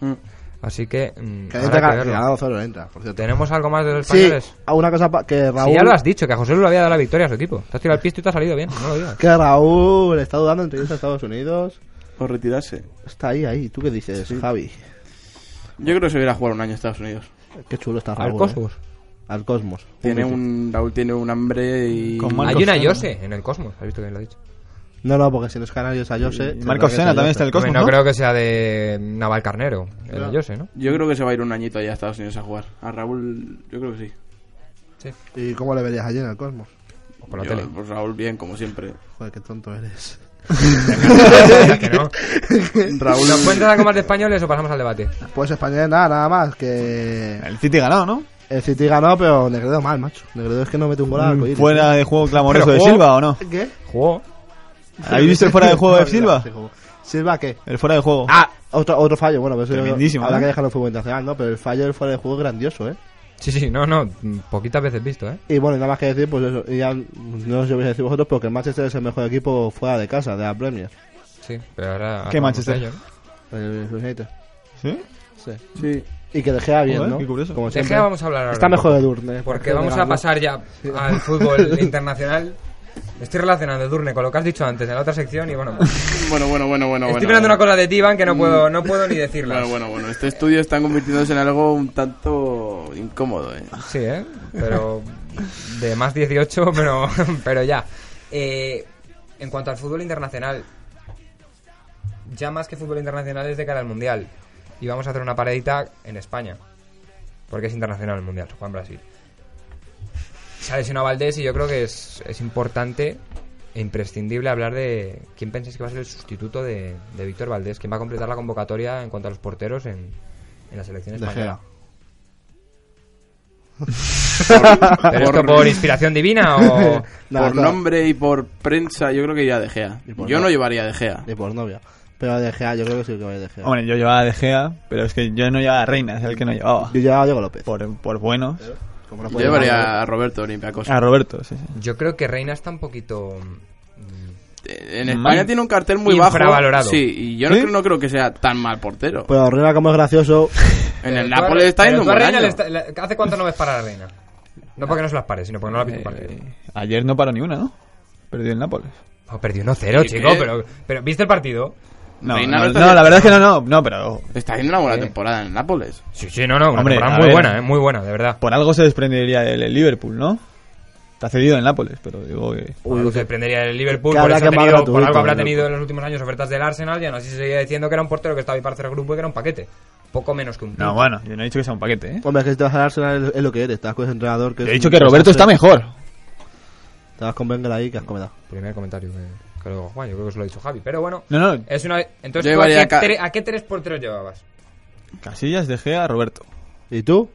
S5: Mm.
S2: Así que. mm,
S3: Que
S2: habrá
S3: entra,
S2: que
S3: que
S2: verlo.
S3: ganado cero entra, por cierto.
S2: ¿Tenemos algo más de los
S3: Sí,
S2: españoles?
S3: a una cosa pa- que
S2: Si
S3: Raúl.
S2: ya lo has dicho, que a José Lu le había dado la victoria a su equipo. Te has tirado el pisto y te ha salido bien, no lo digas.
S3: Que Raúl está dudando entre irse a Estados Unidos.
S5: O retirarse.
S3: Está ahí, ahí. ¿Tú qué dices, Javi?
S5: Yo creo que se hubiera jugado un año a Estados Unidos.
S3: Qué chulo está Raúl.
S2: Al
S3: eh.
S2: Cosmos.
S3: Al Cosmos.
S5: Tiene un, Raúl tiene un hambre y.
S4: Con Marcos
S2: Hay una
S4: Sena.
S2: Yose en el Cosmos, has visto que lo ha dicho.
S3: No, no, porque si los canarios a Jose.
S4: Y Marcos Sena también está en el
S2: Hombre,
S4: Cosmos,
S2: no,
S4: ¿no?
S2: creo que sea de Naval Carnero, el
S3: Claro.
S2: yo sé, ¿no?
S5: Yo creo que se va a ir un añito allá a Estados Unidos a jugar. A Raúl, yo creo que sí.
S3: ¿Y cómo le verías ayer en el Cosmos?
S2: O por la
S5: Yo,
S2: [laughs] tele.
S5: pues Raúl bien, como siempre.
S3: Joder, qué tonto eres.
S2: Que no. [laughs]
S3: Raúl.
S2: ¿Nos cuentas algo más de españoles o pasamos al debate?
S3: Pues español, nada, nada más. Que
S4: El City ganado, ¿no?
S3: el City ganó, pero Negredo mal, macho. Negredo es que no mete un gol al arcoíris.
S4: Mm,
S3: ¿eh?
S4: Fuera de juego clamoroso
S2: Pero
S4: de
S2: jugó-
S4: Silva, ¿o no?
S3: ¿Qué?
S2: Jugó.
S4: ¿Habéis visto el fuera de juego
S3: [laughs]
S4: de
S3: No,
S4: Silva?
S3: sí, jugó. ¿Silva qué?
S4: El fuera de juego.
S3: Ah, otro, otro fallo. Bueno, pero eso
S4: Tremendísimo,
S3: habrá
S4: ¿eh?
S3: que dejarlo en fútbol internacional, ¿no? Pero el fallo del fuera de juego es grandioso, ¿eh?
S2: Sí, sí, no, no, mm, poquitas veces visto, ¿eh?
S3: Y bueno, y nada más que decir, pues eso. Y ya, no os voy a decir vosotros, pero que el Manchester es el mejor equipo fuera de casa, de la Premier.
S2: Sí, pero ahora...
S4: ¿Qué
S2: ahora
S4: Manchester?
S2: vamos a ello,
S3: Pues
S2: ¿no?
S3: El United.
S4: ¿Sí?
S3: Sí.
S5: Sí.
S3: Y que De Gea bien,
S4: Joder,
S3: ¿no?
S4: qué curioso.
S3: Como
S2: De
S3: siempre.
S2: Gea vamos a hablar ahora.
S3: Está
S2: un poco.
S3: mejor de Durne.
S2: Porque vamos a pasar ya al fútbol [laughs] internacional. Estoy relacionando, Durne, con lo que has dicho antes en la otra sección y bueno... Estoy
S5: Bueno, bueno, bueno, bueno. Ah, bueno,
S2: mirando
S5: bueno.
S2: una cosa de Tivan que no puedo, no
S5: [laughs]
S2: puedo ni decirla.
S5: Bueno, bueno, bueno. Este estudio está convirtiéndose en algo un tanto incómodo, ¿eh?
S2: Sí, ¿eh? Pero de más 18, pero, pero ya. Eh, en cuanto al fútbol internacional, ya más que fútbol internacional es de cara al Mundial. Y vamos a hacer una paradita en España. Porque es internacional el Mundial, Juan Brasil. Se ha lesionado Valdés y yo creo que es, es importante e imprescindible hablar de quién pensáis que va a ser el sustituto de, de Víctor Valdés, quién va a completar la convocatoria en cuanto a los porteros en, en la selección
S3: De
S2: española.
S3: Gea.
S2: ¿Pero esto por inspiración divina o...?
S3: Nada,
S5: por
S3: claro.
S5: nombre y por prensa, yo creo que iría De Gea. Yo no llevaría De Gea.
S3: Ni por novia. Pero De Gea, yo creo que sí que va a ir De Gea.
S4: Hombre, yo llevaba De Gea, pero es que yo no llevaba a Reina, es el que no llevaba.
S3: Yo llevaba a Diego López.
S4: Por, por buenos.
S3: Como no
S5: Yo
S3: puede llevar
S5: llevaría a Roberto Olympiacos.
S4: A Roberto, sí, sí.
S2: [laughs] Yo creo que Reina está un poquito. mm,
S5: En España
S4: Mal.
S5: tiene un cartel muy bajo.
S2: Infravalorado.
S5: Sí, y yo no,
S4: ¿Sí?
S5: creo, no creo que sea tan mal portero.
S2: Pues,
S3: Pero Reina, como es gracioso. [laughs]
S5: en el
S2: pero tú a-
S5: Nápoles está
S2: Eh, pero
S5: yendo un
S2: tú a
S5: buen
S2: Reina
S5: año.
S2: le está- le- ¿Hace cuánto no ves para a Reina? No porque no se las pares, sino porque no la has visto un partido.
S4: Eh, ayer no paró ni una, ¿no? Perdió el Nápoles.
S2: Oh, perdió 1-0,
S5: ¿Y
S2: chico,
S5: qué?
S2: pero, pero ¿viste el partido?
S4: No,
S5: Reina no
S4: no,
S5: está
S4: no,
S5: bien.
S4: la verdad es que no, no, no, pero
S5: Está haciendo una buena
S3: Eh.
S5: temporada en el Nápoles.
S2: Sí, sí, no, no, una
S4: Hombre,
S2: temporada
S4: a
S2: muy
S4: ver. Pues,
S2: buena, eh, muy buena, de verdad.
S4: por algo se desprendería del el Liverpool, ¿no? Está cedido en Nápoles, pero digo que...
S3: Uy,
S2: Algo sorprendería el Liverpool,
S3: Que
S2: por,
S3: habrá
S2: eso ha
S3: que pagar
S2: tenido,
S3: gratuito,
S2: por algo habrá
S3: el
S2: tenido en los últimos años ofertas del Arsenal y aún así se seguía diciendo que era un portero que estaba ahí para hacer el grupo y que era un paquete. Poco menos que un
S4: No,
S2: pinto.
S4: bueno, yo no he dicho que sea un paquete, ¿eh?
S3: Hombre, es que si te vas al Arsenal es- es lo que eres. Estás con ese entrenador que. es
S4: Yo he
S3: un
S4: dicho que Roberto está
S3: desastre.
S4: mejor.
S3: Te vas con Wenger ahí que has comido.
S2: Primer comentario que, que lo digo Juan, yo creo que se lo ha dicho Javi, pero bueno.
S4: No, no,
S2: Es una... Entonces,
S5: Yo
S2: ¿tú a,
S5: llevaría
S2: qué
S5: ca-
S2: tre- a qué tres porteros llevabas?
S4: Casillas, De Gea, Roberto.
S3: ¿Y tú?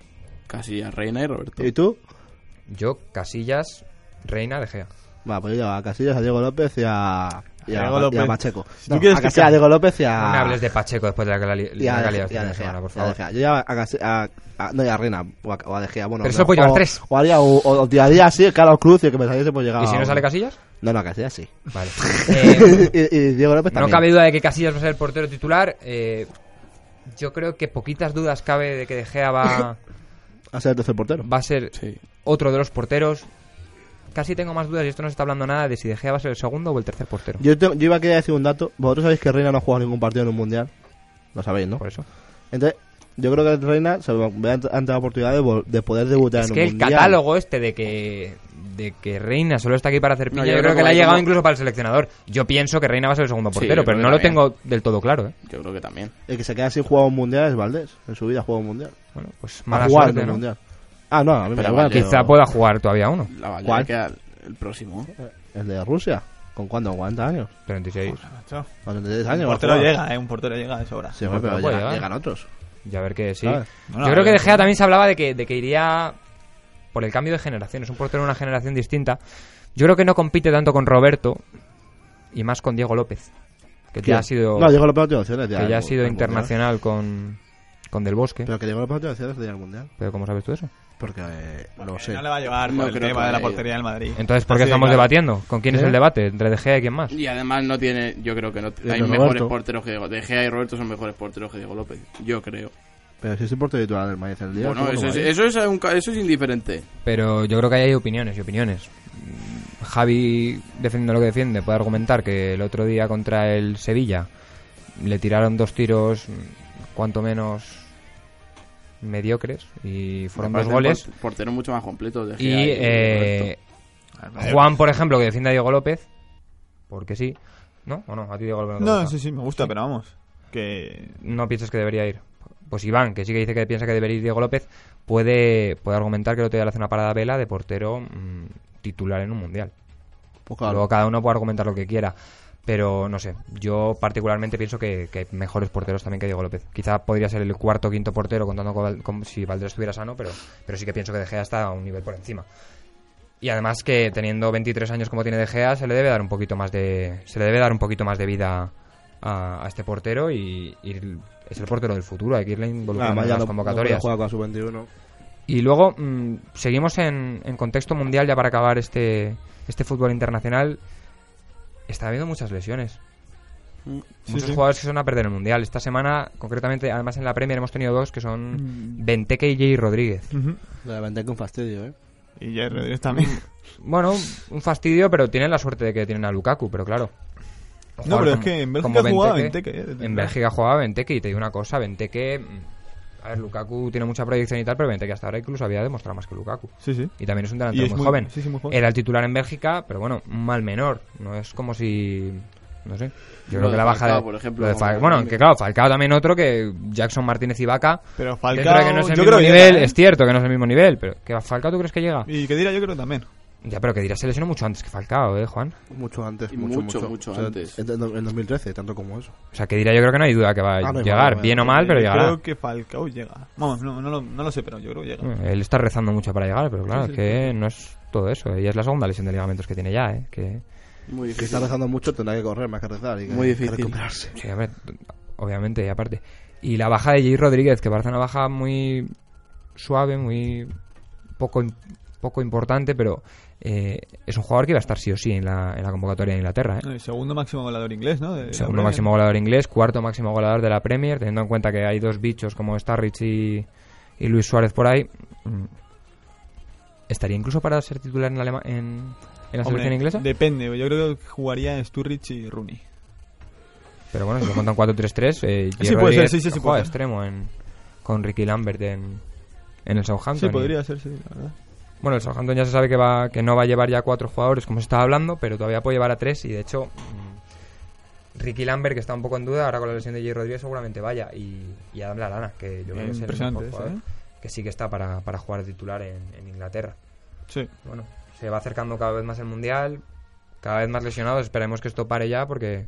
S5: Casi a Reina y Roberto.
S3: ¿Y tú?
S2: Yo, Casillas, Reina de Gea.
S3: Va, pues yo llevaba a Casillas, a Diego López y a. Y a,
S4: Diego López.
S3: y a Pacheco.
S4: Si tú
S3: No,
S4: quieres
S3: a
S4: que
S3: Casillas,
S4: sea-
S3: a Diego López y
S2: No me hables
S3: a.
S2: de Pacheco después de la calidad
S3: Y a,
S2: de
S3: y a Ah. De
S2: esta
S3: Gea,
S2: semana, por
S3: y a De
S2: favor.
S3: Gea. Yo llevaba a, Casi- a, a- No, y a Reina o a, o a De Gea. Bueno,
S2: Pero
S3: no,
S2: solo puedo llevar
S3: o-
S2: tres.
S3: O haría o, o día a día así, el Carlos Cruz y el que me saliese, pues llegaba.
S2: ¿Y si no
S3: a-
S2: sale Casillas?
S3: No, no, Casillas sí. [laughs]
S2: Vale. Eh,
S3: y, y Diego López
S2: no
S3: también.
S2: cabe duda de que Casillas va a ser el portero titular. eh, yo creo que poquitas dudas cabe de que De Gea va,
S3: A ser el tercer portero.
S2: va a ser
S5: Sí.
S2: otro de los porteros. Casi tengo más dudas, y esto no se está hablando nada, de si De Gea va a ser el segundo o el tercer portero.
S3: Yo, te- yo iba a querer decir un dato. Vosotros sabéis que Reina no ha jugado ningún partido en un mundial. Lo sabéis, ¿no?
S2: Por eso.
S3: Entonces, yo creo que Reina se va va a tener la oportunidad de, vol- de poder debutar
S2: es
S3: en
S2: que
S3: un
S2: el
S3: mundial.
S2: catálogo este de que de que Reina solo está aquí para hacer piña,
S5: No,
S2: yo, creo que, le ha llegado incluso para el seleccionador. Yo pienso que Reina va a ser el segundo
S5: Sí,
S2: portero,
S5: yo
S2: pero
S5: creo
S2: no
S5: que
S2: lo
S5: también.
S2: tengo del todo claro. ¿eh?
S5: Yo creo que también.
S3: El que se queda sin jugar un mundial es Valdés. En su vida ha jugado un mundial.
S2: Bueno, pues
S3: Ha
S2: mala
S3: jugado
S2: suerte,
S3: en un
S2: ¿no?
S3: mundial. Ah, no, a mí me da
S5: Pero
S3: igual,
S5: Valdés-
S2: Quizá
S3: pero
S2: pueda jugar todavía uno.
S5: La Valdés
S3: ¿Cuál?
S5: queda el próximo.
S3: El de Rusia. ¿Con cuándo? ¿40 años?
S2: 36.
S3: ¿Con 36 años? va
S4: Un
S3: a
S4: portero
S3: jugar.
S4: llega, ¿eh? Un portero llega de sobra.
S3: Sí, hombre,
S2: Pero
S3: pero
S2: puede
S3: llega-
S2: llegar.
S3: llegan otros.
S2: Ya ver que sí.
S3: Claro.
S4: No,
S2: Yo
S4: no,
S2: creo que De
S4: no.
S2: Gea también se hablaba de que, de que iría por el cambio de generación. Es un portero de una generación distinta. Yo creo que no compite tanto con Roberto y más con Diego López, que ya ha sido,
S3: No, Diego López no tiene opciones. de
S2: que
S3: ir
S2: ya ha
S3: al-
S2: sido
S3: al mundial.
S2: internacional con, con Del Bosque.
S3: Pero que Diego López no tiene opciones de ir al mundial.
S2: Pero ¿cómo sabes tú eso?
S3: Porque, eh, lo
S4: Porque
S3: sé.
S4: No le va a llevar
S5: No
S4: por el
S5: creo que
S4: tema de la
S5: vaya.
S4: portería del Madrid.
S2: Entonces, ¿por qué
S4: Así de
S2: estamos
S4: claro.
S2: debatiendo? ¿Con quién es
S3: ¿Sí?
S2: el debate? ¿Entre De Gea y quién más?
S5: Y además no tiene, yo creo que no
S3: Y
S5: hay
S3: Roberto.
S5: mejores porteros que Diego. De Gea y Roberto son mejores porteros que Diego López. Yo creo.
S3: Pero si es el portero titular del Madrid el día.
S5: Bueno,
S3: ¿cómo no eh?
S5: eso
S3: va
S5: es,
S3: a ir?
S5: eso, es un ca- eso es indiferente.
S2: Pero yo creo que ahí hay opiniones y opiniones. Mm, Javi, defendiendo lo que defiende, puede argumentar que el otro día contra el Sevilla le tiraron dos tiros, mm, cuanto menos mediocres, y fueron dos
S5: Aparte,
S2: goles.
S5: por- Portero mucho más completo. De Gea
S2: Y
S5: Roberto.
S2: eh, Juan, por ejemplo, que defiende a Diego López, porque sí, ¿no? ¿O no? A ti Diego Alonso
S4: No,
S2: te gusta.
S4: sí, sí, me gusta, pero vamos. Que.
S2: no piensas que debería ir. Pues Iván, que sí que dice que piensa que debería ir Diego López, puede, puede argumentar que el otro día le hace una parada a vela de portero mm, titular en un mundial.
S3: Pues
S2: Luego cada uno puede argumentar lo que quiera. Pero no sé, yo particularmente pienso que, que hay mejores porteros también que Diego López. Quizá podría ser el cuarto o quinto portero contando con, Val- con- si Valdés estuviera sano, pero, pero sí que pienso que De Gea está a un nivel por encima. Y además que teniendo 23 años como tiene De Gea, se le debe dar un poquito más de se le debe dar un poquito más de vida a, a este portero y, y es el portero del futuro, hay que irle involucrando
S3: Además,
S2: en
S3: ya
S2: las
S3: no- no puede
S2: convocatorias.
S3: jugar con la sub-21.
S2: Y luego mm, seguimos en, en contexto mundial ya para acabar este, este fútbol internacional. Está habiendo muchas lesiones.
S4: Mm, Sí,
S2: Muchos
S4: sí.
S2: jugadores que se van a perder el mundial. Esta semana, concretamente, además en la Premier hemos tenido dos que son
S4: Mm.
S2: Benteke y Jay Rodríguez.
S4: Ujú.
S3: Lo de Benteke un fastidio, ¿eh?
S4: Y Jair Rodríguez también.
S2: Bueno, un fastidio, pero tienen la suerte de que tienen a Lukaku, pero claro. Un
S4: No,
S2: jugador
S4: pero es
S2: como-
S4: que en
S2: como
S4: Bélgica jugaba
S2: Benteke-
S4: Benteke. eh, de
S2: En
S4: titular.
S2: Bélgica jugaba Benteke y te digo una cosa, Benteke... mm, A ver, Lukaku tiene mucha proyección y tal, pero Benteke hasta ahora incluso había demostrado más que Lukaku.
S4: Sí, sí.
S2: Y también es un delantero
S4: Y es
S2: muy,
S4: muy-
S2: joven.
S4: sí, sí, muy joven.
S2: Era el titular en Bélgica, pero bueno, un mal menor. No es como si. No sé. Yo
S5: Lo
S2: creo
S5: de
S2: que la baja
S5: Falcao,
S2: de-
S5: por ejemplo,
S2: lo de
S5: como
S2: Fal-
S5: el
S2: Bueno,
S5: Colombia.
S2: que claro, Falcao también otro que Jackson Martínez y Vaca.
S4: Pero
S2: Dentro de
S4: Falcao.
S2: que no es el
S4: yo
S2: mismo
S4: creo que
S2: nivel,
S4: llega, ¿eh?
S2: es cierto que no es el mismo nivel, pero que a Falcao tú crees que llega.
S4: Y que dirá, yo creo también.
S2: Ya, pero que dirá se lesionó mucho antes que Falcao, eh, Juan.
S3: Mucho antes.
S5: Y
S3: Mucho,
S5: mucho,
S3: mucho,
S5: mucho
S3: O sea,
S5: antes.
S3: En, en- en 2013, tanto como eso.
S2: O sea, que dirá yo creo que no hay duda que va a
S3: Ah,
S2: llegar,
S3: no, igual, igual.
S2: bien o mal, pero
S4: yo
S2: llegará.
S4: creo que Falcao llega. Vamos, no, no, lo, no lo sé, pero yo creo que llega.
S2: Él está rezando mucho para llegar, pero claro, es que no es todo eso. ¿eh? Y es la segunda lesión de ligamentos que tiene ya, eh. Que...
S5: Muy
S3: Que
S5: difícil.
S3: está rezando mucho, tendrá que correr más que rezar. Y que-
S5: Muy difícil.
S3: que Eh, recuperarse.
S2: Sí, a ver, obviamente, y aparte. Y la baja de J. Rodríguez, que parece una baja muy suave, muy poco, poco importante, pero eh, es un jugador que iba a estar sí o sí en la, en la convocatoria de Inglaterra. ¿eh?
S4: El segundo máximo goleador inglés, ¿no? De la
S2: Segundo
S4: Premier.
S2: máximo goleador inglés, cuarto máximo goleador de la Premier, teniendo en cuenta que hay dos bichos como Starrich y, y Luis Suárez por ahí. mm, ¿Estaría incluso para ser titular en la, alema- en, en la
S4: Hombre,
S2: selección inglesa?
S4: Depende, yo creo que jugaría Sturridge y Rooney.
S2: Pero bueno, si lo montan 4-3-3, eh, Jay
S4: Sí, puede
S2: Rodríguez
S4: ser, sí, sí, sí,
S2: juega
S4: puede
S2: de
S4: ser.
S2: extremo en, con Ricky Lambert en, en el Southampton.
S4: Sí,
S2: Y-
S4: podría ser, sí, la verdad.
S2: Bueno, el Southampton ya se sabe que, va, que no va a llevar ya cuatro jugadores, como se estaba hablando, pero todavía puede llevar a tres y de hecho mm, Ricky Lambert, que está un poco en duda, ahora con la lesión de Jay Rodríguez seguramente vaya, y, y Adam Lallana, que yo creo que es el
S4: Impresionante
S2: mejor
S4: eso,
S2: jugador,
S4: ¿eh?
S2: que sí que está para, para jugar de titular en, en Inglaterra.
S4: Sí.
S2: Bueno, se va acercando cada vez más el Mundial, cada vez más lesionados, esperemos que esto pare ya porque,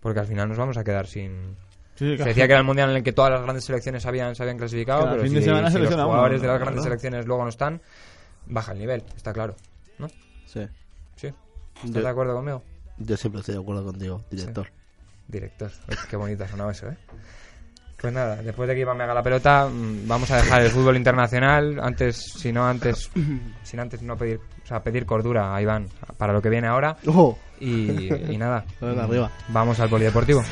S2: porque al final nos vamos a quedar sin,
S4: Sí,
S2: se
S4: claro.
S2: decía que era el mundial en el que todas las grandes selecciones habían, se habían clasificado,
S4: Cada
S2: pero
S4: fin
S2: si,
S4: de semana
S2: si
S4: se
S2: los
S4: lesiona uno,
S2: jugadores de las
S4: ¿no?
S2: grandes selecciones luego no están, baja el nivel, está claro. ¿No?
S3: Sí.
S2: ¿Sí? ¿Estás
S3: Yo-
S2: de acuerdo conmigo?
S3: Yo siempre estoy de acuerdo contigo, director.
S2: Director, Uy, qué bonito ha sonado eso, ¿eh? Pues nada, después de que Iván me haga la pelota, mm, vamos a dejar el fútbol internacional. Antes, si no
S4: [coughs]
S2: antes, sin antes no pedir, o sea, pedir cordura a Iván para lo que viene ahora.
S3: ¡Ojo!
S2: Y, y nada,
S3: A ver, ¡Oh! arriba.
S2: vamos al polideportivo.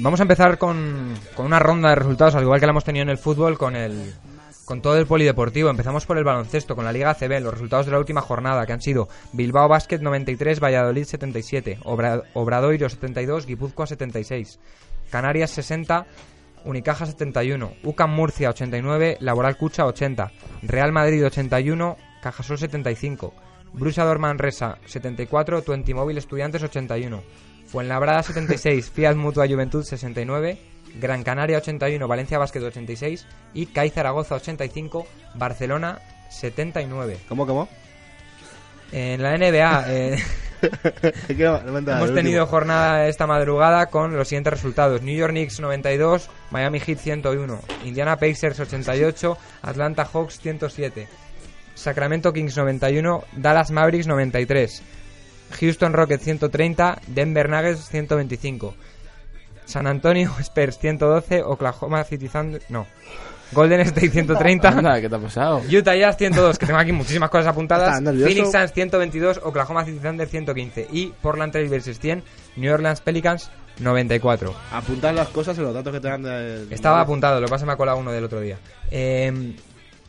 S2: Vamos a empezar con, con una ronda de resultados, al igual que la hemos tenido en el fútbol, con el con todo el polideportivo. Empezamos por el baloncesto, con la Liga ACB, los resultados de la última jornada, que han sido Bilbao Basket 93, Valladolid 77, Obra- Obradoiro 72, Guipúzcoa 76, Canarias 60, Unicaja 71, UCAM Murcia 89, Laboral Cucha 80, Real Madrid 81, Cajasol 75, Brusador Manresa 74, Tuentimóvil Estudiantes 81, Fuenlabrada 76, Fiat Mutua Juventud 69, Gran Canaria 81, Valencia Básquet 86 y CAI Zaragoza 85, Barcelona 79.
S3: ¿Cómo, cómo?
S2: En la NBA... eh, [laughs]
S3: [laughs] Es que no- no me entra
S2: Hemos
S3: el
S2: tenido
S3: último.
S2: jornada esta madrugada con los siguientes resultados: New York Knicks 92, Miami Heat 101, Indiana Pacers 88, Atlanta Hawks 107, Sacramento Kings 91, Dallas Mavericks 93, Houston Rockets 130, Denver Nuggets 125, San Antonio Spurs 112, Oklahoma City Thunder. No, Golden State 130.
S5: Anda, ¿qué te ha pasado?
S2: Utah Jazz 102, que tengo aquí muchísimas cosas apuntadas.
S3: Está nervioso.
S2: Phoenix Suns 122, Oklahoma City Thunder 115 y Portland Trail vs 100, New Orleans Pelicans 94.
S3: Apuntar las cosas en los datos que te dan de...
S2: Estaba apuntado, lo que pasa es que me ha colado uno del otro día. Eh,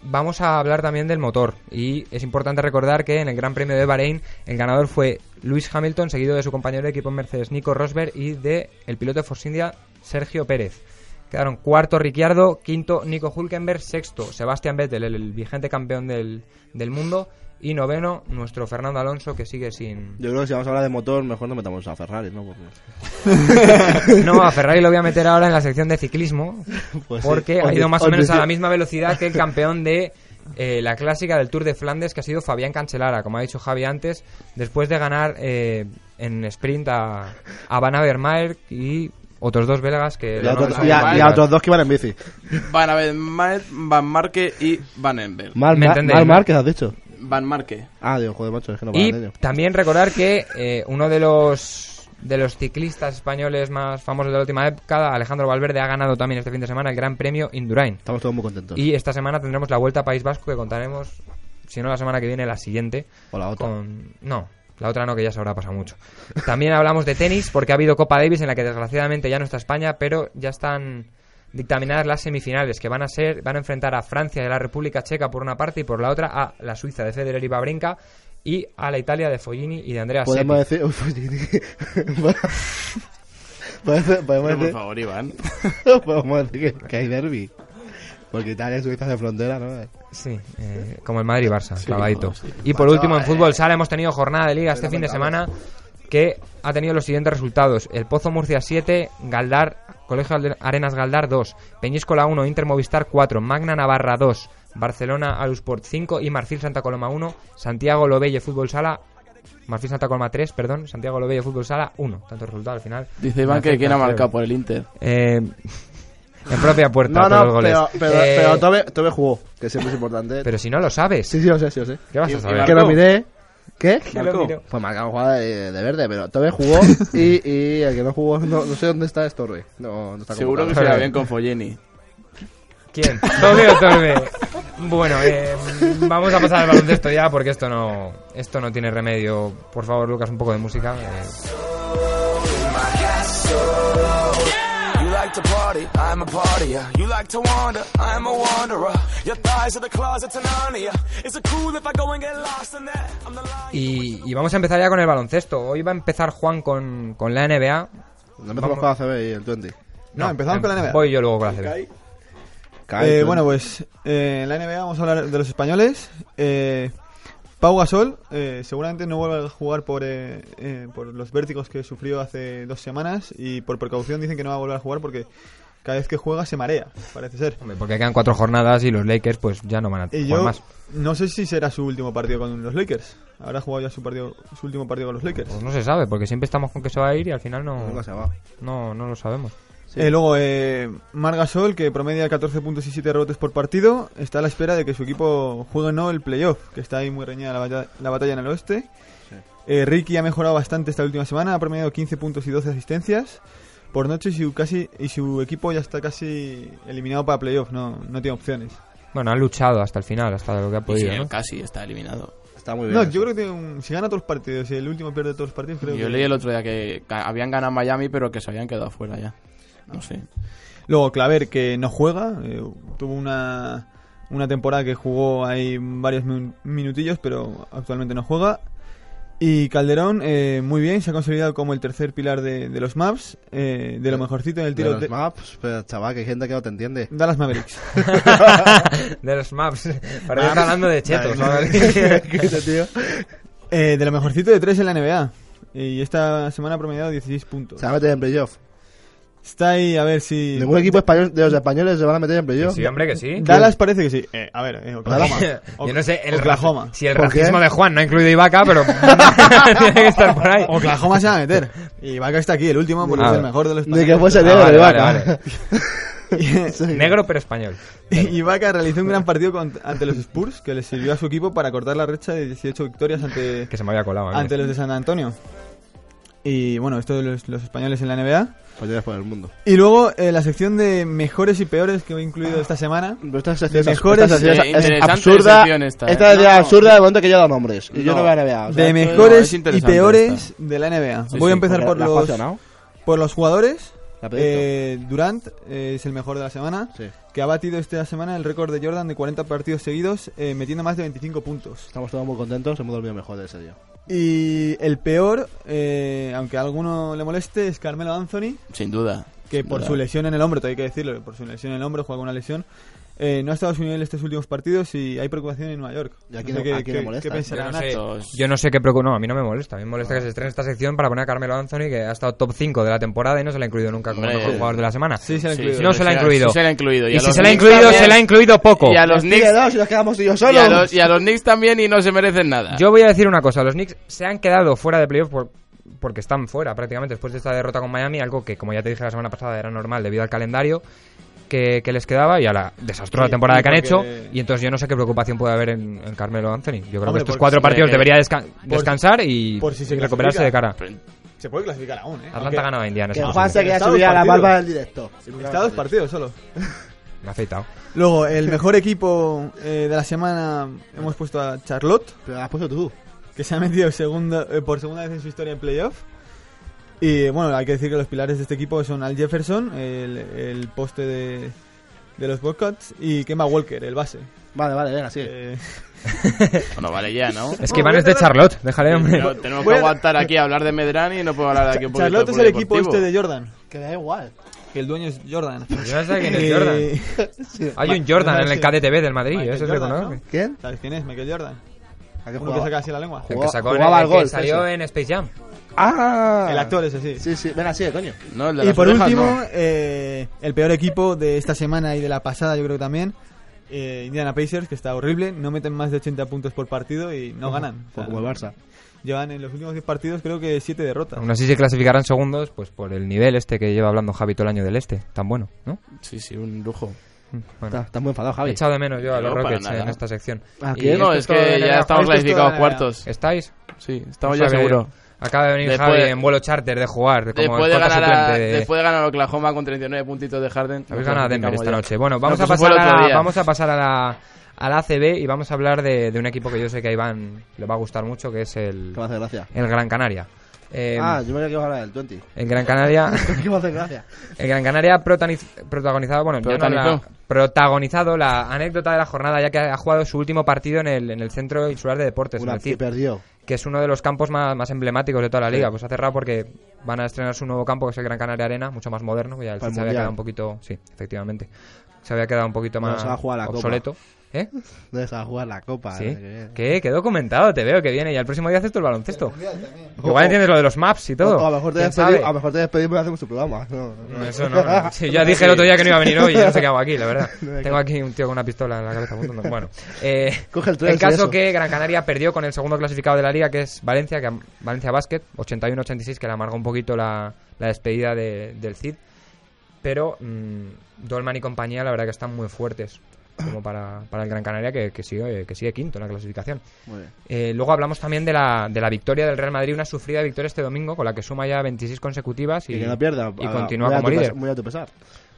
S2: vamos a hablar también del motor. Y es importante recordar que en el Gran Premio de Bahrein el ganador fue Lewis Hamilton, seguido de su compañero de equipo en Mercedes Nico Rosberg y de el piloto de Force India Sergio Pérez. Quedaron cuarto Ricciardo, quinto Nico Hulkenberg, sexto Sebastian Vettel, el, el vigente campeón del, del mundo, y noveno nuestro Fernando Alonso que sigue sin...
S3: Yo creo que si vamos a hablar de motor, mejor no metamos a Ferrari, ¿no? Porque-
S2: No, a Ferrari lo voy a meter ahora en la sección de ciclismo,
S3: [laughs] Pues sí.
S2: porque ha
S3: Oye,
S2: ido más o
S3: oye,
S2: menos a
S3: sí.
S2: la misma velocidad
S3: [laughs]
S2: que el campeón de eh, la clásica del Tour de Flandes, que ha sido Fabián Cancelara, como ha dicho Javi antes, después de ganar eh, en sprint a, a Van Avermaet y otros dos belgas que...
S3: Y a,
S2: no
S3: otros,
S2: nos han
S3: y a-
S5: Van-
S3: y a
S2: ayudado.
S3: otros dos que van en bici.
S5: Van Avermaet, Van Marke y Van Ember.
S3: Mal,
S2: Me
S3: mal,
S2: entendéis,
S3: mal
S2: ¿no?
S3: Márquez, has dicho.
S5: Van Marke.
S3: Ah, Dios, joder, macho, es que no
S2: Y
S3: paran ellos.
S2: también recordar que eh, uno de los de los ciclistas españoles más famosos de la última década, Alejandro Valverde, ha ganado también este fin de semana el Gran Premio Indurain.
S3: Estamos todos muy contentos.
S2: Y esta semana tendremos la Vuelta a País Vasco que contaremos, si no la semana que viene, la siguiente.
S3: O la otra.
S2: Con... No, la otra no, que ya se habrá pasado mucho. También hablamos de tenis, porque ha habido Copa Davis en la que desgraciadamente ya no está España, pero ya están dictaminadas las semifinales, que van a ser, van a enfrentar a Francia y a la República Checa por una parte y por la otra a la Suiza de Federer y Babrinka y a la Italia de Follini y de Andrea Seppi.
S3: Podemos decir... [laughs] Uy, Follini. [laughs] podemos decir- podemos
S5: Pero, por
S3: decir...
S5: favor, Iván.
S3: [laughs] Podemos decir que, que hay derby. Porque Italia y Suiza de frontera, ¿no?
S2: Sí, eh, como el Madrid y Barça, clavadito.
S5: sí. eh,
S2: Y por último, en fútbol sala hemos tenido jornada de liga este fin de semana que ha tenido los siguientes resultados. El Pozo Murcia 7, Galdar, Colegio Alde- Arenas Galdar 2, Peñíscola 1, Inter Movistar 4, Magna Navarra 2, Barcelona Alusport 5 y Marfil Santa Coloma 1, Santiago Lobelle Fútbol Sala, Marfil Santa Coloma 3, perdón, Santiago Lobelle Fútbol Sala 1. Tanto resultado al final.
S5: Dice Iván que quién ha marcado por el Inter.
S2: Eh, [laughs] en propia puerta
S3: No,
S2: todos los
S3: no,
S2: goles.
S3: pero, pero,
S2: Eh,
S3: pero Tobe, Tobe jugó, que siempre es importante.
S2: pero si no lo sabes,
S3: Sí, sí, lo sé, sí, lo sé.
S2: ¿qué vas a saber?
S3: Que lo miré. ¿Qué?
S2: Que lo miro.
S3: Pues me acabo de jugar de, de verde, pero Tobe jugó y, y el que no jugó, no, no sé dónde está es Torre. No, no está
S5: Seguro que
S3: convocado.
S5: se va bien con Follini.
S2: [laughs] ¿Quién? Torbe o Torbe. Bueno, eh, vamos a pasar al baloncesto ya porque esto no, esto no tiene remedio. Por favor, Lucas, un poco de música. eh.
S1: You like to party, I'm a partier. You like to wander, I'm a wanderer. Your thighs are the closet to Narnia. Is it cool if I go and get lost in that? I'm the lion.
S2: Y, y vamos a empezar ya con el baloncesto. Hoy va a empezar Juan con, con la NBA.
S3: No empezamos con la CB y el 20.
S4: No, empezamos con la NBA.
S2: em, Voy yo luego con la CB.
S4: Eh, bueno, pues eh, en la NBA vamos a hablar de los españoles. Eh, Pau Gasol eh, seguramente no vuelva a jugar por, eh, eh, por los vértigos que sufrió hace dos semanas y por precaución dicen que no va a volver a jugar porque cada vez que juega se marea, parece ser.
S2: Hombre, Porque quedan cuatro jornadas y los Lakers pues ya no van a jugar
S4: Y Eh, yo
S2: más.
S4: no sé si será su último partido con los Lakers. Habrá jugado ya su, partido, su último partido con los Lakers.
S2: Pues no se sabe, porque siempre estamos con que se va a ir y al final no,
S3: Nunca se va.
S2: no, no lo sabemos.
S4: Eh, luego, eh, Marc Gasol, que promedia 14 puntos y 7 rebotes por partido, está a la espera de que su equipo juegue o no el playoff, que está ahí muy reñida la, bata- la batalla en el oeste. Eh, Ricky ha mejorado bastante esta última semana, ha promediado 15 puntos y 12 asistencias por noche y su, casi, y su equipo ya está casi eliminado para playoff, no, no tiene opciones.
S2: Bueno, han luchado hasta el final, hasta lo que ha
S4: Pues
S5: Y si
S2: podido,
S5: él
S2: ¿no?
S5: eh, casi está eliminado.
S3: Está muy bien.
S4: No, yo creo que tiene un- si gana todos los partidos y el último pierde todos los partidos, creo
S5: Yo
S4: que...
S5: leí el otro día que ca- habían ganado Miami, pero que se habían quedado fuera ya. No sé.
S4: Luego Claver, que no juega, eh, tuvo una, una temporada que jugó ahí varios min- minutillos, pero actualmente no juega. Y Calderón, eh, muy bien, se ha consolidado como el tercer pilar de, de los maps, eh, de lo mejorcito en el
S3: De
S4: tiro
S3: los
S4: de
S3: maps, pero chaval, que hay gente que no te entiende.
S4: Dallas Mavericks.
S2: de los
S4: [laughs]
S2: maps. Parece que está hablando de chetos. ¿no? [laughs]
S3: [laughs] Qué tío.
S4: Eh, de lo mejorcito de tres en la NBA. Y esta semana ha promediado 16 puntos.
S3: Se va a meter en playoff.
S4: Está ahí, a ver si...
S3: Ningún equipo español de los españoles se van a meter en playoff.
S2: Sí, hombre, que sí.
S4: Dallas parece que sí. Eh, a ver, eh, Oklahoma.
S2: [laughs] Yo no sé el
S4: Oklahoma.
S2: raci- si el
S3: ¿Por qué?
S2: racismo de Juan no ha incluido Ibaka, pero [laughs] tiene que estar por ahí.
S4: Oklahoma se va a meter. Y Vaca está aquí, el último, porque
S2: Ah.
S4: es el mejor de los
S3: Ni que fuese
S2: Ah,
S3: negro,
S2: vale,
S3: de
S2: vale,
S3: vaca.
S2: vale. Negro pero español.
S4: [laughs] Y Ibaka realizó un gran partido con- ante los Spurs que le sirvió a su equipo para cortar la recha de 18 victorias ante,
S2: Que se me había colado. a mí.
S4: ante los de San Antonio. Y bueno, esto de los, los españoles en la NBA.
S3: [laughs] Pues ya por el mundo.
S4: Y luego eh, la sección de mejores y peores que he incluido esta semana.
S3: Pero esta sección es,
S4: mejores-
S3: esta sección
S5: Eh,
S3: es- es
S5: interesante
S3: absurda.
S5: sección esta,
S3: Esta,
S5: eh.
S3: es
S5: No, no.
S3: absurda de momento que yo doy nombres. Y yo
S5: No.
S3: no voy a NBA. Ah, o sea,
S4: De
S3: esto es-
S4: mejores
S5: es
S4: y
S5: interesante
S4: peores
S5: esta.
S4: de la NBA.
S5: Sí,
S4: Voy a
S5: sí,
S4: empezar por
S3: ¿La has
S4: los,
S3: pasionado?
S4: por los jugadores.
S3: Rapidito.
S4: Eh, Durant eh, es el mejor de la semana,
S3: Sí.
S4: que ha batido esta semana el récord de Jordan de 40 partidos seguidos, eh, metiendo más de 25 puntos.
S3: Estamos todos muy contentos, hemos dormido mejor de ese día.
S4: Y el peor, eh, aunque a alguno le moleste, es Carmelo Anthony,
S5: Sin duda.
S4: que por
S5: Sin
S4: su
S5: duda.
S4: lesión en el hombro, te hay que decirlo, que por su lesión en el hombro, juega con una lesión, eh, no ha estado a su nivel estos últimos partidos y hay preocupación en Nueva York.
S3: ¿Y a
S4: No
S3: quién
S4: sé
S3: le- a
S4: qué-
S3: quién le
S4: qué-
S3: molesta?
S4: qué pensará
S2: Yo no sé.
S4: Nacho.
S5: Estos-
S2: Yo no sé qué preocupa. No, a mí no me molesta. A mí me molesta que se estrene esta sección para poner a Carmelo Anthony, que ha estado top 5 de la temporada y no se le ha incluido nunca como
S5: Hombre.
S2: mejor jugador de la semana.
S4: Sí, se la ha
S5: Sí,
S4: incluido.
S5: sí,
S2: No
S5: sí,
S2: se la ha
S5: sí,
S2: incluido.
S5: sí se la ha incluido.
S2: Y
S5: a
S2: si
S5: los
S2: se la ha
S5: Knicks
S2: incluido,
S5: también.
S2: se la ha incluido poco.
S5: Y a los
S3: Tiene
S5: Knicks
S3: dos y nos quedamos tú y yo
S5: y
S3: solos.
S5: a los, y a los Knicks también y no se merecen nada.
S2: Yo voy a decir una cosa, los Knicks se han quedado fuera de playoff por- porque están fuera prácticamente después de esta derrota con Miami, algo que como ya te dije la semana pasada era normal debido al calendario que, que les quedaba y a la desastrosa
S4: Sí,
S2: temporada
S4: y
S2: que han hecho
S4: porque-
S2: y entonces yo no sé qué preocupación puede haber en, en Carmelo Anthony. Yo creo que
S4: Hombre,
S2: estos
S4: porque
S2: cuatro
S4: si-
S2: partidos
S5: eh,
S2: debería desca-
S4: por-
S2: descansar y,
S4: por si se
S2: y recuperarse de cara.
S5: Pero-
S4: Se puede clasificar aún, ¿eh?
S2: Atlanta ganaba a Indiana.
S3: Que
S2: esa
S3: Juan
S2: noche.
S3: se quería
S4: Está dos
S3: subir a la
S4: partidos.
S3: barba del directo.
S4: Está a dos partidos solo.
S2: Me ha afeitado.
S4: Luego, el mejor equipo eh, de la semana hemos puesto a Charlotte,
S3: Pero has puesto tú.
S4: que se ha metido segundo, eh, por segunda vez en su historia en playoff. Y bueno, hay que decir que los pilares de este equipo son Al Jefferson, el, el poste de, de los Bobcats, y Kemba Walker, el base.
S3: Vale, vale, venga, sigue.
S4: Eh,
S5: Bueno, vale ya, ¿no?
S2: Es que Iván es de Charlotte, déjale
S4: [laughs]
S2: hombre.
S5: Pero tenemos que
S4: Eh, Voy a-
S5: aguantar aquí a hablar de Medrani y no puedo hablar de aquí un poquito
S4: Charlotte
S5: de
S4: es el equipo
S5: polideportivo.
S4: este de Jordan,
S3: Que da igual.
S4: que el dueño es [laughs] Jordan.
S2: Yo no sé quién es Jordan.
S4: [laughs] Eh,
S2: Hay un Jordan en el KDTV del Madrid,
S4: Michael
S2: eso se
S4: Jordan,
S2: conoce.
S4: ¿no?
S3: ¿Quién?
S4: ¿Sabes quién es? Michael Jordan.
S3: ¿A qué
S4: Uno que
S3: jugaba?
S4: saca así la lengua.
S2: El que
S3: Jugaba-
S2: sacó en-
S3: jugaba al
S2: el que
S3: golf,
S2: salió
S3: ese.
S2: en Space Jam.
S3: ¡Ah!
S4: El actor es así.
S3: Sí, sí, venga, sigue, coño.
S5: No, el de
S4: Y
S5: las
S4: por
S5: orejas,
S4: último,
S5: no.
S4: eh, el peor equipo de esta semana y de la pasada, yo creo que también. eh, Indiana Pacers, que está horrible, no meten más de 80 puntos por partido y no ganan. O sea,
S3: Pues como el Barça.
S4: llevan en los últimos 10 partidos, creo que 7 derrotas.
S2: Aún así se clasificarán segundos, pues por el nivel este que lleva hablando Javi todo el año del este, tan bueno, ¿no?
S5: Sí, sí, un lujo.
S2: Mm,
S3: Está,
S2: Bueno,
S3: está muy enfadado,
S2: he
S3: Javi.
S2: echado de menos yo a
S5: No,
S2: los
S5: para
S2: Rockets
S5: nada.
S2: en esta sección.
S3: Ah,
S2: Y
S3: ¿qué?
S2: esto
S5: No,
S2: es
S5: es
S2: todo de
S5: que ya
S2: NBA.
S4: esto
S5: estamos
S4: es
S5: clasificados
S4: toda-
S5: cuartos.
S2: ¿Estáis?
S5: Sí, estamos
S2: No
S5: ya
S2: sabe-
S5: seguros.
S2: Acaba de venir
S5: Después-
S2: Javi en vuelo charter de jugar, de como
S5: Después de,
S2: escolta
S5: ganar a-
S2: suplente de-
S5: después de ganar a Oklahoma con 39 puntitos de Harden.
S2: Habéis ganado a Denver esta
S5: ya.
S2: noche. Bueno, vamos,
S5: No,
S2: a
S5: que eso fue
S2: pasar
S5: el otro
S2: a,
S5: día.
S2: vamos a pasar a la, a la ACB y vamos a hablar de, de un equipo que yo sé que a Iván le va a gustar mucho, que es el,
S3: Que me hace gracia.
S2: el Gran Canaria.
S5: Em.
S2: Eh,
S3: Ah, yo me había que iba a hablar del [laughs] 20.
S2: El Gran Canaria...
S3: ¿Qué me hace gracia?
S2: El Gran Canaria ha protagoniz- protagonizado, bueno, ya no
S5: Protagonizó.
S2: la- protagonizado la anécdota de la jornada, ya que ha jugado su último partido en el, en el Centro Insular de
S5: Pues
S2: Deportes, en
S3: Una
S2: el
S3: que
S2: CIP,
S3: perdió.
S2: que es uno de los campos más, más emblemáticos de toda la liga. Pues ha cerrado porque van a estrenar su nuevo campo, que es el Gran Canaria Arena, mucho más moderno. Ya el
S3: Para el
S2: CIP se había
S3: Mundial.
S2: quedado un poquito, sí, efectivamente, se había quedado un poquito
S3: Bueno,
S2: más
S3: se va a jugar la Copa.
S2: obsoleto. ¿Eh?
S3: Entonces a jugar la copa. eh,
S2: ¿Sí?
S3: no sé qué.
S2: ¿Qué? Qué documentado te veo que viene. Y al próximo día haces tú el baloncesto. Igual entiendes lo de los maps y todo.
S3: O, o a lo mejor te
S2: ¿Quién
S3: despedimos,
S2: sabe?
S3: a lo mejor te despedimos y hacemos tu programa. No, no.
S2: No, Eso no.
S3: [laughs]
S2: no. Sí, ya dije el otro día que no iba a venir hoy. Yo no sé qué hago aquí, la verdad. Tengo aquí un tío con una pistola en la cabeza apuntando. Bueno, eh,
S3: [laughs] Coge el
S2: en
S3: tres,
S2: caso
S3: eso.
S2: que Gran Canaria perdió con el segundo clasificado de la liga, que es Valencia, que Valencia Basket, 81-86, que le amargó un poquito la, la despedida de- del Cid. Pero mm, Dolman y compañía, la verdad que están muy fuertes como para, para el Gran Canaria, que, que sigue, que sigue quinto en la clasificación.
S3: Muy bien.
S2: Eh, luego hablamos también de la, de la victoria del Real Madrid, una sufrida victoria este domingo, con la que suma ya 26 consecutivas y,
S3: Y que no pierda.
S2: y
S3: Ah,
S2: continúa
S3: muy a
S2: como
S3: tu
S2: líder.
S3: pes- Muy a tu pesar.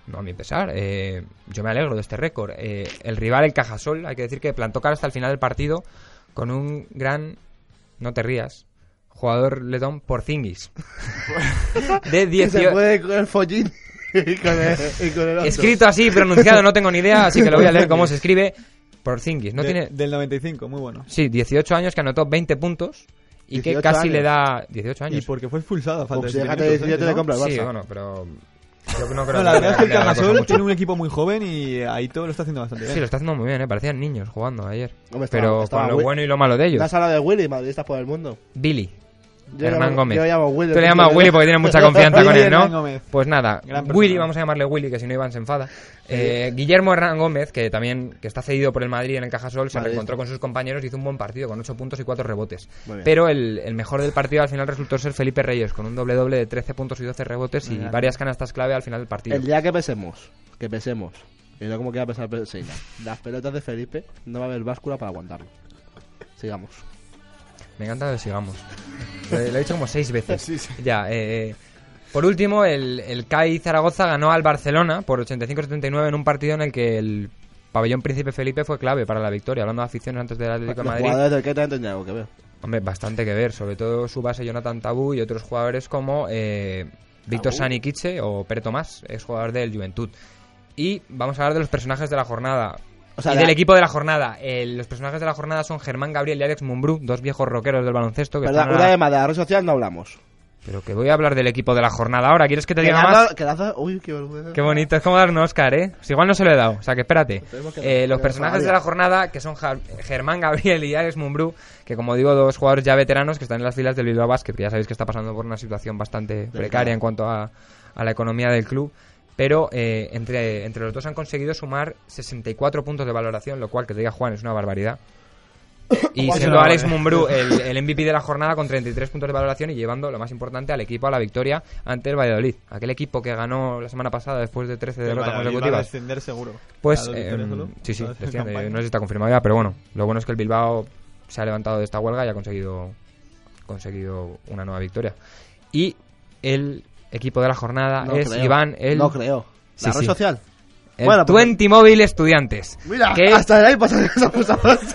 S2: No, a mi pesar. eh, yo me alegro de este récord. Eh, el rival, el Cajasol, hay que decir que plantó cara hasta el final del partido con un gran. No te rías. Jugador letón
S3: [laughs]
S2: Porzingis. de
S3: Que se
S2: 18.
S3: puede con el follín [laughs] y con el, y con el otro.
S2: Escrito así, pronunciado, no tengo ni idea, así que lo voy a leer cómo se escribe. Porzingis. No
S4: De-
S2: tiene.
S4: Del 95, muy bueno.
S2: Sí, 18 años que anotó 20 puntos y que
S3: 18
S2: casi
S3: años.
S2: le da. 18
S4: Y
S2: años.
S4: porque fue expulsado a falta
S3: Ups,
S4: de
S3: Pues
S4: 7
S3: déjate de
S4: minutos,
S3: decir, yo te
S4: ¿no?
S3: la compro al Barça.
S2: Sí, bueno, pero. Yo
S3: [laughs]
S2: no creo
S4: No, la verdad es que el
S2: cambie la cosa
S4: Cajasol
S2: mucho.
S4: tiene un equipo muy joven y ahí todo lo está haciendo bastante bien.
S2: Sí, lo está haciendo muy bien, ¿eh? parecían niños jugando ayer.
S3: Hombre, estaba-
S2: Pero
S3: estaba
S2: con lo
S3: Will-
S2: bueno y lo malo de ellos.
S3: La sala de Willy, madridistas por el mundo.
S2: Billy.
S3: Yo
S2: Hernán
S3: llamo-
S2: Gómez.
S3: yo llamo Willy.
S2: Tú le llamas Willy porque tienes mucha
S3: [laughs]
S2: confianza con
S4: Willy
S2: él,
S4: Hernán
S2: ¿no?
S4: Gómez.
S2: Pues nada,
S4: Gran persona.
S2: Willy, vamos a llamarle Willy, que si no Iván se enfada. Eh, Guillermo Hernán Gómez, que también que está cedido por el Madrid en el Cajasol, se
S3: Madrid.
S2: reencontró con sus compañeros y hizo un buen partido, con 8 puntos y 4 rebotes.
S3: Muy bien.
S2: Pero el, el mejor del partido al final resultó ser Felipe Reyes, con un doble-doble de 13 puntos y 12 rebotes y varias canastas clave al final del partido.
S3: El día que pesemos, que pesemos, y no como quiera pesar Seina, las pelotas de Felipe, no va a haber báscula para aguantarlo. Sigamos.
S2: Me encanta que sigamos. Lo he lo he dicho como seis veces. Ya, eh, eh, Por último, el, el CAI Zaragoza ganó al Barcelona por 85-79 en un partido en el que el pabellón Príncipe Felipe fue clave para la victoria. Hablando de aficiones antes del Atlético
S3: Los
S2: de Madrid,
S3: jugadores del que también tendrían algo que ver.
S2: hombre, bastante que ver. Sobre todo su base Jonathan Tabú y otros jugadores como eh, Víctor Saniquiche o Pere Tomás, exjugador del Juventud. Y vamos a hablar de los personajes de la jornada.
S6: O sea,
S2: y
S6: de-
S2: del equipo de la jornada. Eh, los personajes de la jornada son Germán Gabriel y Alex Mumbrú, dos viejos rockeros del baloncesto. Que
S6: Perdón,
S2: están
S6: una
S2: ahora-
S6: vez más, de la red social no hablamos.
S2: Pero que voy a hablar del equipo de la jornada ahora. ¿Quieres que te diga
S6: Quedando-
S2: más?
S6: quedando- Uy, qué vergüenza.
S2: Qué bonito, es como dar un Oscar, ¿eh? Si igual no se lo he dado, o sea que espérate.
S6: Tenemos que
S2: Eh,
S6: dar- que
S2: los
S6: dar
S2: personajes
S6: María.
S2: de la jornada, que son Ja- Germán Gabriel y Alex Mumbrú, que como digo, dos jugadores ya veteranos que están en las filas del Bilbao Basket, que ya sabéis que está pasando por una situación bastante precaria en cuanto a, a la economía del club. Pero eh, entre, entre los dos han conseguido sumar 64 puntos de valoración, lo cual, que te diga Juan, es una barbaridad. Y siendo Alex Mumbrú el, el MVP de la jornada con 33 puntos de valoración y llevando lo más importante al equipo a la victoria ante el Valladolid, aquel equipo que ganó la semana pasada después de 13
S4: Pero
S2: derrotas
S4: Valladolid va a
S2: consecutivas.
S4: descender seguro.
S2: Pues,
S4: Cada dos
S2: eh,
S4: victorias solo.
S2: sí, sí,
S4: Cada dos
S2: desciende.
S4: campañas.
S2: no sé si está confirmado ya, pero bueno, lo bueno es que el Bilbao se ha levantado de esta huelga y ha conseguido, conseguido una nueva victoria. Y el equipo de la jornada
S6: No
S2: es
S6: creo.
S2: Iván, el,
S6: No creo.
S2: Sí,
S6: la red
S2: sí.
S6: social.
S2: el
S6: Bueno, pues-
S2: 20 Móvil Estudiantes.
S6: Mira,
S2: que
S3: [laughs]
S6: hasta ahí pasa esa cosa.
S2: [laughs]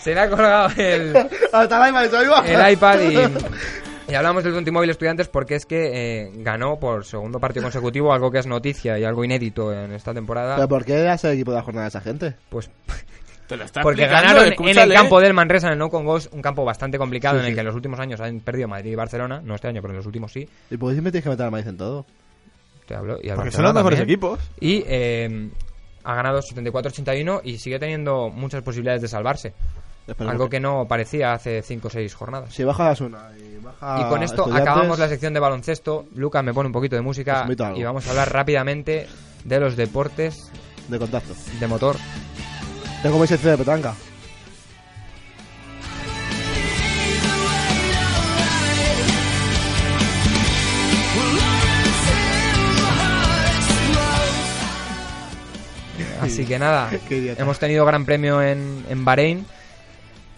S2: se le ha colgado el,
S6: Hasta ahí me ha dicho, ahí va.
S4: [laughs]
S2: el iPad y, y hablamos del Móvil Estudiantes porque es que eh, ganó por segundo partido consecutivo, algo que es noticia y algo inédito en esta temporada.
S6: ¿Pero por qué hace el equipo de la jornada esa gente?
S2: Pues
S5: Te lo está
S2: Porque
S5: explicando, ¿eh?
S2: ganaron en el
S5: escúchale.
S2: campo del Manresa en el No Con Ghost, un campo bastante complicado en el que en los últimos años han perdido Madrid y Barcelona, no este año, pero en los últimos sí.
S6: ¿Y por qué siempre tienes que meter al maíz en todo?
S2: Te hablo, y al
S4: Porque
S2: Barcelona
S4: son los mejores
S2: también.
S4: equipos.
S2: Y eh, ha ganado 74-81 y sigue teniendo muchas posibilidades de salvarse,
S6: Esperemos
S2: algo que no parecía hace 5 o 6 jornadas.
S6: Si baja Asuna y baja.
S2: y con esto
S6: Estudiantes,
S2: acabamos la sección de baloncesto. Lucas me pone un poquito de
S6: Pues
S2: música
S6: invito a algo.
S2: y vamos a hablar rápidamente de los deportes
S6: De contacto.
S2: de motor.
S6: Tengo mi sección de petanca.
S2: Así que nada,
S6: [laughs] Qué idiota.
S2: hemos tenido gran premio en, en Bahrein.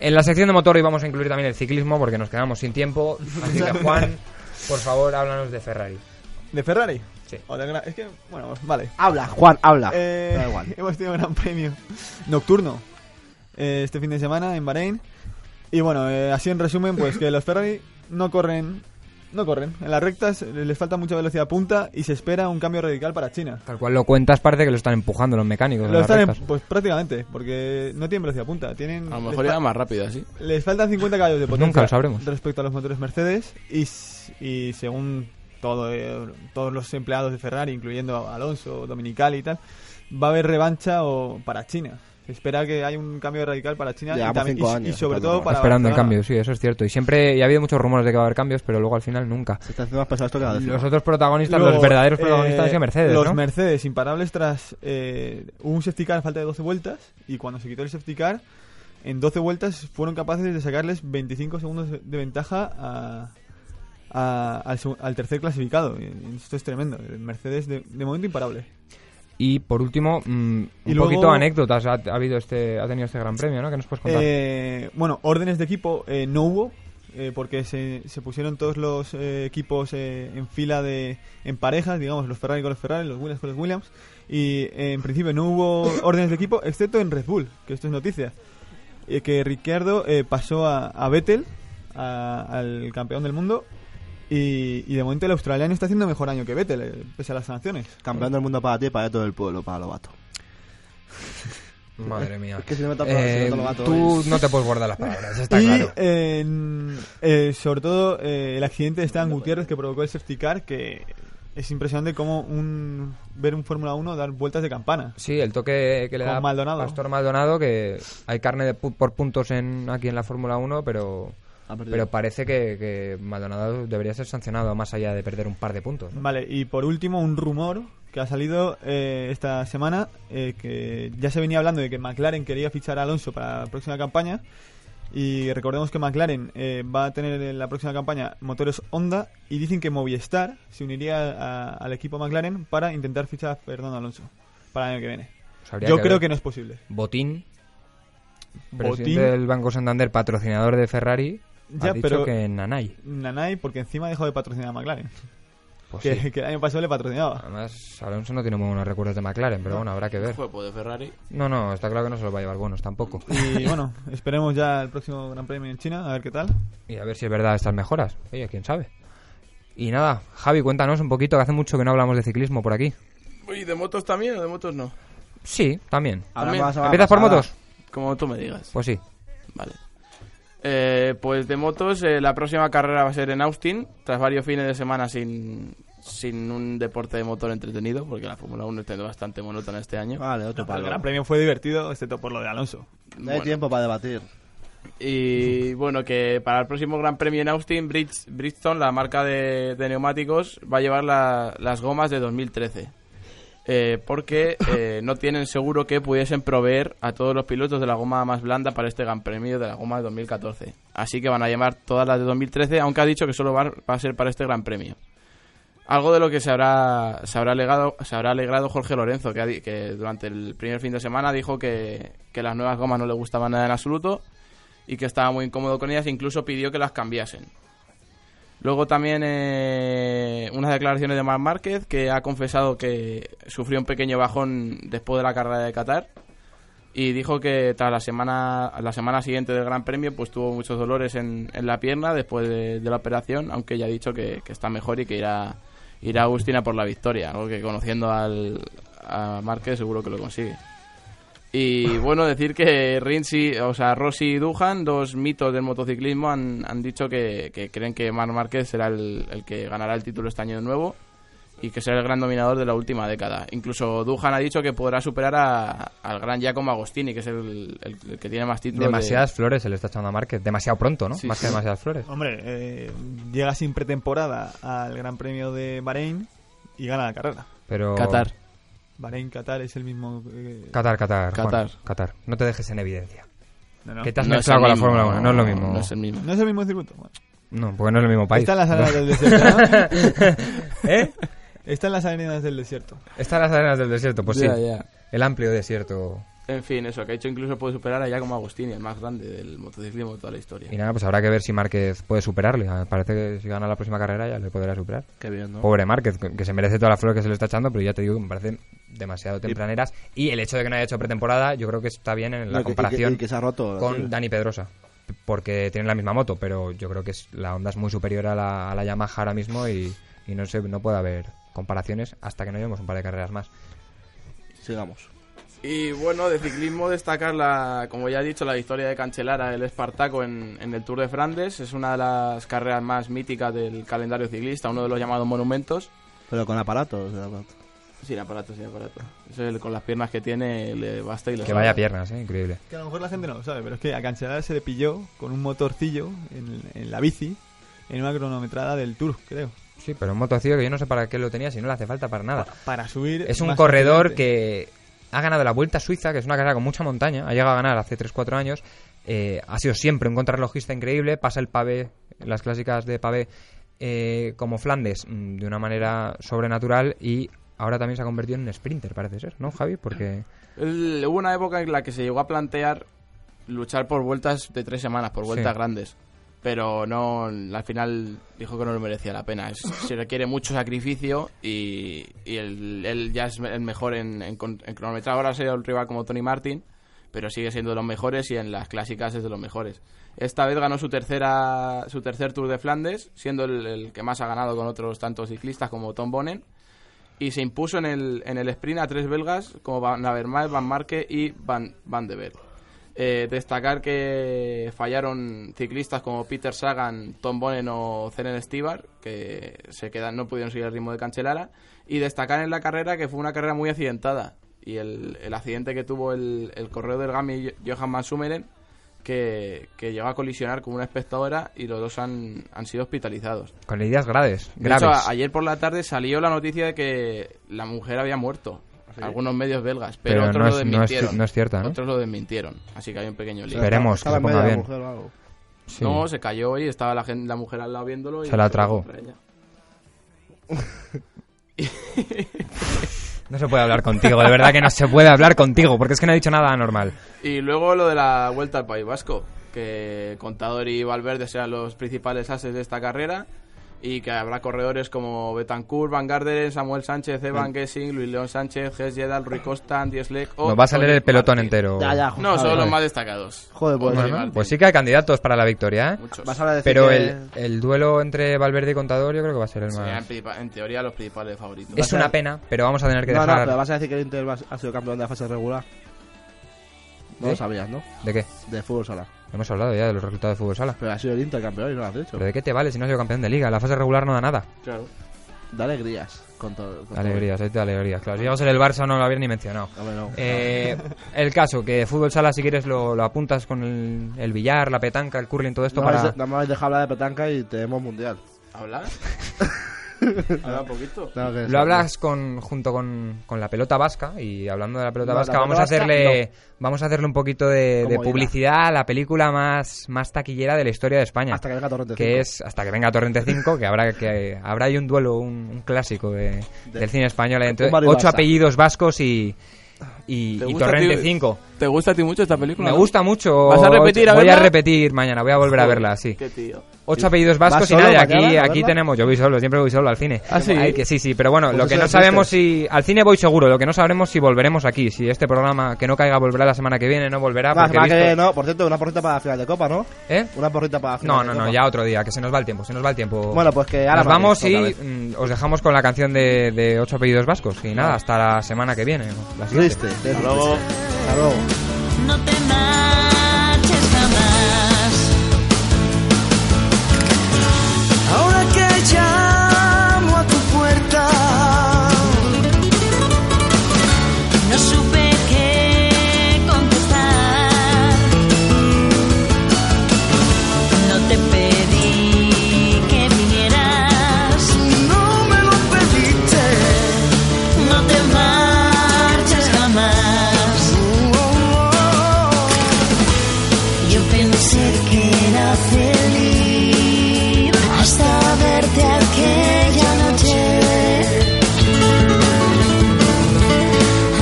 S2: En la sección de motor íbamos a incluir también el ciclismo porque nos quedamos sin tiempo. Así
S6: [laughs]
S2: que Juan, por favor, háblanos de Ferrari.
S4: ¿De Ferrari?
S2: Sí.
S4: O de Gra- Es que, bueno, vale.
S6: Habla, Juan, habla.
S4: Eh,
S6: Da igual.
S4: [laughs] Hemos tenido gran premio nocturno eh, este fin de semana en Bahrein. Y bueno, eh, así en resumen, pues que los Ferrari no corren. No corren. En las rectas eh, les falta mucha velocidad punta y se espera un cambio radical para China.
S2: Tal cual lo cuentas, parece que lo están empujando los mecánicos. en
S4: Lo
S2: las
S4: están en-
S2: rectas.
S4: pues prácticamente, porque no tienen velocidad punta. Tienen,
S5: A lo
S4: les
S5: mejor
S4: fa-
S5: era más rápido así.
S4: Les faltan 50 caballos de
S2: Pues
S4: potencia.
S2: nunca lo sabremos.
S4: Respecto a los motores Mercedes y, s- y según todo, eh, todos los empleados de Ferrari, incluyendo a Alonso, Dominicali y tal, va a haber revancha o para China. Se espera que haya un cambio radical para China y,
S6: Llevamos
S4: también- y
S6: cinco
S4: s-
S6: años
S4: y sobre
S6: esperando.
S4: todo para
S2: Esperando el
S4: Barcelona.
S2: cambio, sí, eso es cierto. Y siempre y ha habido muchos rumores de que va a haber cambios, pero luego al final nunca.
S6: Se está haciendo más pesado esto cada vez.
S2: Los otros protagonistas, los
S4: Luego,
S2: verdaderos
S4: eh,
S2: protagonistas es que Mercedes,
S4: Los
S2: ¿no?
S4: Mercedes imparables tras eh, un safety car a falta de 12 vueltas y cuando se quitó el safety car, en 12 vueltas fueron capaces de sacarles 25 segundos de ventaja a- a- al, seg- al tercer clasificado. Y Esto es tremendo. El Mercedes de, de momento imparable.
S2: y por último, mm, un
S4: Y luego-
S2: poquito anécdotas ha, ha habido este ha tenido este gran premio, ¿no? Que nos puedes contar.
S4: Eh, bueno, órdenes de equipo eh, no hubo. eh, porque se, se pusieron todos los eh, equipos eh, en fila de en parejas, digamos, los Ferrari con los Ferrari, los Williams con los Williams, y eh, en principio no hubo órdenes de equipo, excepto en Red Bull, que esto es noticia, eh, que Ricciardo eh, pasó a, a Vettel, a- al campeón del mundo, y, y de momento el australiano está haciendo mejor año que Vettel, eh, pese a las sanciones.
S6: Campeón del mundo para ti y para todo el pueblo, para los vatos.
S2: Madre mía.
S6: Es que si no me tapo-
S2: Eh,
S6: si no tapo el gato,
S2: tú no te puedes guardar las palabras, está
S4: [laughs] y
S2: claro.
S4: eh, en- eh, sobre todo eh, el accidente de Stan Gutiérrez que provocó el safety car, que es impresionante como un, ver un Fórmula 1 dar vueltas de campana.
S2: Sí, el toque que le
S4: Con
S2: da
S4: Maldonado.
S2: Pastor Maldonado, que hay carne de pu- por puntos en, aquí en la Fórmula 1, pero,
S6: Ha perdido.
S2: pero parece que, que Maldonado debería ser sancionado más allá de perder un par de puntos. ¿no?
S4: Vale, y por último un rumor que ha salido eh, esta semana, eh, que ya se venía hablando de que McLaren quería fichar a Alonso para la próxima campaña. Y recordemos que McLaren eh, va a tener en la próxima campaña motores Honda y dicen que Movistar se uniría a- al equipo McLaren para intentar fichar a Fernando Alonso para el año que viene.
S2: O sea, habría
S4: Yo creo
S2: ver.
S4: que no es posible.
S2: Botín, presidente
S4: Botín,
S2: del Banco Santander, patrocinador de Ferrari,
S4: Ya,
S2: ha dicho
S4: pero-
S2: que Nanay.
S4: Nanay, porque encima dejó de patrocinar a McLaren.
S2: Pues
S4: que,
S2: sí. Ah.
S4: que el año pasado le patrocinaba.
S2: Además, Alonso no tiene muy buenos recuerdos de McLaren, pero bueno, habrá que ver.
S5: Fue de Ferrari.
S2: No, no, está claro que no se los va a llevar buenos tampoco.
S4: Y bueno, esperemos ya el próximo Gran Premio en China, a ver qué tal.
S2: Y a ver si es verdad estas mejoras. Oye, quién sabe. Y nada, Javi, cuéntanos un poquito, que hace mucho que no hablamos de ciclismo por aquí.
S5: Uy, ¿de motos también o de motos no?
S2: Sí, también.
S6: Ahora
S5: También.
S6: vas a-
S2: ¿Empiezas por
S6: pasada.
S2: motos?
S5: Como tú me digas.
S2: Pues sí.
S5: Vale. Eh, pues de motos, eh, la próxima carrera va a ser en Austin, tras varios fines de semana sin, sin un deporte de motor entretenido, porque la Fórmula 1 está bastante monótona este año.
S6: Vale, otro
S4: El
S6: palo.
S4: Gran Premio fue divertido, excepto por lo de Alonso.
S6: No hay
S5: Bueno.
S6: tiempo para debatir.
S5: Y bueno, que para el próximo Gran Premio en Austin, Bridge- Bridgestone, la marca de, de neumáticos, va a llevar la- las gomas de 2013. Eh, porque eh, no tienen seguro que pudiesen proveer a todos los pilotos de la goma más blanda para este Gran Premio de la goma de 2014. Así que van a llevar todas las de 2013, aunque ha dicho que solo va, va a ser para este Gran Premio. Algo de lo que se habrá, se habrá, alegado- se habrá alegrado Jorge Lorenzo, que, ha di- que durante el primer fin de semana dijo que, que las nuevas gomas no le gustaban nada en absoluto y que estaba muy incómodo con ellas, incluso pidió que las cambiasen. Luego también eh, unas declaraciones de Marc Márquez, que ha confesado que sufrió un pequeño bajón después de la carrera de Qatar y dijo que tras la semana, la semana siguiente del Gran Premio pues tuvo muchos dolores en, en la pierna después de, de la operación, aunque ya ha dicho que, que está mejor y que irá, irá a Agustina por la victoria, algo que conociendo al, a Márquez seguro que lo consigue. Y bueno, decir que Rinzi, o sea, Rossi y Duhan, dos mitos del motociclismo, han, han dicho que, que creen que Marc Márquez será el, el que ganará el título este año de nuevo y que será el gran dominador de la última década. Incluso Duhan ha dicho que podrá superar a- al gran Giacomo Agostini, que es el, el- el que tiene más títulos. de-
S2: Demasiadas flores se le está echando a Márquez. Demasiado pronto, ¿no?
S5: Sí,
S2: Más
S5: sí.
S2: que demasiadas flores.
S4: Hombre, eh, llega sin pretemporada al Gran Premio de Bahrein y gana la carrera.
S2: Pero...
S5: Qatar.
S4: Bahrein, Qatar es el mismo. eh,
S2: Qatar, Qatar. Juan,
S5: Qatar.
S2: Qatar. No te dejes en evidencia.
S4: no, no.
S2: Que te has
S5: No es
S2: mezclado
S5: el
S2: con la
S5: mismo,
S2: Fórmula 1. No es lo mismo.
S5: No es el mismo.
S4: No es el mismo circuito. Bueno,
S2: No, porque no es el mismo país.
S4: Está
S2: [laughs]
S4: en las arenas del desierto.
S2: ¿Eh?
S4: ¿no? Está en las arenas del desierto.
S2: Está en las arenas del desierto, pues sí.
S5: Ya, ya.
S2: El amplio desierto.
S5: En fin, eso, que ha dicho incluso puede superar a Giacomo Agostini, el más grande del motociclismo de toda la historia.
S2: Y nada, pues habrá que ver si Márquez puede superarle. Ah, Parece que si gana la próxima carrera ya le podrá superar.
S5: Qué bien, ¿no?
S2: Pobre Márquez, que que se merece todas las flores que se le está echando, pero ya te digo que me parecen demasiado tempraneras. Y el hecho de que no haya hecho pretemporada, yo creo que está bien en la
S6: No, que- y que-
S2: comparación
S6: y que se ha roto.
S2: con
S6: sí.
S2: Dani Pedrosa. Porque tienen la misma moto, pero yo creo que es- la Honda es muy superior a la, a la Yamaha ahora mismo y, y no, se, no puede haber comparaciones hasta que no llevemos un par de carreras más.
S6: Sigamos.
S5: Y bueno, de ciclismo destacar, la, como ya he dicho, la victoria de Cancelara, el Espartaco, en, en el Tour de Flandes. Es una de las carreras más míticas del calendario ciclista, uno de los llamados monumentos.
S6: Pero con aparatos. de aparato.
S5: Sin aparato, sin aparato. Es el- con las piernas que tiene, le basta y le
S2: Que
S5: sobra.
S2: vaya piernas, ¿eh? increíble.
S4: Que a lo mejor la gente no lo sabe, pero es que a Cancelara se le pilló con un motorcillo en, en la bici en una cronometrada del Tour, creo.
S2: Sí, pero un motociclo que yo no sé para qué lo tenía si no le hace falta para nada.
S4: Para subir.
S2: Es un
S4: más
S2: corredor
S4: fácilmente.
S2: que ha ganado la Vuelta a Suiza, que es una carrera con mucha montaña, ha llegado a ganar hace 3-4 años, eh, ha sido siempre un contrarrelojista increíble, pasa el pavé, las clásicas de pavé eh, como Flandes mm, de una manera sobrenatural y ahora también se ha convertido en un sprinter, parece ser, ¿no, Javi? Porque
S5: El- hubo una época en la que se llegó a plantear luchar por vueltas de tres semanas, por vueltas
S2: Sí.
S5: grandes. Pero no, al final dijo que no lo merecía la pena. Es- se requiere mucho sacrificio y, y él, él ya es el mejor en, en, con- en cronometrar. Ahora sería un rival como Tony Martin, pero sigue siendo de los mejores y en las clásicas es de los mejores. Esta vez ganó su tercera su tercer Tour de Flandes, siendo el, el que más ha ganado con otros tantos ciclistas como Tom Bonen y se impuso en el, en el sprint a tres belgas como Van Avermaet, Van Marke y Van, Van de Berg. Eh, destacar que fallaron ciclistas como Peter Sagan, Tom Bonen o Zeren Stibar, que se quedan, no pudieron seguir el ritmo de Cancelara. Y destacar en la carrera que fue una carrera muy accidentada. Y el, el accidente que tuvo el, el correo del Gami Johan Mansumeren, que, que llegó a colisionar con una espectadora y los dos han, han sido hospitalizados.
S2: con heridas graves,
S5: De hecho,
S2: graves.
S5: a- ayer por la tarde salió la noticia de que la mujer había muerto. Algunos medios belgas, pero,
S2: Pero no
S5: otros lo
S2: es- no es-
S5: desmintieron.
S2: no es cierta, ¿no?
S5: Otros lo desmintieron, así que hay un pequeño lío.
S2: Esperemos
S6: Estaba
S2: que se
S6: en medio de
S2: ponga
S6: la
S2: bien.
S6: mujer o algo.
S2: Sí.
S5: No, se cayó y estaba la, gen- la mujer al lado viéndolo. Y
S2: Se la tragó. No se puede hablar contigo, de verdad que no se puede hablar contigo, porque es que no ha dicho nada anormal.
S5: Y luego lo de la vuelta al País Vasco, que Contador y Valverde serán los principales ases de esta carrera. y que habrá corredores como Betancourt, Van Garderen, Samuel Sánchez,
S2: Mm.
S5: Evan Gessing, Luis León Sánchez, Gess Jedal, Rui Costa, Andy Schleck o
S2: Nos va a salir
S5: Tony
S2: el pelotón
S5: Martin.
S2: entero.
S3: Ya, ya,
S5: No, son
S3: joder,
S5: los más destacados.
S3: Joder, pues,
S5: Tony
S2: Bueno,
S5: Martin,
S2: pues sí que hay candidatos para la victoria, ¿eh?
S5: muchos.
S6: Vas ahora a decir
S2: Pero
S6: que-
S2: el, el duelo entre Valverde y Contador yo creo que va a ser el
S5: Serían,
S2: más...
S5: pri- en teoría los principales favoritos.
S2: Es una pena, pero vamos a tener que
S3: No, no,
S2: dejar...
S3: pero vas a decir que el Inter va- ha sido campeón de la fase regular. No
S2: ¿Sí?
S3: lo sabías, ¿no?
S2: ¿De qué?
S3: De fútbol sala.
S2: Hemos hablado ya de los resultados de Fútbol Sala.
S3: Pero ha sido el Inter campeón y no lo has dicho.
S2: ¿Pero de qué te vale si no has sido campeón de liga? La fase regular no da nada.
S5: Claro.
S3: Da alegrías. Con todo, con todo.
S2: Alegrías, ahí te da alegrías. Claro, si llegamos en el Barça no lo habría ni mencionado.
S3: Hombre, no.
S2: Eh, el caso, que Fútbol Sala, si quieres, lo, lo apuntas con el, el billar, la petanca, el curling, todo esto
S3: No me
S2: para...
S3: habéis- no me habéis dejado hablar de petanca y tenemos mundial.
S5: [laughs] ¿Hablar? ¿Hablar poquito?
S3: Claro que sí.
S2: Lo hablas con, junto con, con la pelota vasca y hablando de la pelota
S3: No, la
S2: vasca
S3: pelota
S2: vamos a
S3: vasca,
S2: hacerle vamos a hacerle un poquito de, de
S3: Como ida.
S2: publicidad a la película más, más taquillera de la historia de España.
S3: Hasta que venga Torrente.
S2: que es hasta que venga
S3: [laughs]
S2: Torrente 5, que habrá que habrá ahí un duelo, un, un clásico de- del cine español entre
S3: Un Barrio
S2: ocho
S3: Barça.
S2: apellidos vascos y, y,
S5: ¿Te
S2: y
S5: gusta,
S2: Torrente
S5: tío?
S2: 5.
S5: ¿Te gusta a ti mucho esta película?
S2: Me
S5: no?
S2: gusta mucho.
S5: ¿Vas a repetir a
S2: voy a
S5: verla?
S2: repetir mañana, voy a volver a verla, sí.
S5: Qué tío.
S2: Ocho apellidos vascos
S3: ¿Vas
S2: y nada,
S3: solo
S2: aquí,
S3: mañana a
S2: aquí
S3: verla?
S2: tenemos, yo voy solo, siempre voy solo al cine.
S5: ¿Ah, sí?
S2: Ay, que sí, sí, pero bueno,
S3: Pues
S2: lo
S3: eso
S2: que no
S3: existe.
S2: sabemos si... Al cine voy seguro, lo que no sabremos si volveremos aquí, si este programa que no caiga volverá la semana que viene, no volverá.
S3: Nada,
S2: porque he
S3: semana que
S2: visto-
S3: viene, no, por cierto, una porrita para la final de Copa, ¿no?
S2: ¿Eh?
S3: Una porrita para la final
S2: No,
S3: de
S2: no,
S3: Copa.
S2: no, ya otro día, que se nos va el tiempo, se nos va el tiempo.
S3: Bueno, pues que ahora
S2: Nos vamos y
S3: otra vez.
S2: mm, os dejamos con la canción de, de Ocho Apellidos Vascos. Y nada, hasta la semana que viene. o la siguiente.
S3: Triste, triste.
S5: Hasta luego.
S3: Hasta luego.
S7: No te marches jamás.
S1: Ahora que llamo a tu puerta,
S7: No supe qué contestar. No te pedí que vinieras.
S1: no me lo pediste.
S7: No te marches jamás. Yo pensé que era feliz hasta verte aquella noche.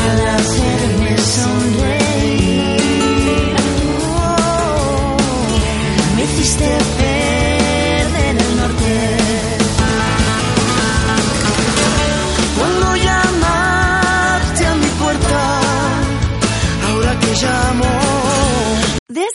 S7: Al hacerme sonreír, oh, me hiciste perder el norte.
S1: Cuando llamaste a mi puerta, ahora que llamo.
S8: This